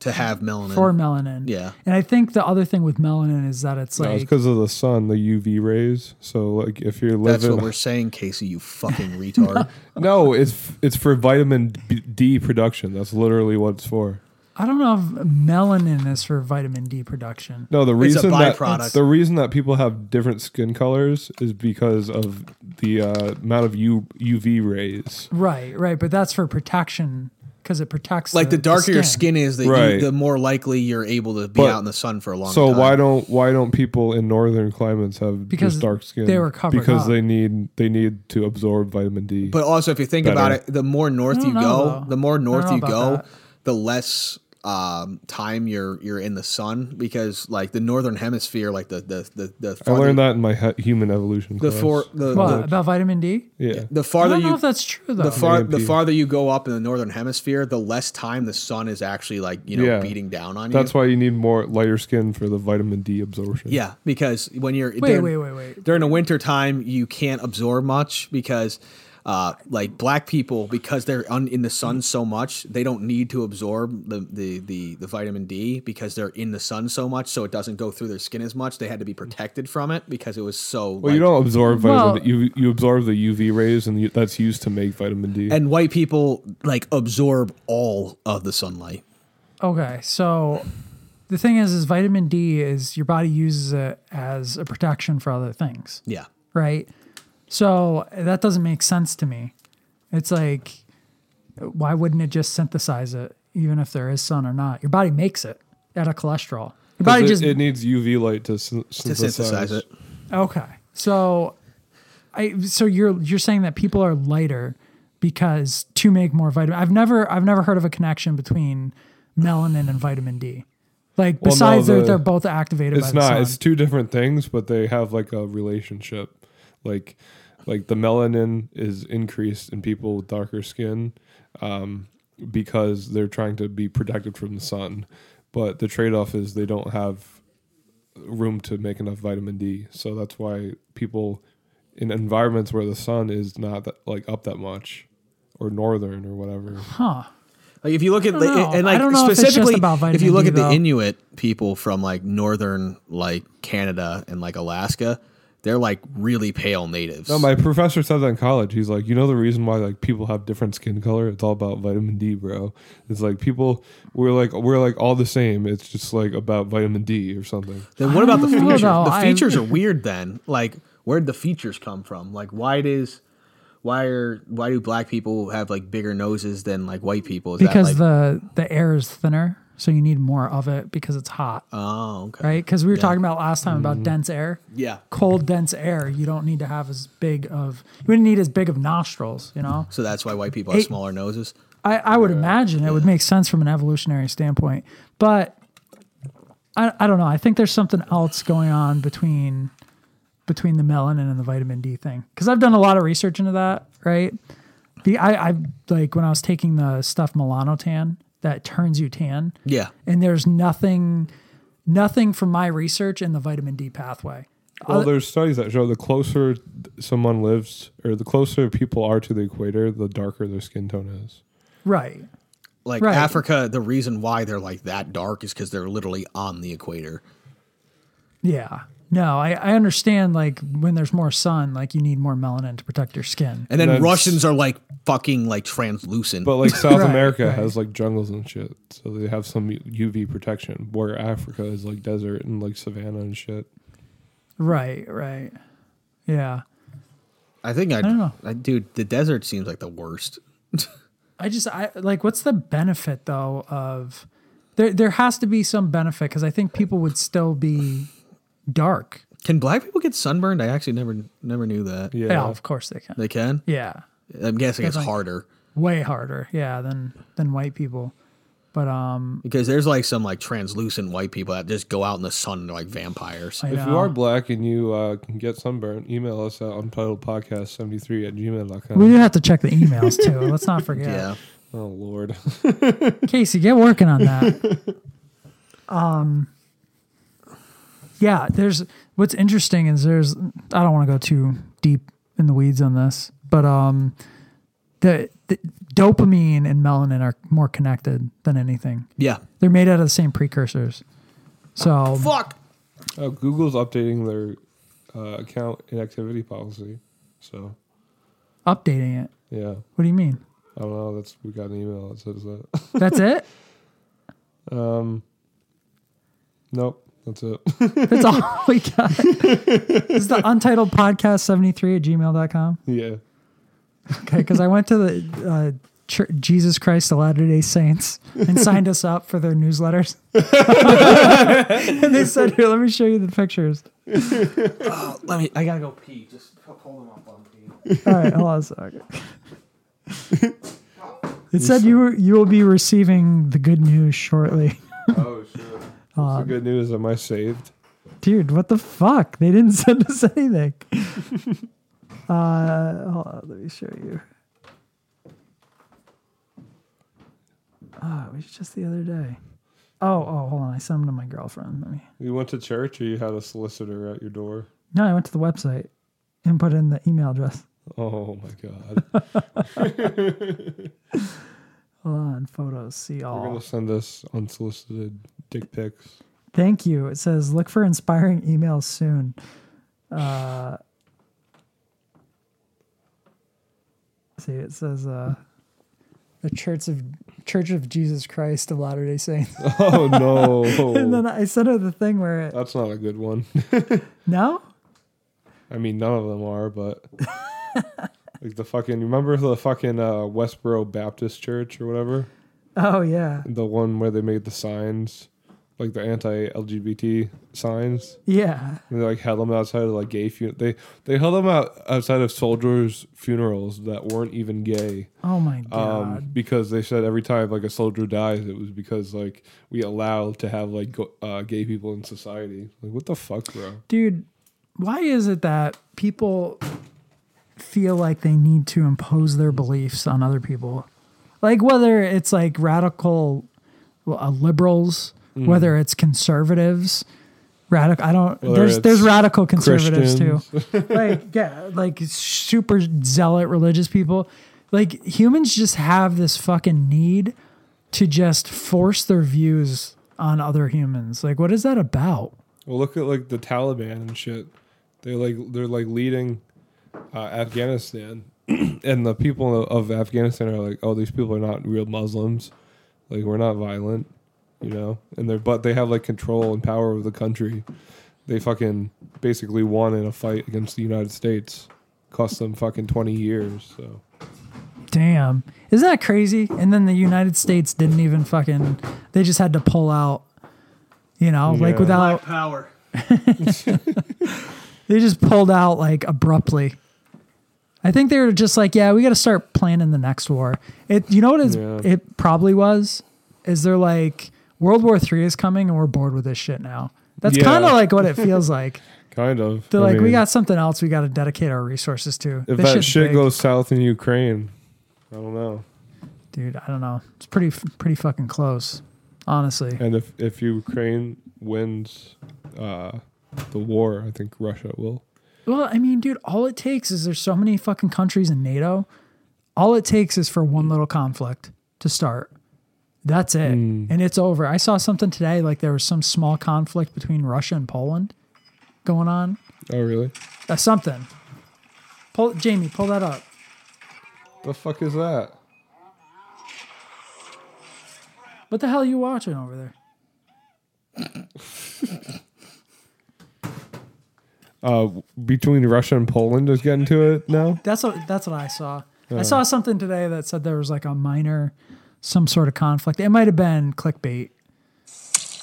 Speaker 6: to have melanin
Speaker 4: for melanin.
Speaker 6: Yeah.
Speaker 4: And I think the other thing with melanin is that it's
Speaker 5: No, it's
Speaker 4: like
Speaker 5: because of the sun, the UV rays. So like if you're
Speaker 6: that's
Speaker 5: living
Speaker 6: what we're saying casey you fucking retard
Speaker 5: No, it's it's for vitamin B- D production. That's literally what it's for.
Speaker 4: I don't know if melanin is for vitamin D production.
Speaker 5: No, the
Speaker 6: It's a
Speaker 5: reason
Speaker 6: byproduct.
Speaker 5: that the reason that people have different skin colors is because of the uh, amount of U, UV rays.
Speaker 6: Oh
Speaker 4: Right, right, but that's for protection because it protects
Speaker 6: like the darker your
Speaker 4: skin.
Speaker 6: skin is the, you,
Speaker 5: Right.
Speaker 6: the more likely you're able to be
Speaker 5: But-
Speaker 6: out in the sun for a long
Speaker 5: So
Speaker 6: time
Speaker 5: why don't why don't people in northern climates have
Speaker 4: Because
Speaker 5: just dark skin?
Speaker 4: they were covered
Speaker 5: because
Speaker 4: up.
Speaker 5: they need they need to absorb vitamin D.
Speaker 6: But also, if you think
Speaker 5: Better.
Speaker 6: about it, the more north
Speaker 4: I don't
Speaker 6: you go,
Speaker 4: know, though.
Speaker 6: the more
Speaker 4: I don't
Speaker 6: north
Speaker 4: know
Speaker 6: you
Speaker 4: about
Speaker 6: go,
Speaker 4: that.
Speaker 6: the less um, time you're you're in the sun because like the northern hemisphere, like the the the, the
Speaker 5: I
Speaker 6: farther,
Speaker 5: learned that in my he- human evolution
Speaker 6: the
Speaker 5: class.
Speaker 6: for the
Speaker 4: What
Speaker 6: the,
Speaker 4: about vitamin D?
Speaker 5: yeah.
Speaker 6: the
Speaker 4: I
Speaker 6: farther
Speaker 4: don't know
Speaker 6: you
Speaker 4: if that's true though.
Speaker 6: the far the
Speaker 5: AMP.
Speaker 6: farther you go up in the northern hemisphere, the less time the sun is actually like you know
Speaker 5: Yeah.
Speaker 6: beating down on
Speaker 5: That's
Speaker 6: you.
Speaker 5: why you need more lighter skin for the vitamin D absorption.
Speaker 6: yeah, because when you're
Speaker 4: wait, wait, wait, wait.
Speaker 6: during the winter time you can't absorb much because uh, like black people because they're un- in the sun so much they don't need to absorb the, the the the vitamin D because they're in the sun so much so it doesn't go through their skin as much they had to be protected from it because it was so
Speaker 5: Well, you
Speaker 6: like-
Speaker 5: don't absorb
Speaker 4: Well-
Speaker 5: vitamin. D you you absorb the UV rays, and you, that's used to make vitamin D.
Speaker 6: and white people like absorb all of the sunlight
Speaker 4: Okay, so the thing is, is vitamin D is your body uses it as a protection for other things,
Speaker 6: yeah
Speaker 4: right? So that doesn't make sense to me. It's like, why wouldn't it just synthesize it, even if there is sun or not? Your body makes it out of cholesterol. Your body
Speaker 5: it,
Speaker 4: just
Speaker 5: it needs UV light to, syn-
Speaker 6: to
Speaker 5: synthesize.
Speaker 6: synthesize it
Speaker 4: okay. So, I so you're you're saying that people are lighter because to make more vitamin. I've never I've never heard of a connection between melanin and vitamin D. Like
Speaker 5: no,
Speaker 4: besides
Speaker 5: the-
Speaker 4: that they're both activated by
Speaker 5: It's
Speaker 4: the
Speaker 5: not.
Speaker 4: sun.
Speaker 5: It's two different things, but they have like a relationship. Like, like the melanin is increased in people with darker skin, um, because they're trying to be protected from the sun. But the trade-off is they don't have room to make enough vitamin D, so that's why people in environments where the sun is not that, like up that much, or northern or whatever.
Speaker 6: Like if you look at
Speaker 4: don't know.
Speaker 6: and like
Speaker 4: I don't know if it's just
Speaker 6: specifically if,
Speaker 4: about vitamin
Speaker 6: you look
Speaker 4: D,
Speaker 6: at the
Speaker 4: though.
Speaker 6: Inuit people from like northern like Canada and like Alaska, they're like really pale natives.
Speaker 5: No, my professor said that in college. He's like, you know, the reason why like people have different skin color, it's all about vitamin D, bro. It's like people, we're like, we're like all the same. It's just like about vitamin D or something.
Speaker 6: then what about the
Speaker 4: don't know,
Speaker 6: features?
Speaker 4: though.
Speaker 6: the
Speaker 4: I-
Speaker 6: features are weird then. Like where'd the features come from? Like why does why are why do black people have like bigger noses than like white people? Is
Speaker 4: because
Speaker 6: that like,
Speaker 4: the the air is thinner, so you need more of it because it's hot,
Speaker 5: Uh,
Speaker 6: oh okay
Speaker 4: right? Because we were talking about last time
Speaker 5: Mm-hmm.
Speaker 4: about dense air.
Speaker 6: yeah.
Speaker 4: Cold, dense air. You don't need to have as big of you wouldn't need as big of nostrils. You know,
Speaker 6: So that's why white people have
Speaker 4: Eight-
Speaker 6: smaller noses.
Speaker 4: I I would imagine it would make sense from an evolutionary standpoint, but I I don't know. I think there's something else going on between between the melanin and the vitamin D thing because I've done a lot of research into that, right? The I I like when I was taking the stuff melanotan that turns you tan.
Speaker 6: Yeah.
Speaker 4: and there's nothing nothing from my research in the vitamin D pathway.
Speaker 5: Well, there's studies that show the closer someone lives or the closer people are to the equator, the darker their skin tone is.
Speaker 4: Right.
Speaker 6: Like
Speaker 4: Right.
Speaker 6: Africa, the reason why they're like that dark is because they're literally on the equator.
Speaker 4: Yeah. No, I, I understand like when there's more sun, like you need more melanin to protect your skin.
Speaker 6: And then
Speaker 5: That's-
Speaker 6: Russians are like fucking like translucent.
Speaker 5: But like South
Speaker 4: Right,
Speaker 5: America
Speaker 4: right.
Speaker 5: has like jungles and shit, so they have some UV protection. Where Africa is like desert and like savannah and shit.
Speaker 4: Right, right. Yeah.
Speaker 6: I think I'd, I
Speaker 4: don't know.
Speaker 6: dude, the desert seems like the worst.
Speaker 4: I just I like what's the benefit though of there there has to be some benefit because I think people would still be dark.
Speaker 6: Can black people get sunburned? I actually never never knew that.
Speaker 5: Yeah.
Speaker 4: Yeah, of course they can.
Speaker 6: They can.
Speaker 4: Yeah.
Speaker 6: I'm guessing it's
Speaker 4: Like-
Speaker 6: harder
Speaker 4: Way harder, yeah, than than white people. But um
Speaker 6: because there's like some like translucent white people that just go out in the sun and they're like vampires.
Speaker 4: I
Speaker 5: If you
Speaker 4: know.
Speaker 5: are black and you uh, can get sunburn, email us at unpodcast73 at
Speaker 4: We do
Speaker 5: gmail.com.
Speaker 4: have to check the emails too. Let's not forget.
Speaker 6: yeah.
Speaker 5: Oh, Lord.
Speaker 4: Casey, get working on that. um, yeah, there's what's interesting is there's I don't want to go too deep in the weeds on this, but um, the, the dopamine and melanin are more connected than anything.
Speaker 6: Yeah.
Speaker 4: They're made out of the same precursors. So
Speaker 6: Fuck.
Speaker 5: Uh, Google's updating their uh, account inactivity policy. So,
Speaker 4: updating it.
Speaker 5: yeah.
Speaker 4: What do you mean?
Speaker 5: I don't know. That's We got an email that says that.
Speaker 4: That's it.
Speaker 5: nope. That's it.
Speaker 4: That's all we got. This is the untitled podcast 73 at gmail.com.
Speaker 5: yeah.
Speaker 4: Okay, because I went to the uh, Chur Jesus Christ of Latter Day Saints and signed us up for their newsletters, and they said, "Here, let me show you the pictures."
Speaker 6: Oh, Let me. I gotta go pee. Just pull them up on pee.
Speaker 4: All right, hold on a second. It said you were, you will be receiving the good news shortly,
Speaker 5: Oh, shit. the good news. Am I saved?
Speaker 4: dude. What the fuck? They didn't send us anything. Uh, hold on, let me show you. Oh, it was just the other day. Oh, oh, hold on. I sent them to my girlfriend. Let me.
Speaker 5: You went to church or you had a solicitor at your door?
Speaker 4: No, I went to the website and put in the email address.
Speaker 5: Oh my god.
Speaker 4: Hold on, photos. See
Speaker 5: We're
Speaker 4: all.
Speaker 5: gonna send us unsolicited dick pics.
Speaker 4: Thank you. It says look for inspiring emails soon. Uh, see, it says uh, the Church of Church of Jesus Christ of Latter Day Saints.
Speaker 5: Oh
Speaker 4: and then
Speaker 5: no.
Speaker 4: I sent her the thing where it,
Speaker 5: That's not a good one.
Speaker 4: no,
Speaker 5: I mean, none of them are, but like the fucking. Remember the fucking uh, Westboro Baptist Church or whatever,
Speaker 4: oh yeah,
Speaker 5: the one where they made the signs, like the anti-LGBT signs.
Speaker 4: yeah.
Speaker 5: And they like held them outside of like gay fun- They they held them out outside of soldiers' funerals that weren't even gay.
Speaker 4: Oh my god.
Speaker 5: Um, because they said every time like a soldier dies, it was because like we allow to have like go- uh, gay people in society. Like what the fuck, bro?
Speaker 4: dude why is it that people feel like they need to impose their beliefs on other people like whether it's like radical uh, liberals
Speaker 5: Mm.
Speaker 4: whether it's conservatives radical i don't
Speaker 5: Whether
Speaker 4: there's there's
Speaker 5: it's
Speaker 4: radical conservatives
Speaker 5: Christians.
Speaker 4: too like yeah like super zealot religious people like humans just have this fucking need to just force their views on other humans like what is that about
Speaker 5: Well, look at like the Taliban and shit. They like they're like leading uh, Afghanistan, and the people of Afghanistan are like, oh, these people are not real Muslims. Like we're not violent, you know. And they're but they have like control and power of the country. They fucking basically won in a fight against the United States. Cost them fucking twenty years. So
Speaker 4: Damn. Isn't that crazy? And then the United States didn't even fucking they just had to pull out you know, like
Speaker 5: Yeah.
Speaker 4: without
Speaker 6: Black power.
Speaker 4: they just pulled out like abruptly. I think they were just like, yeah, we got to start planning the next war. It you know what it's,
Speaker 5: Yeah.
Speaker 4: it probably was is they're like World War 3 is coming and we're bored with this shit now. That's
Speaker 5: Yeah.
Speaker 4: kind of like what it feels like.
Speaker 5: kind of.
Speaker 4: They're
Speaker 5: I
Speaker 4: like, we
Speaker 5: mean,
Speaker 4: got something else we got to dedicate our resources to. This
Speaker 5: If that
Speaker 4: shit's
Speaker 5: shit
Speaker 4: big.
Speaker 5: goes south in Ukraine, I don't know.
Speaker 4: dude, I don't know. It's pretty pretty fucking close, honestly.
Speaker 5: And if if Ukraine wins uh, the war, I think Russia will.
Speaker 4: Well, I mean, dude, all it takes is there's so many fucking countries in NATO. All it takes is for one little conflict to start. That's it. And it's over. I saw something today like there was some small conflict between Russia and Poland going on.
Speaker 5: Oh really?
Speaker 4: Uh, something. Pull Jamie, pull that up.
Speaker 5: The fuck is that?
Speaker 4: What the hell are you watching over there?
Speaker 5: Uh, between Russia and Poland is getting to it now.
Speaker 4: That's what that's what I saw. I saw something today that said there was like a minor some sort of conflict. It might have been clickbait.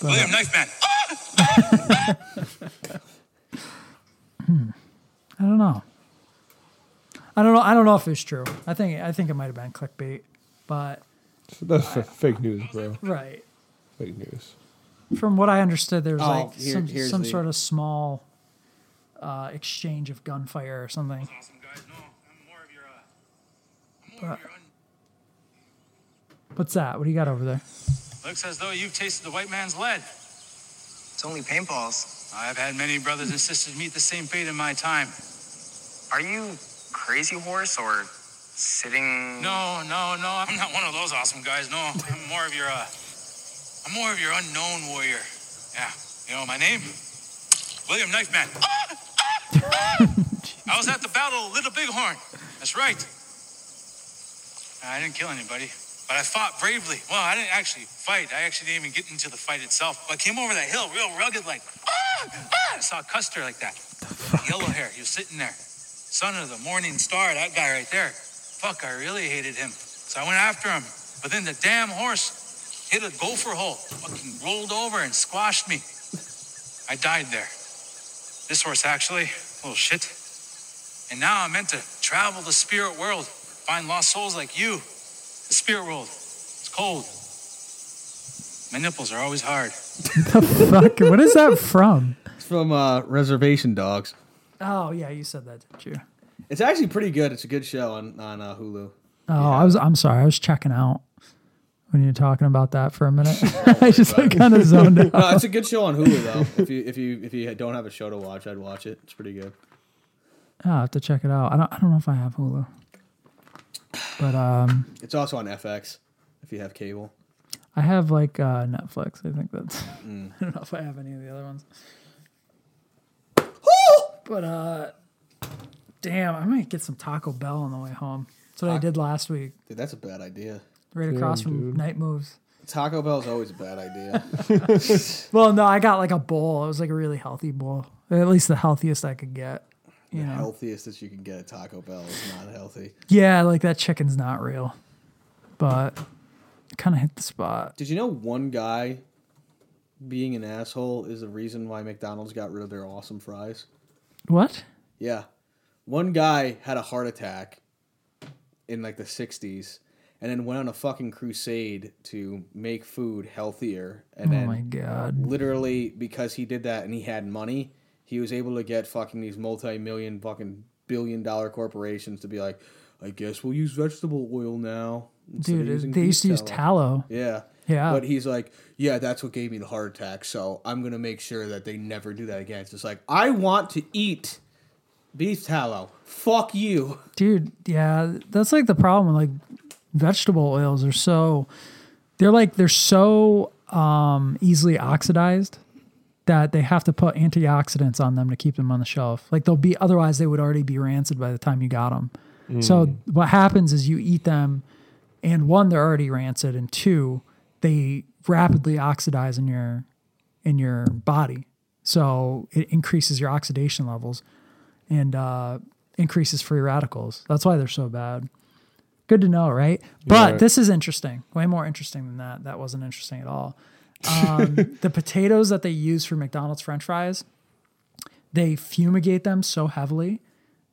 Speaker 7: William, knife man.
Speaker 4: I don't know. I don't know. I don't know if it's true. I think I think it might have been clickbait, but
Speaker 5: That's f- fake news, bro.
Speaker 4: right
Speaker 5: Fake news.
Speaker 4: from what I understood, there was
Speaker 8: Oh,
Speaker 4: like
Speaker 8: here-
Speaker 4: some
Speaker 8: here's
Speaker 4: some
Speaker 8: the-
Speaker 4: sort of small uh, exchange of gunfire or something.
Speaker 7: Awesome guys. No, I'm more of your. Uh, I'm more of your un-
Speaker 4: What's that? What do you got over there?
Speaker 7: Looks as though you've tasted the white man's lead.
Speaker 8: It's only paintballs.
Speaker 7: I've had many brothers and sisters meet the same fate in my time.
Speaker 8: Are you crazy horse or sitting?
Speaker 7: No, no, no. I'm not one of those awesome guys. No, I'm more of your. Uh, I'm more of your unknown warrior. Yeah, you know my name, William Knifeman. ah, I was at the Battle of Little Bighorn. That's right. I didn't kill anybody, but I fought bravely. Well, I didn't actually fight. I actually didn't even get into the fight itself. But I came over that hill real rugged, like. ah, I saw Custer like that. Yellow hair. He was sitting there. Son of the morning star, that guy right there. Fuck, I really hated him. So I went after him. But then the damn horse hit a gopher hole, fucking rolled over and squashed me. I died there. This horse, actually, little shit. And now I'm meant to travel the spirit world, find lost souls like you. The spirit world, it's cold. My nipples are always hard.
Speaker 4: Fuck, what is that from?
Speaker 6: It's from uh, Reservation Dogs.
Speaker 4: Oh yeah, you said that, didn't you?
Speaker 6: It's actually pretty good. It's a good show on on uh, Hulu.
Speaker 4: Oh, I was. I'm sorry. I was checking out when you were talking about that for a minute. I just like kind of zoned out.
Speaker 6: No, it's a good show on Hulu though. if you if you if you don't have a show to watch, I'd watch it. It's pretty good.
Speaker 4: Oh, I have to check it out. I don't. I don't know if I have Hulu. But um,
Speaker 6: It's also on FX if you have cable.
Speaker 4: I have like uh, Netflix. I think that's. I don't know if I have any of the other ones. but uh, damn, I might get some Taco Bell on the way home. That's what I did last week,
Speaker 6: Dude, that's a bad idea.
Speaker 4: right across from Night Moves.
Speaker 6: Taco Bell's always a bad idea.
Speaker 4: Well, no, I got like a bowl. It was like a really healthy bowl, at least the healthiest I could get. You know,
Speaker 6: Healthiest that you can get at Taco Bell is not healthy.
Speaker 4: yeah, like that chicken's not real, but kind of hit the spot.
Speaker 6: Did you know one guy being an asshole is the reason why McDonald's got rid of their awesome fries?
Speaker 4: What?
Speaker 6: Yeah. One guy had a heart attack in like the 60s and then went on a fucking crusade to make food healthier. And
Speaker 4: Oh
Speaker 6: then
Speaker 4: my god.
Speaker 6: literally because he did that and he had money, he was able to get fucking these multi-million fucking billion dollar corporations to be like, I guess we'll use vegetable oil now. instead of using
Speaker 4: Dude, they used to
Speaker 6: beef
Speaker 4: use tallow.
Speaker 6: Yeah.
Speaker 4: Yeah.
Speaker 6: But he's like, yeah, that's what gave me the heart attack. So I'm going to make sure that they never do that again. It's just like, I want to eat beef tallow. Fuck you.
Speaker 4: Dude, yeah, that's like the problem. Like vegetable oils are so they're like they're so um easily oxidized that they have to put antioxidants on them to keep them on the shelf. Like they'll be otherwise they would already be rancid by the time you got them. So what happens is you eat them and one they're already rancid and two they rapidly oxidize in your in your body. So it increases your oxidation levels and uh, increases free radicals. That's why they're so bad. Good to know, right? But
Speaker 5: Right.
Speaker 4: this is interesting. Way more interesting than that. That wasn't interesting at all. Um, the potatoes that they use for McDonald's French fries, they fumigate them so heavily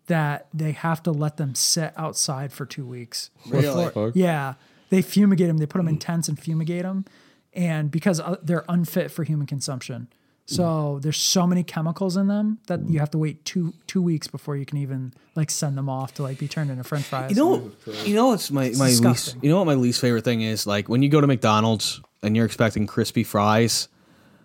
Speaker 4: that they have to let them sit outside for two weeks.
Speaker 6: Really?
Speaker 5: Fuck.
Speaker 4: Yeah, they fumigate them. They put them
Speaker 6: Mm.
Speaker 4: in tents and fumigate them, and because uh, they're unfit for human consumption,
Speaker 6: Mm.
Speaker 4: so there's so many chemicals in them that you have to wait two two weeks before you can even like send them off to like be turned into French fries.
Speaker 6: You know, you know what's my, my least,
Speaker 4: disgusting.
Speaker 6: you know what my least favorite thing is? Like when you go to McDonald's and you're expecting crispy fries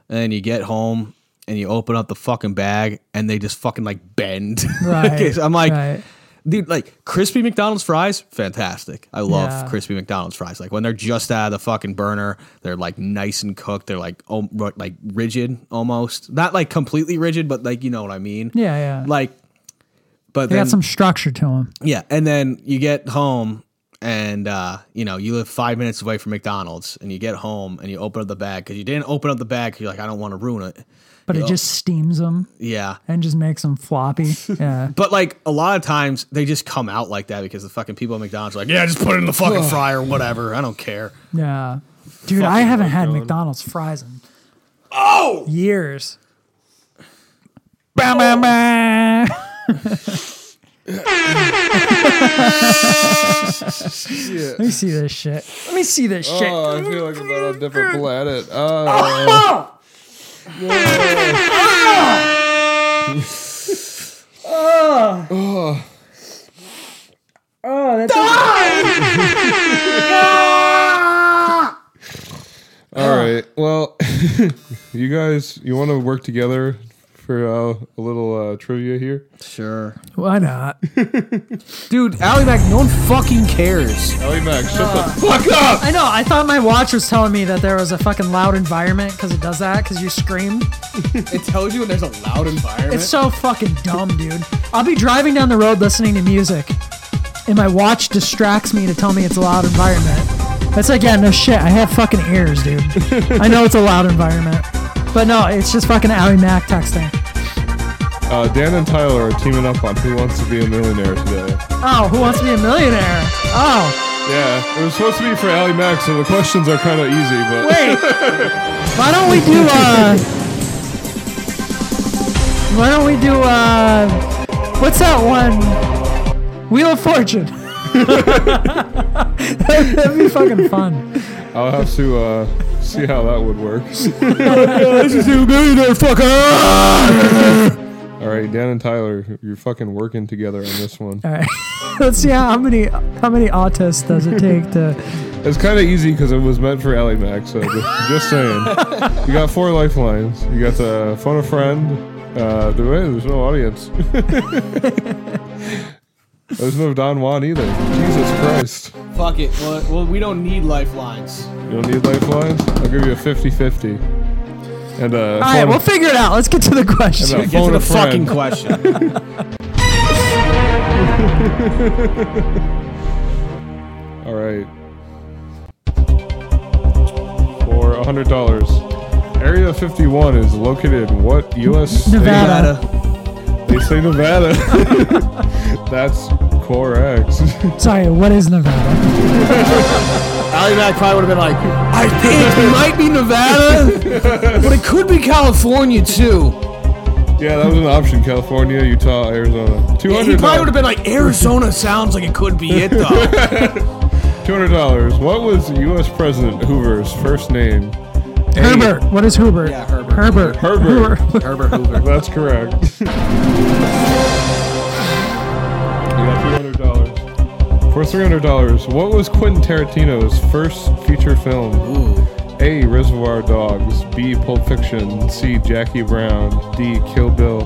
Speaker 6: and you get home and you open up the fucking bag and they just fucking like bend.
Speaker 4: Right,
Speaker 6: Okay, so I'm like,
Speaker 4: right.
Speaker 6: dude, like crispy McDonald's fries, fantastic. I love
Speaker 4: Yeah.
Speaker 6: crispy McDonald's fries. Like when they're just out of the fucking burner, they're like nice and cooked. They're like oh, like rigid almost, not like completely rigid, but like you know what I mean.
Speaker 4: yeah, yeah.
Speaker 6: Like, but
Speaker 4: they
Speaker 6: then
Speaker 4: got some structure to them.
Speaker 6: yeah, and then you get home and uh, you know you live five minutes away from McDonald's, and you get home and you open up the bag because you didn't open up the bag. 'cause You're like, I don't want to ruin it.
Speaker 4: But it just steams them
Speaker 6: Yeah.
Speaker 4: and just makes them floppy. Yeah.
Speaker 6: But like a lot of times they just come out like that because the fucking people at McDonald's are like, yeah, just put it in the fucking fryer, whatever. I don't care.
Speaker 4: Yeah. Dude, I haven't had McDonald's fries in oh years. Bah, bah, bah. Let me see this shit. Let me see this shit.
Speaker 5: Oh, I feel like I'm on a different planet. Oh,
Speaker 4: Oh, that's
Speaker 5: all right. Well, you guys, you want to work together for uh, a little uh, trivia here?
Speaker 6: Sure.
Speaker 4: why not?
Speaker 6: Dude, Ally Mac, no one fucking cares.
Speaker 5: Ellie Mac, shut the fuck up.
Speaker 4: I know. I thought my watch was telling me that there was a fucking loud environment because it does that because you scream.
Speaker 6: It tells you when there's a loud environment.
Speaker 4: It's so fucking dumb, dude. I'll be driving down the road listening to music, and my watch distracts me to tell me it's a loud environment. That's like, yeah, no shit. I have fucking ears, dude. I know it's a loud environment. But no, it's just fucking Ally Mac texting.
Speaker 5: Uh, Dan and Tyler are teaming up on Who Wants to Be a Millionaire today.
Speaker 4: Oh, who wants to be a millionaire? Oh,
Speaker 5: Yeah, it was supposed to be for Ellie Mac, so the questions are kind of easy, but
Speaker 4: wait. Why don't we do, uh. Why don't we do, uh. What's that one? Wheel of Fortune. That'd be fucking fun.
Speaker 5: I'll have to uh, see how that would work. All right, Dan and Tyler, you're fucking working together on this one.
Speaker 4: All right. Let's see how, how many how many autists does it take to
Speaker 5: It's kind of easy because it was meant for Ellie Mac, so just, just saying. You got four lifelines. You got the phone a friend, Uh, there was, there's no audience. there's no Don Juan either. Jesus Christ.
Speaker 6: Fuck it. Well, well, we don't need lifelines.
Speaker 5: You don't need lifelines? I'll give you a 50 50. And uh,
Speaker 4: All right, we'll figure it out. Let's get to the question.
Speaker 5: Get
Speaker 6: Get to the fucking question.
Speaker 5: All right. For $100. Area 51 is located in what U.S. state?
Speaker 4: Nevada.
Speaker 5: They say Nevada. That's correct.
Speaker 4: Sorry, what is Nevada?
Speaker 6: Ali Mac probably would have been like, I think it might be Nevada, but it could be California too.
Speaker 5: yeah, that was an option. California, Utah, Arizona. Two
Speaker 6: He
Speaker 5: hundred.
Speaker 6: probably would have been like, Arizona sounds like it could be it though.
Speaker 5: Two hundred dollars. What was U.S. President Hoover's first name?
Speaker 4: Herbert. What is Herbert?
Speaker 6: Yeah,
Speaker 4: Herbert.
Speaker 6: Herbert.
Speaker 5: Herbert.
Speaker 6: Herbert Hoover.
Speaker 5: That's correct. you got two hundred dollars. For three hundred dollars, what was Quentin Tarantino's first feature film?
Speaker 6: Ooh.
Speaker 5: A. Reservoir Dogs. B. Pulp Fiction. C. Jackie Brown. D. Kill Bill.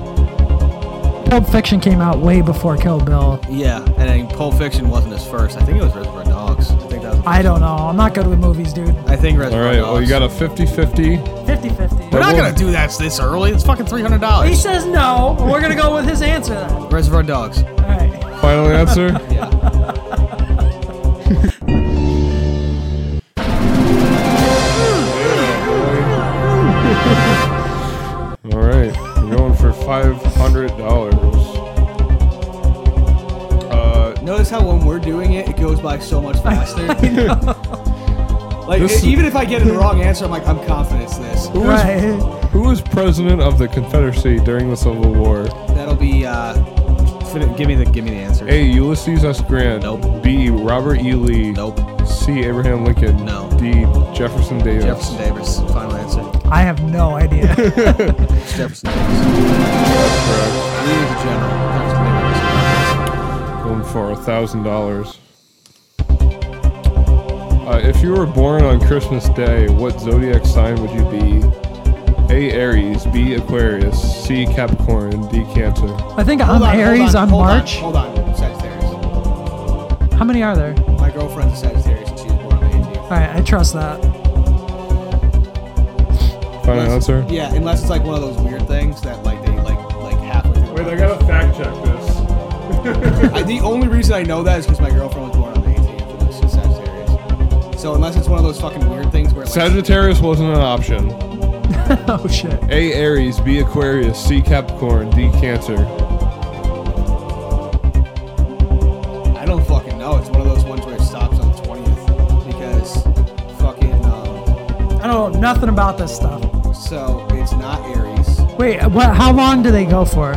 Speaker 4: Pulp Fiction came out way before Kill Bill.
Speaker 6: Yeah, and then Pulp Fiction wasn't his first. I think it was Reservoir Dogs. I think that was.
Speaker 4: I don't know. I'm not good with movies, dude.
Speaker 6: I think
Speaker 5: All
Speaker 6: Reservoir
Speaker 5: right.
Speaker 6: Dogs.
Speaker 5: Well, you got a 50-50.
Speaker 4: 50 50.
Speaker 6: We're not
Speaker 5: Well-
Speaker 6: gonna do that this early. It's fucking three hundred
Speaker 4: He
Speaker 6: dollars.
Speaker 4: says no. We're going to go with his answer then. All
Speaker 6: Reservoir Dogs.
Speaker 4: right.
Speaker 5: Final answer.
Speaker 6: Yeah.
Speaker 5: All right, we're going for five hundred dollars. Uh,
Speaker 6: Notice how when we're doing it, it goes by so much faster. like e-
Speaker 5: This-
Speaker 6: even if I get the wrong answer, I'm like, I'm confident it's this.
Speaker 5: who was
Speaker 4: Right.
Speaker 5: who was president of the Confederacy during the Civil War?
Speaker 6: That'll be. uh fin- Give me the give me the answer.
Speaker 5: A. Ulysses S. Grant.
Speaker 6: Nope.
Speaker 5: B. Robert E. Lee.
Speaker 6: Nope.
Speaker 5: C. Abraham Lincoln.
Speaker 6: No.
Speaker 5: D. Jefferson Davis.
Speaker 6: Jefferson Davis. Final answer.
Speaker 4: I have no idea.
Speaker 6: It's Jefferson Davis.
Speaker 5: Correct.
Speaker 6: Lee is a general. Jefferson Davis.
Speaker 5: Going for thousand dollars. Uh, if you were born on Christmas Day, what zodiac sign would you be? A. Aries. B. Aquarius. C. Capricorn. D. Cancer.
Speaker 4: I think I'm
Speaker 6: Hold on, hold
Speaker 4: Aries.
Speaker 6: on,
Speaker 4: I'm
Speaker 6: hold on,
Speaker 4: March.
Speaker 6: Hold on, Sagittarius.
Speaker 4: How many are there? All
Speaker 6: My girlfriend's a Sagittarius and she was born on the 18th.
Speaker 4: right, I trust that.
Speaker 5: Final answer.
Speaker 6: Yeah, unless it's like one of those weird things that like they like like halfway through. the
Speaker 5: gotta fact check this.
Speaker 6: I, the only reason I know that is because my girlfriend was born on the 18th, and she's Sagittarius. So unless it's one of those fucking weird things where like,
Speaker 5: Sagittarius wasn't an option.
Speaker 4: Oh, shit.
Speaker 5: A. Aries, B. Aquarius, C. Capricorn, D. Cancer.
Speaker 6: I don't fucking know. It's one of those ones where it stops on the 20th because fucking um,
Speaker 4: I don't know nothing about this stuff.
Speaker 6: so it's not Aries.
Speaker 4: Wait, what? How long do they go for?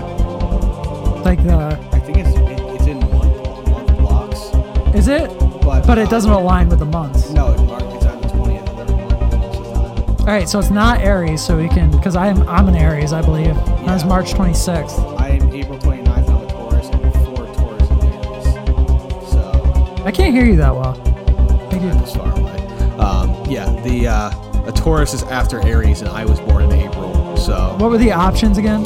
Speaker 4: Like the
Speaker 6: I think it's it, it's in one, one blocks,
Speaker 4: is it?
Speaker 6: but
Speaker 4: But
Speaker 6: um,
Speaker 4: it doesn't align with the months.
Speaker 6: No, it's marked. It's on the 20th of every month. so it's not-
Speaker 4: All right, so it's not Aries, so we can because I'm I'm an Aries, I believe. That was
Speaker 6: Yeah.
Speaker 4: March 26th.
Speaker 6: I am April 29th. I'm a Taurus, and four Taurus and Aries. So.
Speaker 4: I can't hear you that well. Thank
Speaker 6: It
Speaker 4: you.
Speaker 6: was far away. Um, yeah, the uh, a Taurus is after Aries, and I was born in April, so
Speaker 4: What were the options again?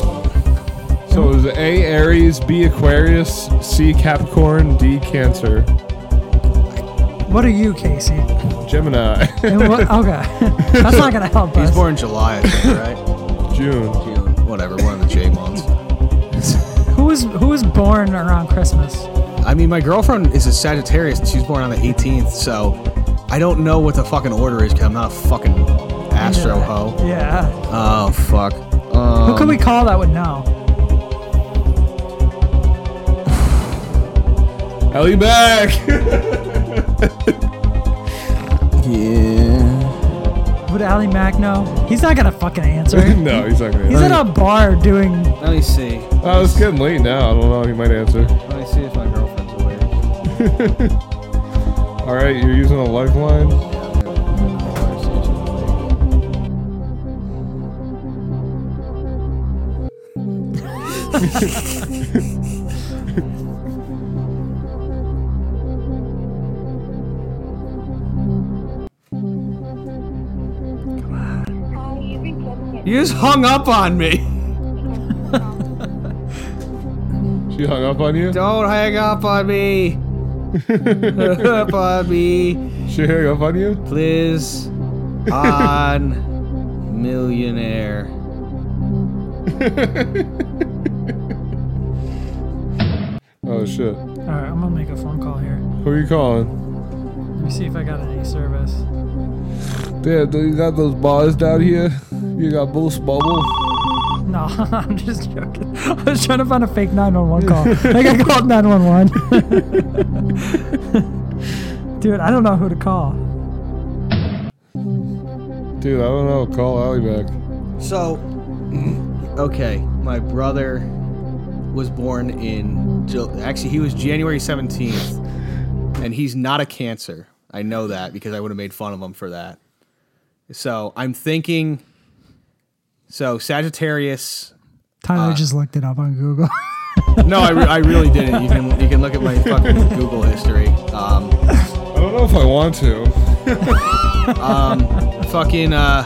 Speaker 5: So it was A. Aries, B. Aquarius, C. Capricorn, D. Cancer.
Speaker 4: What are you, Casey?
Speaker 5: Gemini.
Speaker 4: And what, okay, that's not gonna help us.
Speaker 6: he's born July, I think, right?
Speaker 5: June.
Speaker 6: June, whatever, one of the J months.
Speaker 4: Who was who was born around Christmas?
Speaker 6: I mean, my girlfriend is a Sagittarius, and she's born on the 18th, so I don't know what the fucking order is because I'm not a fucking astro ho.
Speaker 4: Yeah.
Speaker 6: Oh fuck.
Speaker 4: Who could
Speaker 6: Um,
Speaker 4: we call that would know?
Speaker 5: Ellie back!
Speaker 6: yeah.
Speaker 4: Would Ali Mac know? He's not gonna fucking answer.
Speaker 5: no, he's not gonna
Speaker 4: He's
Speaker 5: answer.
Speaker 4: at a bar doing.
Speaker 6: Let me see.
Speaker 5: Oh, it's getting late now. I don't know. He might answer.
Speaker 6: Let me see if my girlfriend's aware.
Speaker 5: All right, you're using a lifeline.
Speaker 6: You just hung up on me.
Speaker 5: She hung up on you?
Speaker 6: Don't Oh, hang up on me. up on me,
Speaker 5: She hung up on you?
Speaker 6: please. On millionaire.
Speaker 5: Oh shit.
Speaker 4: All right, I'm gonna make a phone call here.
Speaker 5: Who are you calling?
Speaker 4: Let me see if I got any service.
Speaker 5: Yeah, you got those bars down here. You got Boost Bubble.
Speaker 4: No, I'm just joking. I was trying to find a fake 911 call. Like I called 911. Dude, I don't know who to call.
Speaker 5: Dude, I don't know. Call Allie back.
Speaker 6: So, okay, my brother was born in Ju- actually he was January 17th and he's not a cancer. I know that because I would have made fun of him for that. So, I'm thinking so Sagittarius Uh,
Speaker 4: Tyler just looked it up on Google.
Speaker 6: No, I, re- I really didn't. You can you can look at my fucking Google history. Um,
Speaker 5: I don't know if I want to.
Speaker 6: fucking uh,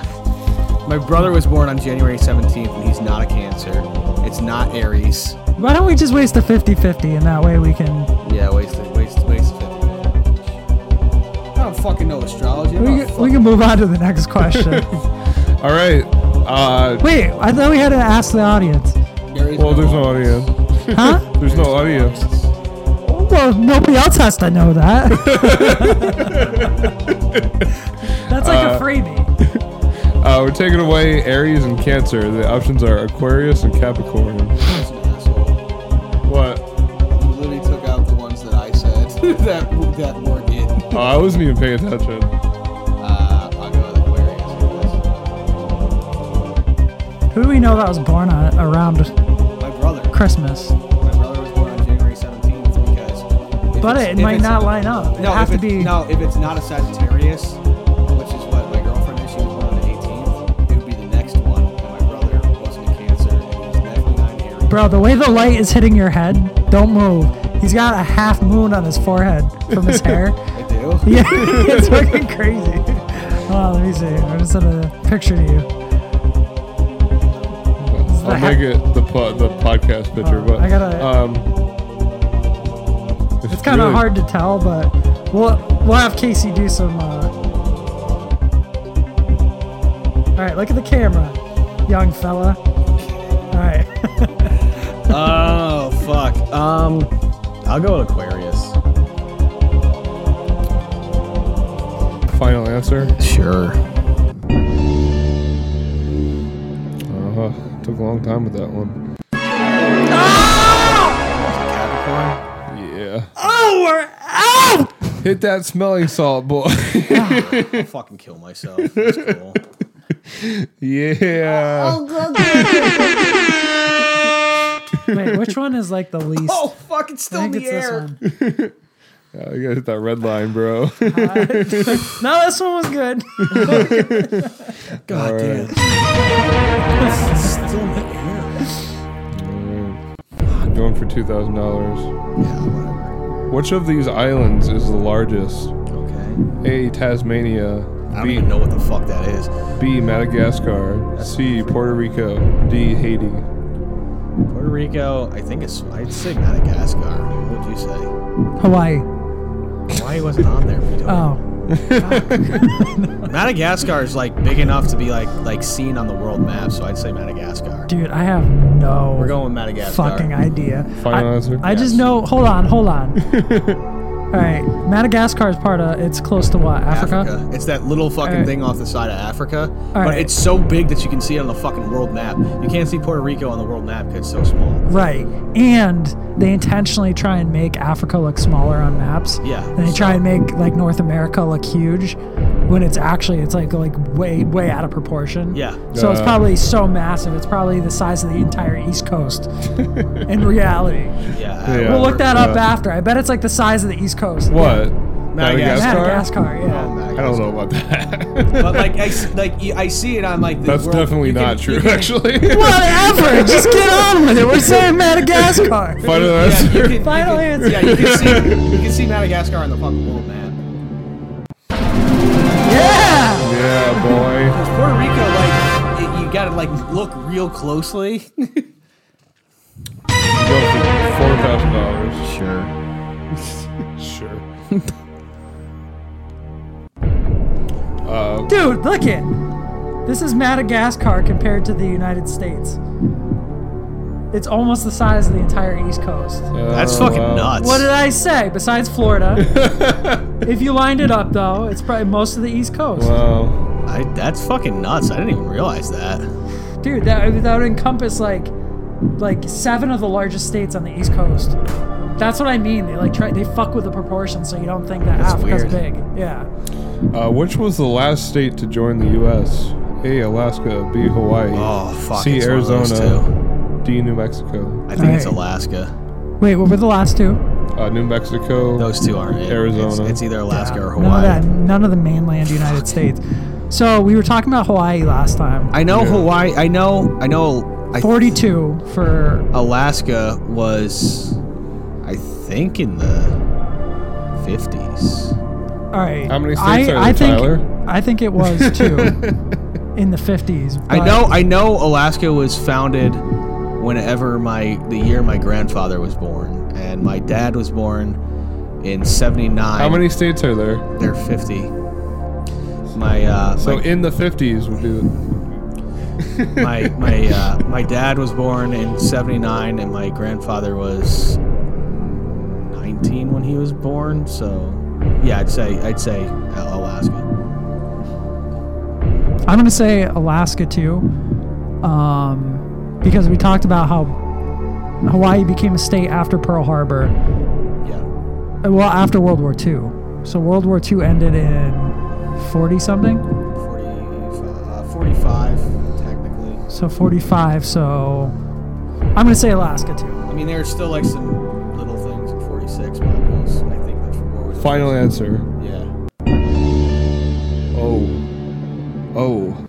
Speaker 6: my brother was born on January 17th and he's not a cancer. It's not Aries.
Speaker 4: Why don't we just waste a 50 50 and that way we can.
Speaker 6: Yeah, waste it, waste, waste it. I don't fucking know astrology. I'm
Speaker 4: We,
Speaker 6: not
Speaker 4: can- we can move on to the next question.
Speaker 5: All right. Uh,
Speaker 4: Wait, I thought we had to ask the audience.
Speaker 6: fucking Aries.
Speaker 5: well, there's no audience.
Speaker 4: Huh?
Speaker 5: There's no audience.
Speaker 4: Well, nobody else has to know that. That's like a freebie.
Speaker 5: Uh, we're taking away Aries and Cancer. The options are Aquarius and Capricorn.
Speaker 6: asshole.
Speaker 5: What?
Speaker 6: You literally took out the ones that I said that that weren't it.
Speaker 5: Oh, I wasn't even paying attention.
Speaker 6: Uh, I'll go with Aquarius.
Speaker 4: Who do we know that was born on, around
Speaker 6: because My brother.
Speaker 4: Christmas?
Speaker 6: My brother was born on January 17th because. if
Speaker 4: But
Speaker 6: it's-
Speaker 4: it
Speaker 6: if
Speaker 4: might
Speaker 6: it's-
Speaker 4: not line up. It
Speaker 6: No,
Speaker 4: has
Speaker 6: if
Speaker 4: to
Speaker 6: it's-
Speaker 4: be.
Speaker 6: No, if it's not a Sagittarius, which is what my girlfriend is, she was born on the 18th. It would be the next one. And my brother wasn't a Cancer, and he was definitely not an Aries.
Speaker 4: Bro, the way the light is hitting your head, don't move. He's got a half moon on his forehead from his hair.
Speaker 6: I do.
Speaker 4: Yeah, it's fucking crazy. Oh, let me see. I'm gonna send a picture to you.
Speaker 5: I'll make it the po- the podcast picture,
Speaker 4: Oh,
Speaker 5: but
Speaker 4: I gotta-
Speaker 5: Um,
Speaker 4: It's kind of
Speaker 5: really-
Speaker 4: hard to tell, but we'll we'll have Casey do some. Uh... All right, look at the camera, young fella. All right,
Speaker 6: Oh fuck. Um, I'll go with Aquarius.
Speaker 5: Final answer.
Speaker 6: Sure.
Speaker 5: Uh, took a long time with that one.
Speaker 4: Ah!
Speaker 5: Yeah.
Speaker 4: oh, we're out.
Speaker 5: Hit that smelling salt, boy.
Speaker 6: I'll fucking kill myself. That's cool.
Speaker 5: yeah.
Speaker 4: Wait, which one is like the least?
Speaker 6: oh fuck! It's
Speaker 4: I
Speaker 6: still in
Speaker 4: think
Speaker 6: the
Speaker 4: it's this
Speaker 6: air.
Speaker 4: one.
Speaker 5: I gotta hit that red line, bro.
Speaker 4: No, this one was good.
Speaker 6: God damn. still in the air.
Speaker 5: Going for two thousand dollars.
Speaker 6: Yeah,
Speaker 5: Which of these islands is the largest?
Speaker 6: whatever. Okay.
Speaker 5: A. Tasmania.
Speaker 6: I don't
Speaker 5: B.
Speaker 6: even know what the fuck that is.
Speaker 5: B. Madagascar. C. Puerto Rico. D. Haiti.
Speaker 6: Puerto Rico, I think it's. I'd say Madagascar. What would you say?
Speaker 4: Hawaii.
Speaker 6: Why he wasn't on there? We don't-
Speaker 4: Oh,
Speaker 6: Madagascar is like big enough to be like like seen on the world map, so I'd say Madagascar.
Speaker 4: dude, I have no.
Speaker 6: We're going with Madagascar.
Speaker 4: fucking idea.
Speaker 5: Final
Speaker 4: I,
Speaker 5: answer?
Speaker 4: I just know. Hold on, hold on. All right, Madagascar is part of. It's close to what? Africa.
Speaker 6: Africa. It's that little fucking
Speaker 4: Alright.
Speaker 6: thing off the side of Africa, but
Speaker 4: Alright.
Speaker 6: it's so big that you can see it on the fucking world map. You can't see Puerto Rico on the world map because it's so small.
Speaker 4: Right, and they intentionally try and make Africa look smaller on maps.
Speaker 6: Yeah,
Speaker 4: and they try and make like North America look huge, when it's actually it's like like way way out of proportion.
Speaker 6: Yeah.
Speaker 4: So it's
Speaker 5: Uh.
Speaker 4: probably so massive. It's probably the size of the entire East Coast. in reality,
Speaker 6: Yeah.
Speaker 5: Yeah.
Speaker 4: we'll look that up
Speaker 5: Yeah.
Speaker 4: after. I bet it's like the size of the East Coast.
Speaker 5: What? Oh,
Speaker 6: Madagascar?
Speaker 4: Madagascar. Yeah.
Speaker 5: I don't know about that.
Speaker 6: But like I s- like you- I see it on like the
Speaker 5: That's
Speaker 6: world-
Speaker 5: definitely
Speaker 6: you can-
Speaker 5: not
Speaker 6: you
Speaker 5: true,
Speaker 6: can-
Speaker 5: actually.
Speaker 4: Whatever. Just get on with it. We're saying Madagascar.
Speaker 5: Final
Speaker 6: Yeah, you
Speaker 5: answer.
Speaker 6: can- you
Speaker 4: Final
Speaker 6: can-
Speaker 4: answer.
Speaker 6: Yeah, you can see you can see Madagascar on the fucking world map.
Speaker 4: Yeah.
Speaker 5: yeah, boy.
Speaker 6: Puerto Rico, like it, you gotta like look real closely.
Speaker 4: Dude, look it. This is Madagascar compared to the United States. It's almost the size of the entire East Coast.
Speaker 5: Oh,
Speaker 6: That's fucking nuts.
Speaker 4: What did I say? Besides Florida, if you lined it up though, it's probably most of the East Coast.
Speaker 5: Wow.
Speaker 6: I, that's fucking nuts. I didn't even realize that.
Speaker 4: Dude, that, I mean, that would encompass like like seven of the largest states on the East Coast. That's what I mean. They like try they fuck with the proportions so you don't think that
Speaker 6: That's
Speaker 4: Africa's
Speaker 6: weird.
Speaker 4: big. Yeah.
Speaker 5: Uh, which was the last state to join the U.S.? A. Alaska. B. Hawaii.
Speaker 6: Oh fuck.
Speaker 5: C.
Speaker 6: it's one of those two.
Speaker 5: Arizona. D. New Mexico.
Speaker 6: I think
Speaker 4: Alright.
Speaker 6: it's Alaska.
Speaker 4: Wait, what were the last two?
Speaker 5: Uh, New Mexico.
Speaker 6: Those two aren't it.
Speaker 5: Arizona.
Speaker 6: It's, it's either Alaska or
Speaker 4: Um, None of
Speaker 6: Hawaii.
Speaker 4: that. None of the mainland United States. So we were talking about Hawaii last time.
Speaker 6: I know
Speaker 5: Yeah.
Speaker 6: Hawaii. I know. I know. I,
Speaker 4: Forty-two for
Speaker 6: Alaska was, I think, in the fifties.
Speaker 4: all right.
Speaker 5: How many states are
Speaker 4: I
Speaker 5: there,
Speaker 4: think
Speaker 5: Tyler?
Speaker 4: I think it was two in the fifties.
Speaker 6: I know. I know. Alaska was founded whenever my the year my grandfather was born, and my dad was born in seventy nine.
Speaker 5: How many states are there?
Speaker 6: They're fifty. My uh,
Speaker 5: So
Speaker 6: my-
Speaker 5: in the 50s would be.
Speaker 6: my my uh, my dad was born in '79, and my grandfather was 19 when he was born. So, yeah, I'd say I'd say Al- Alaska.
Speaker 4: I'm gonna say Alaska too, um, because we talked about how Hawaii became a state after Pearl Harbor.
Speaker 6: Yeah,
Speaker 4: uh, Well, after World War II. So World War II ended in forty something.
Speaker 6: 45, 45 technically.
Speaker 4: So forty-five. So I'm gonna say Alaska too.
Speaker 6: I mean, there's still like some little things in 46, but it was, I think that's what was
Speaker 5: Final answer.
Speaker 6: Yeah.
Speaker 5: Oh. Oh.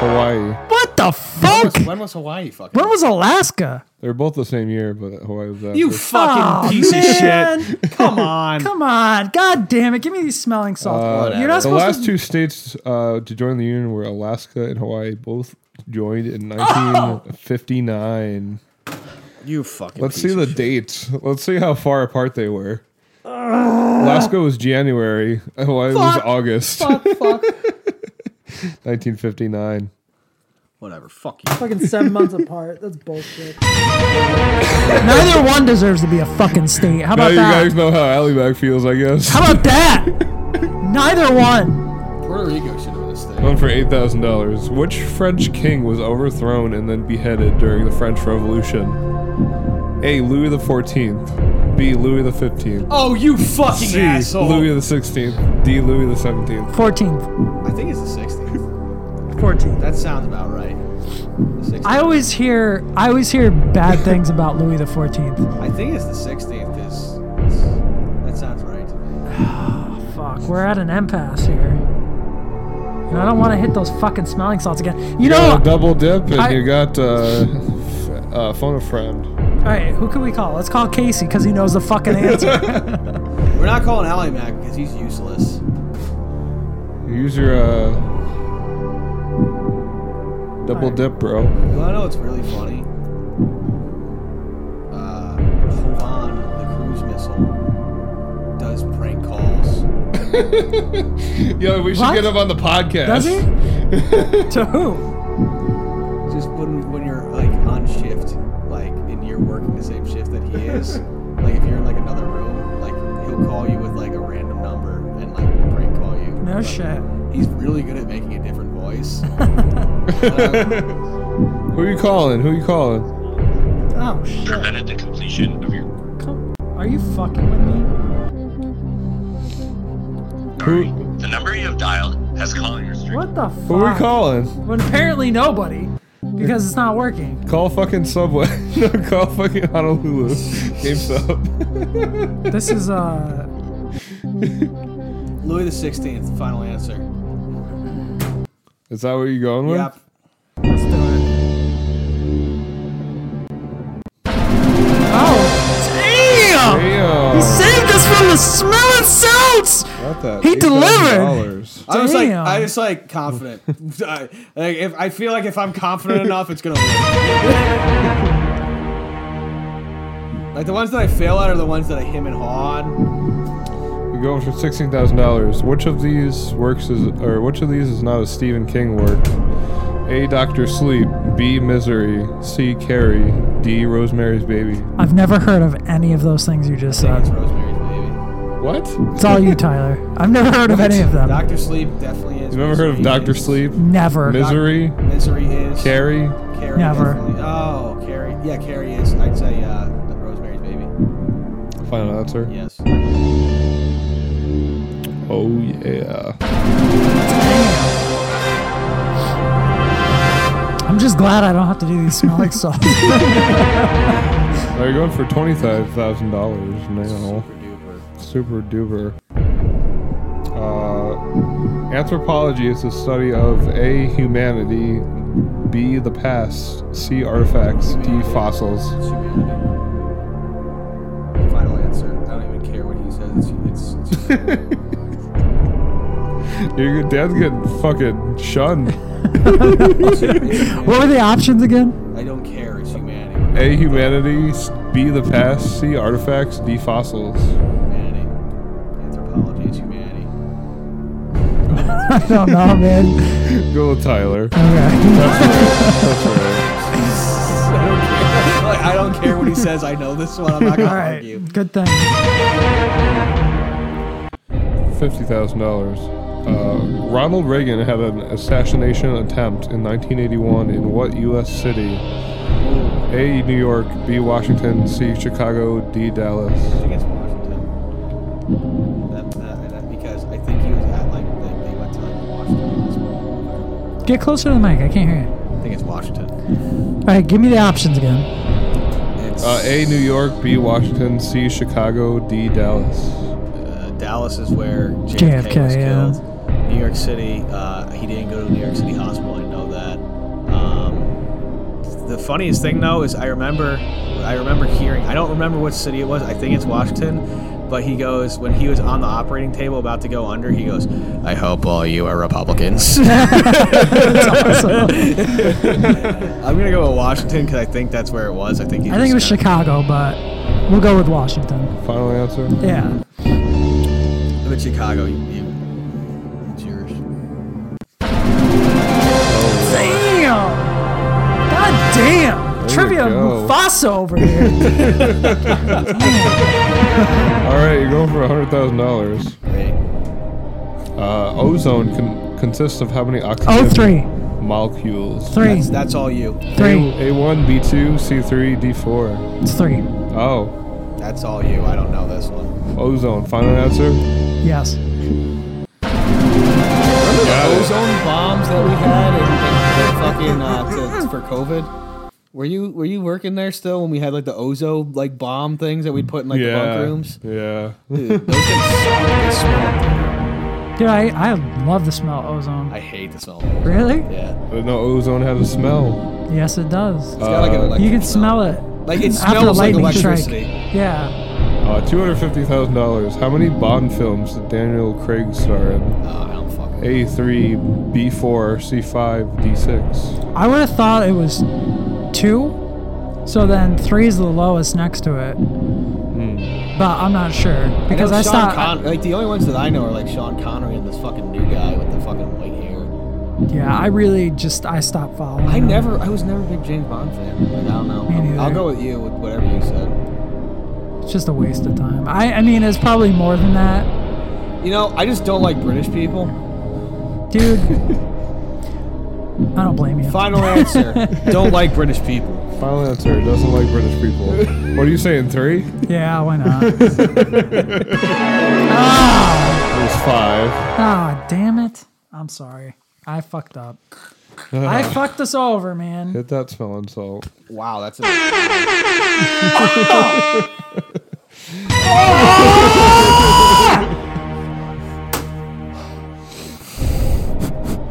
Speaker 5: Hawaii.
Speaker 4: What the fuck?
Speaker 6: When was Hawaii fucking?
Speaker 4: When was Alaska?
Speaker 5: They're both the same year, but Hawaii was after.
Speaker 6: you fucking
Speaker 4: Oh,
Speaker 6: piece
Speaker 4: man.
Speaker 6: of shit? Come on.
Speaker 4: Come on. God damn it. Give me these smelling salts. You're not
Speaker 5: Uh, the
Speaker 4: supposed
Speaker 5: last
Speaker 4: to.
Speaker 5: two states uh, to join the union were Alaska and Hawaii, both joined in 1959.
Speaker 6: You fucking.
Speaker 5: Let's
Speaker 6: piece
Speaker 5: see
Speaker 6: of
Speaker 5: the
Speaker 6: shit.
Speaker 5: dates. Let's see how far apart they were. Alaska was January, Hawaii was
Speaker 4: Fuck.
Speaker 5: August.
Speaker 4: Fuck, fuck.
Speaker 5: 1959.
Speaker 6: Whatever. Fuck you.
Speaker 3: Fucking seven months apart. That's bullshit.
Speaker 4: Neither one deserves to be a fucking state. How
Speaker 5: Now
Speaker 4: about
Speaker 5: you
Speaker 4: that?
Speaker 5: guys know how Alibag feels, I guess.
Speaker 4: How about that? Neither one.
Speaker 6: Puerto Rico should have been a state.
Speaker 5: One for eight thousand dollars. Which French king was overthrown and then beheaded during the French Revolution? A. Louis the Fourteenth. B. Louis the Fifteenth.
Speaker 6: Oh, you
Speaker 5: C.
Speaker 6: fucking
Speaker 5: Louis the Sixteenth. D. Louis the Seventeenth.
Speaker 4: 14th.
Speaker 6: I think it's the 16th.
Speaker 4: 14th.
Speaker 6: That sounds about right. The 16th.
Speaker 4: I always hear I always hear bad things about Louis the 14th.
Speaker 6: I think it's the 16th. Is that sounds right?
Speaker 4: Fuck, we're at an impasse here. And I don't want to hit those fucking smelling salts again. You know,
Speaker 5: Got a double dip, and
Speaker 4: I-
Speaker 5: you got uh, f- uh, phone a friend.
Speaker 4: all right, who can we call? Let's call Casey because he knows the fucking answer.
Speaker 6: We're not calling Ally Mac because he's useless.
Speaker 5: Use your uh, double dip, bro.
Speaker 6: You wanna know what's really funny? Uh, Hovan, the cruise missile, does prank calls.
Speaker 5: Yo, we should
Speaker 4: What?
Speaker 5: get him on the podcast.
Speaker 4: Does he? to who?
Speaker 6: Just when when you're like on shift, like and you're working the same shift that he is. like if you're in like another room, like he'll call you with like a random number and like prank call you.
Speaker 4: No
Speaker 6: Like,
Speaker 4: shit.
Speaker 6: He's really good at making a different voice.
Speaker 4: Oh,
Speaker 5: Who you calling? Who you calling?
Speaker 4: Oh shit.
Speaker 9: prevented the completion of your
Speaker 4: Come- Are you fucking with me?
Speaker 5: Who,
Speaker 9: The number you have dialed has calling restrictions.
Speaker 4: What the
Speaker 5: who we
Speaker 4: fuck?
Speaker 5: calling?
Speaker 4: When apparently nobody, because it's not working.
Speaker 5: Call fucking Subway. no, call fucking Honolulu. GameStop.
Speaker 4: This is uh.
Speaker 6: Louis the Sixteenth, final answer.
Speaker 5: Is that what you're going with?
Speaker 6: Yep.
Speaker 4: Let's do it. Oh damn!
Speaker 5: Damn.
Speaker 4: He saved us from the smelling salts.
Speaker 5: Got that.
Speaker 4: He delivered.
Speaker 5: $8,000.
Speaker 6: I was like,
Speaker 4: Damn.
Speaker 6: I was like confident. I, like if I feel like if I'm confident enough, it's gonna. Work. like the ones that I fail at are the ones that I him and haw on.
Speaker 5: We going for sixteen thousand dollars. Which of these works is, or which of these is not a Stephen King work? A. Doctor Sleep. B. Misery. C. Carrie. D. Rosemary's Baby.
Speaker 4: I've never heard of any of those things you just said.
Speaker 6: Rosemary's Baby.
Speaker 5: What?
Speaker 4: It's all you, Tyler. I've never heard of any of them.
Speaker 6: Doctor Sleep definitely is.
Speaker 5: You've never heard of
Speaker 6: Misery
Speaker 5: Doctor
Speaker 6: is.
Speaker 5: Sleep?
Speaker 4: Never.
Speaker 5: Misery.
Speaker 6: Misery is.
Speaker 5: Carrie.
Speaker 6: Carrie
Speaker 4: Never.
Speaker 6: definitely- Oh, Carrie. Yeah, Carrie is. I'd say uh, the Rosemary's Baby.
Speaker 5: Final answer.
Speaker 6: Yes.
Speaker 5: Oh yeah.
Speaker 4: I'm just glad I don't have to do these smelling salts.
Speaker 5: Now you're going for twenty-five thousand dollars now. Super duper. Uh, anthropology is the study of a humanity, b the past, c artifacts, d fossils.
Speaker 6: Final answer. I don't even care what he says. It's, it's, it's
Speaker 5: Your dad's getting fucking shunned.
Speaker 4: what were the options again?
Speaker 6: I don't care. It's humanity.
Speaker 5: A humanity, s- b the past, c artifacts, d fossils.
Speaker 6: Humanity. Anthropology is humanity.
Speaker 4: I don't know, man.
Speaker 5: Go with Tyler.
Speaker 4: Okay.
Speaker 5: That's right. That's right.
Speaker 6: Like, I don't care what he says. I know this one. I'm not gonna
Speaker 4: All
Speaker 6: argue.
Speaker 4: right. Good thing.
Speaker 5: fifty thousand dollars. Uh, Ronald Reagan had an assassination attempt in 1981 in what U.S. city? A. New York, B. Washington, C. Chicago, D.
Speaker 6: I
Speaker 5: Dallas.
Speaker 6: think it's Washington. That, that, that, because I think he was at like they, they went to like Washington. as well.
Speaker 4: Get closer to the mic. I can't hear you.
Speaker 6: I think it's Washington.
Speaker 4: All right. Give me the options again.
Speaker 6: It's
Speaker 5: Uh, A. New York, B. Washington, C. Chicago, D. Dallas.
Speaker 6: Uh, Dallas is where JFK, was
Speaker 4: JFK, yeah.
Speaker 6: killed. New York City, uh, he didn't go to New York City Hospital. I know that. Um, the funniest thing though is I remember, I remember hearing. I don't remember what city it was. I think it's Washington. But he goes when he was on the operating table about to go under. He goes, "I hope all you are Republicans." I'm gonna go with Washington because I think that's where it was. I think. He
Speaker 4: I think it was
Speaker 6: just kinda-
Speaker 4: Chicago, but we'll go with Washington.
Speaker 5: Final answer.
Speaker 4: Yeah.
Speaker 6: But Chicago, you, you, it's yours.
Speaker 4: Damn. God damn. Trivia
Speaker 5: go.
Speaker 4: Mufasa over here.
Speaker 5: All right, you're going for hundred thousand dollars.
Speaker 6: Great.
Speaker 5: Uh, ozone con- consists of how many oxygen
Speaker 4: Oh, three.
Speaker 5: molecules?
Speaker 4: Three.
Speaker 6: That's, that's all you.
Speaker 4: Three.
Speaker 5: A one, B two, C three, D four.
Speaker 4: It's three.
Speaker 5: Oh,
Speaker 6: That's all you. I don't know this one.
Speaker 5: ozone. Final answer.
Speaker 4: Yes.
Speaker 5: Got it.
Speaker 6: Ozone bombs that we had and, and the fucking uh, to, for COVID. Were you were you working there still when we had like the ozone like bomb things that we'd put in like the bunk rooms?
Speaker 5: Yeah.
Speaker 6: Dude, those things suck. They smell.
Speaker 4: Dude, I, I love the smell of ozone.
Speaker 6: I hate the smell. of ozone.
Speaker 4: Really?
Speaker 6: Yeah,
Speaker 5: But no, ozone has a smell.
Speaker 4: Yes, it does.
Speaker 6: it's got like an
Speaker 5: Uh,
Speaker 6: electric
Speaker 4: you can smell it.
Speaker 6: Like it
Speaker 4: After the
Speaker 6: smells like
Speaker 4: lightning strike.
Speaker 6: electricity.
Speaker 4: Yeah.
Speaker 5: Uh, $250,000. How many Bond films did Daniel Craig star in?
Speaker 6: Oh, I don't fucking.
Speaker 5: A3, B4, C5, D6.
Speaker 4: I would have thought it was two. So then three is the lowest next to it. But I'm not sure. Because I,
Speaker 6: Hmm. know Sean
Speaker 4: stopped.
Speaker 6: Con- like the only ones that I know are like Sean Connery and this fucking new guy with the fucking white hair.
Speaker 4: yeah, I really just I stopped following.
Speaker 6: I
Speaker 4: him.
Speaker 6: never, I was never a big James Bond fan. Like, I don't know.
Speaker 4: Me
Speaker 6: I'll, I'll
Speaker 4: neither.
Speaker 6: go with you with whatever you said.
Speaker 4: It's just a waste of time. I I mean it's probably more than that,
Speaker 6: You know, I just don't like British people.
Speaker 4: dude. I don't blame you.
Speaker 6: Final answer: don't like British people.
Speaker 5: Final answer. Doesn't like British people. what are you saying, three? It
Speaker 4: Yeah, why not? ah,
Speaker 5: was five.
Speaker 4: ah, damn it! I'm sorry. I fucked up. I fucked us over, man.
Speaker 5: Hit that smelling salt.
Speaker 6: Wow, that's a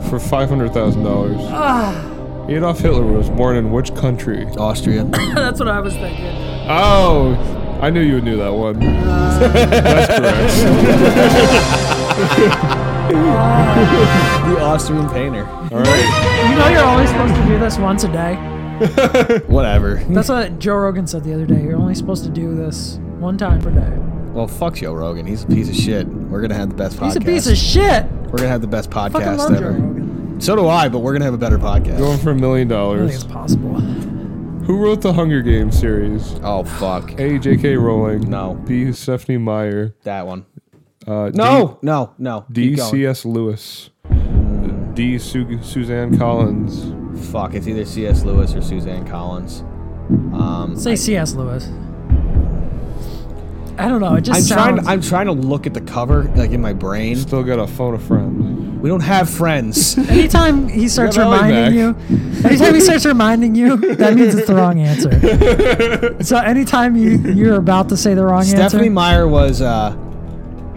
Speaker 5: For $500,000. Adolf Hitler was born in which country?
Speaker 6: Austria.
Speaker 4: That's what I was thinking.
Speaker 5: Oh, I knew you knew that one. That's correct.
Speaker 6: the Austrian painter.
Speaker 5: All right.
Speaker 4: You know, you're only supposed to do this once a day.
Speaker 6: Whatever.
Speaker 4: That's what Joe Rogan said the other day. You're only supposed to do this one time per day.
Speaker 6: Well, fuck Joe Rogan. He's a piece of shit. We're gonna have the best podcast.
Speaker 4: He's a piece of shit.
Speaker 6: We're gonna have the best
Speaker 4: Fucking
Speaker 6: podcast
Speaker 4: love Joe
Speaker 6: ever.
Speaker 4: Rogan.
Speaker 6: So do I, but we're gonna have a better
Speaker 5: Going
Speaker 6: podcast.
Speaker 5: for a million
Speaker 4: I think it's
Speaker 6: Oh,
Speaker 5: dollars.
Speaker 4: possible.
Speaker 5: Who wrote the Hunger Games series?
Speaker 6: Oh fuck.
Speaker 5: A. J.K. Rowling.
Speaker 6: No.
Speaker 5: B. Stephanie Meyer.
Speaker 6: That one.
Speaker 5: Uh,
Speaker 6: No, no, no.
Speaker 5: D.
Speaker 6: Keep
Speaker 5: D.
Speaker 6: going.
Speaker 5: C.S. Lewis. D. Su- Suzanne Collins.
Speaker 6: Fuck. It's either C.S. Lewis or Suzanne Collins. Um,
Speaker 4: Say C.S. Lewis. I don't know. It
Speaker 6: I'm
Speaker 4: just
Speaker 6: trying.
Speaker 4: sounds.
Speaker 6: I'm trying to look at the cover, like in my brain.
Speaker 5: Still got to phone a friend.
Speaker 6: We don't have friends.
Speaker 4: anytime he starts
Speaker 5: got Ellie
Speaker 4: reminding you, anytime he starts reminding you, that means it's the wrong answer. so anytime you you're about to say the wrong
Speaker 6: Stephanie
Speaker 4: answer,
Speaker 6: Meyer was uh,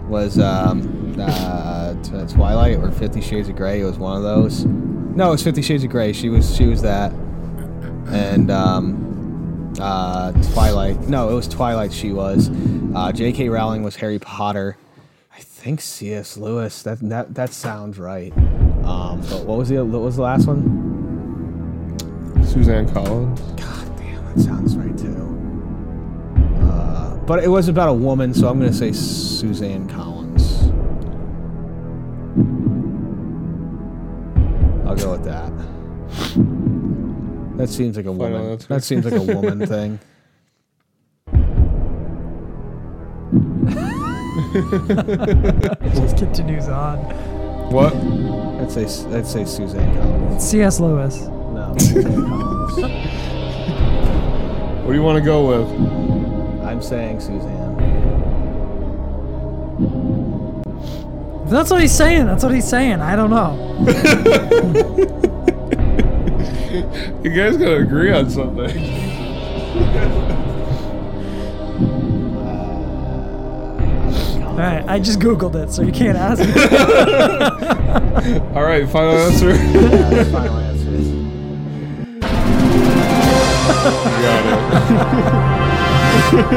Speaker 6: was um, uh, t- Twilight or Fifty Shades of Grey. It was one of those. No, it was Fifty Shades of Grey. She was she was that, and um, uh, Twilight. No, it was Twilight. She was. Uh, J.K. Rowling was Harry Potter. I think C.S. Lewis. That that that sounds right. Um, but what was the what was the last one?
Speaker 5: Suzanne Collins.
Speaker 6: God damn, that sounds right too. Uh, but it was about a woman, so I'm gonna say Suzanne Collins. I'll go with that. That seems like a
Speaker 5: Final
Speaker 6: woman.
Speaker 5: answer.
Speaker 6: That seems like a woman thing.
Speaker 4: it just continues on.
Speaker 5: What?
Speaker 6: I'd say I'd say Suzanne Collins.
Speaker 4: C.S. Lewis.
Speaker 6: No, Suzanne Collins.
Speaker 5: What do you want to go with?
Speaker 6: I'm saying Suzanne.
Speaker 4: That's what he's saying. That's what he's saying. I don't know.
Speaker 5: You guys got to agree on something.
Speaker 4: All right, I just googled it, so you can't ask. me.
Speaker 5: All right, final answer.
Speaker 6: Yeah, that's final answer.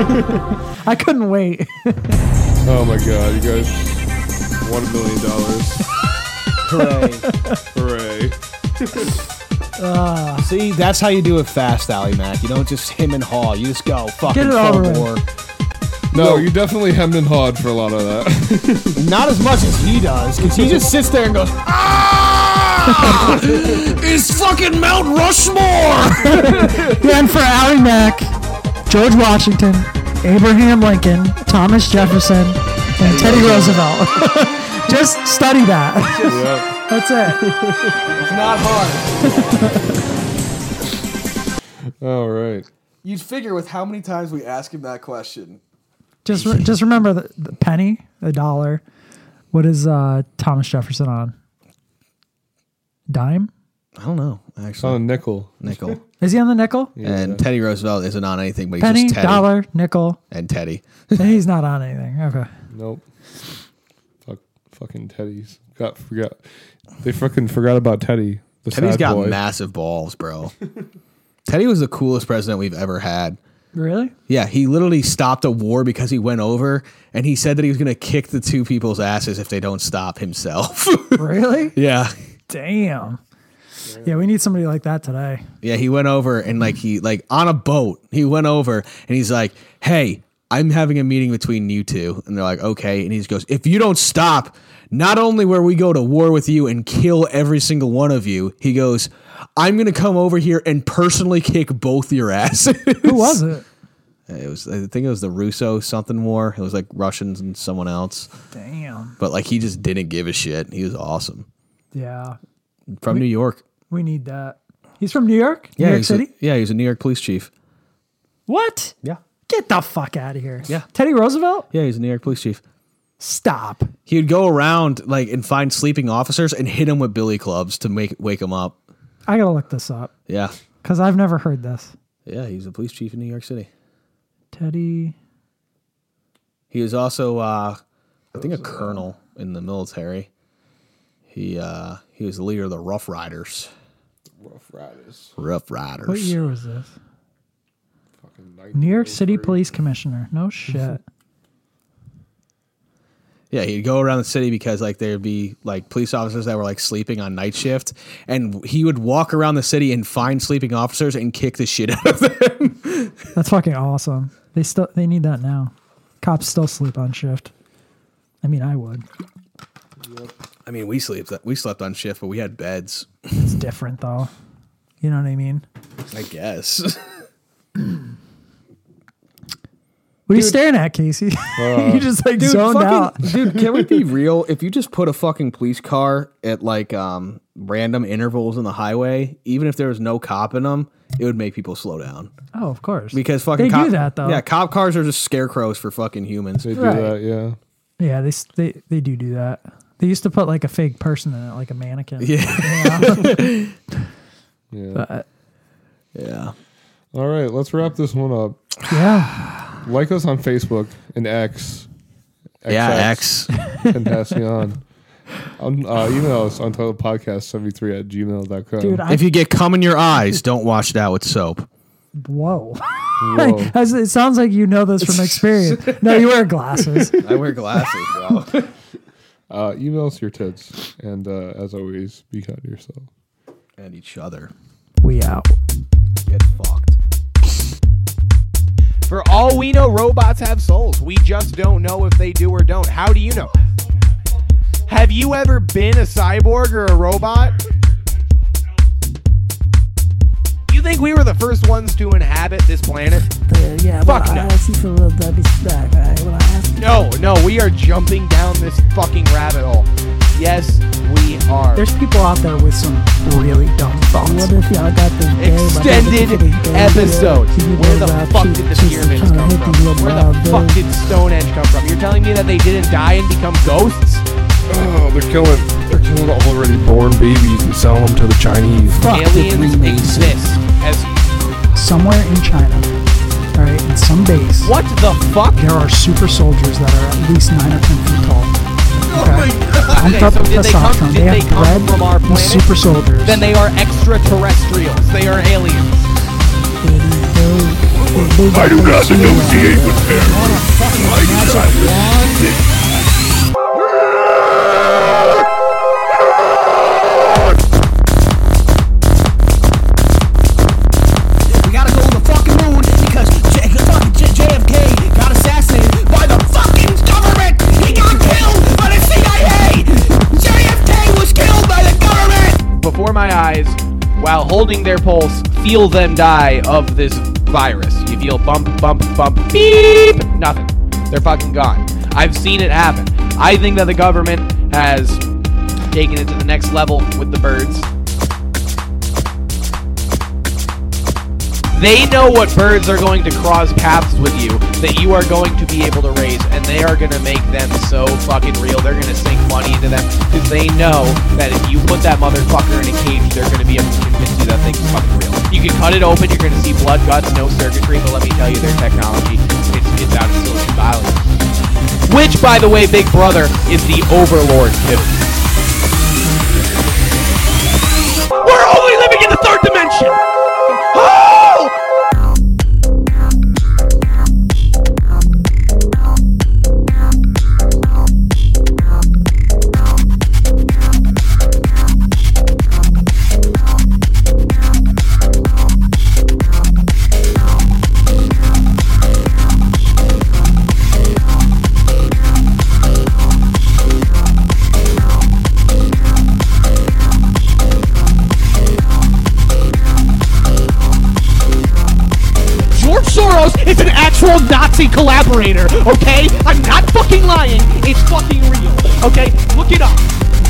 Speaker 5: got it.
Speaker 4: I couldn't wait.
Speaker 5: Oh my god, you guys. One million dollars.
Speaker 6: Hooray.
Speaker 5: Hooray.
Speaker 6: See, that's how you do it fast, Ally Mac. You don't just him and haw. You just go fucking
Speaker 4: Get it
Speaker 6: full
Speaker 4: over with.
Speaker 6: bore.
Speaker 5: No, you definitely hemmed and hawed for a lot of that.
Speaker 6: Not as much as he does, because he just sits there and goes, "Ah, it's fucking Mount Rushmore."
Speaker 4: And for Ally Mack, George Washington, Abraham Lincoln, Thomas Jefferson, and Teddy Roosevelt. Just study that.
Speaker 5: yep.
Speaker 4: That's it.
Speaker 6: It's not hard.
Speaker 5: All right.
Speaker 6: You'd figure with how many times we ask him that question.
Speaker 4: Just re- just remember the, the penny, the dollar. What is uh, Thomas Jefferson on? Dime?
Speaker 6: I don't know,
Speaker 5: On a
Speaker 6: actually.
Speaker 5: Oh, nickel.
Speaker 6: Nickel.
Speaker 4: Is he on the nickel?
Speaker 6: And Teddy Roosevelt isn't on anything, but he's
Speaker 4: Penny,
Speaker 6: just Teddy
Speaker 4: dollar, nickel.
Speaker 6: and Teddy.
Speaker 4: He's not on anything. Okay.
Speaker 5: Nope. Fuck. Fucking Teddy's got forgot. They fucking forgot about Teddy. The
Speaker 6: Teddy's
Speaker 5: sad
Speaker 6: got
Speaker 5: boy.
Speaker 6: massive balls, bro. Teddy was the coolest president we've ever had.
Speaker 4: Really?
Speaker 6: Yeah, he literally stopped a war because he went over and he said that he was going to kick the two people's asses if they don't stop himself.
Speaker 4: Really?
Speaker 6: yeah.
Speaker 4: Damn. Yeah, we need somebody like that today.
Speaker 6: Yeah, he went over and like he like on a boat. He went over and he's like, "Hey, I'm having a meeting between you two. And they're like, "Okay." And he just goes, "If you don't stop, not only where we go to war with you and kill every single one of you." He goes, "I'm going to come over here and personally kick both your asses."
Speaker 4: Who was it?
Speaker 6: it was I think it was the Russo something war. It was like Russians and someone else.
Speaker 4: Damn.
Speaker 6: But like he just didn't give a shit. He was awesome.
Speaker 4: Yeah.
Speaker 6: From New York.
Speaker 4: We need that. He's from New York?
Speaker 6: Yeah,
Speaker 4: New York
Speaker 6: he's a-
Speaker 4: City?
Speaker 6: yeah, he was a New York police chief.
Speaker 4: What?
Speaker 6: Yeah.
Speaker 4: Get the fuck out of here.
Speaker 6: Yeah.
Speaker 4: Teddy Roosevelt?
Speaker 6: Yeah, he was a New York police chief.
Speaker 4: Stop.
Speaker 6: He would go around like and find sleeping officers and hit them with billy clubs to make wake them up.
Speaker 4: I gotta look this up
Speaker 6: Yeah,
Speaker 4: because I've never heard this.
Speaker 6: yeah. He was a police chief in New York City.
Speaker 4: Teddy.
Speaker 6: He was also, uh, I think, a colonel in the military. He uh, he was the leader of the Rough Riders.
Speaker 5: Rough Riders.
Speaker 6: Rough Riders.
Speaker 4: What year was this?
Speaker 5: Fucking
Speaker 4: New York City Police Commissioner. No shit.
Speaker 6: Yeah, he'd go around the city because like there'd be like police officers that were like sleeping on night shift, and he would walk around the city and find sleeping officers and kick the shit out of them.
Speaker 4: That's fucking awesome. They still they need that now. Cops still sleep on shift. I mean, I would.
Speaker 6: I mean, we sleep we slept on shift, but we had beds.
Speaker 4: It's different though. You know what I mean?
Speaker 6: I guess.
Speaker 4: What are you staring at, Casey?
Speaker 6: Uh,
Speaker 4: you just like zoned out.
Speaker 6: dude, can we be real? If you just put a fucking police car at like um random intervals in the highway, even if there was no cop in them, it would make people slow down
Speaker 4: Oh, of course.
Speaker 6: because fucking
Speaker 4: they
Speaker 6: cop,
Speaker 4: do that though.
Speaker 6: Yeah, cop cars are just scarecrows for fucking humans.
Speaker 5: They do
Speaker 4: Right.
Speaker 5: that, yeah.
Speaker 4: Yeah, they, s- they they do do that. They used to put like a fake person in it, like a mannequin.
Speaker 6: Yeah,
Speaker 5: Yeah.
Speaker 4: But,
Speaker 6: yeah.
Speaker 5: All right, let's wrap this one up.
Speaker 4: yeah.
Speaker 5: Like us on Facebook and X.
Speaker 6: Yeah,
Speaker 5: XX. and Passion. Um, uh, email us on titlepodcast73 at gmail.com.
Speaker 4: Dude, I
Speaker 6: If you get cum in your eyes, don't wash it out with soap.
Speaker 4: whoa.
Speaker 5: Whoa.
Speaker 4: As- it sounds like you know this from experience. no, you wear glasses.
Speaker 6: I wear glasses, bro.
Speaker 5: uh, email us your tits. And uh, as always, be kind to yourself.
Speaker 6: and each other.
Speaker 4: We out.
Speaker 6: Get fucked.
Speaker 2: For all we know, robots have souls. We just don't know if they do or don't. How do you know? Have you ever been a cyborg or a robot? You think we were the first ones to inhabit this planet?
Speaker 3: Dude, Uh, yeah,
Speaker 2: Fuck
Speaker 3: when
Speaker 2: no.
Speaker 3: I asked you for a little Debbie's stack, right? When I asked
Speaker 2: No, no, we are jumping down this fucking rabbit hole. Yes, we are.
Speaker 4: There's people out there with some really dumb thoughts.
Speaker 3: What if y'all got this gay, like,
Speaker 2: extended
Speaker 3: this fucking gay
Speaker 2: episode.
Speaker 3: shit? People
Speaker 2: Where the
Speaker 3: out
Speaker 2: fuck
Speaker 3: cheek
Speaker 2: did the
Speaker 3: to cheek
Speaker 2: pyramids
Speaker 3: trying to
Speaker 2: come
Speaker 3: hit
Speaker 2: from?
Speaker 3: these little
Speaker 2: Where
Speaker 3: wild
Speaker 2: the fuck
Speaker 3: birds.
Speaker 2: did Stonehenge come from? You're telling me that they didn't die and become ghosts?
Speaker 5: Oh, they're killing, they're killing already born babies and selling them to the Chinese.
Speaker 4: Fuck the
Speaker 2: Aliens
Speaker 4: Freemasons.
Speaker 2: exist. As
Speaker 4: Somewhere in China, all right, in some base,
Speaker 2: what the fuck?
Speaker 4: there are super soldiers that are at least nine or ten feet tall. Okay? Pumped
Speaker 2: Oh Okay,
Speaker 4: up
Speaker 2: so
Speaker 4: with
Speaker 2: did they come-
Speaker 4: testosterone.
Speaker 2: did
Speaker 4: They
Speaker 2: they
Speaker 4: have
Speaker 2: come
Speaker 4: bred
Speaker 2: from our
Speaker 4: these
Speaker 2: planet?
Speaker 4: super soldiers.
Speaker 2: Then they are extraterrestrials. They are aliens.
Speaker 3: I do not negotiate
Speaker 6: We gotta go to the fucking moon because J- fucking J- JFK got assassinated by the fucking government. He got killed by the CIA. JFK was killed by the government.
Speaker 2: Before my eyes, while holding their pulse, feel them die of this virus. You feel bump, bump, bump, beep, nothing. They're fucking gone. I've seen it happen. I think that the government has taken it to the next level with the birds. They know what birds are going to cross paths with you that you are going to be able to raise, and they are going to make them so fucking real. They're going to sink money into them because they know that if you put that motherfucker in a cage, they're going to be able to convince you that thing's fucking real. You can cut it open, you're going to see blood, guts, no circuitry, but let me tell you, their technology it's, it's out of Silicon Valley. Which, by the way, Big Brother is the overlord too. We're only living in the third dimension. Oh! George Soros is an actual Nazi collaborator, okay? I'm not fucking lying. It's fucking real, okay? Look it up.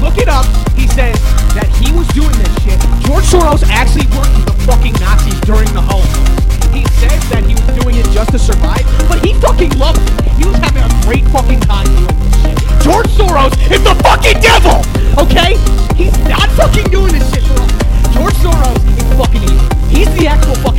Speaker 2: Look it up. He says that he was doing this shit. George Soros actually worked with the fucking Nazis during the Holocaust. He says that he was doing it just to survive, but he fucking loved it. He was having a great fucking time doing this shit. George Soros is the fucking devil, okay? He's not fucking doing this shit for us. George Soros is fucking evil. He's the actual fucking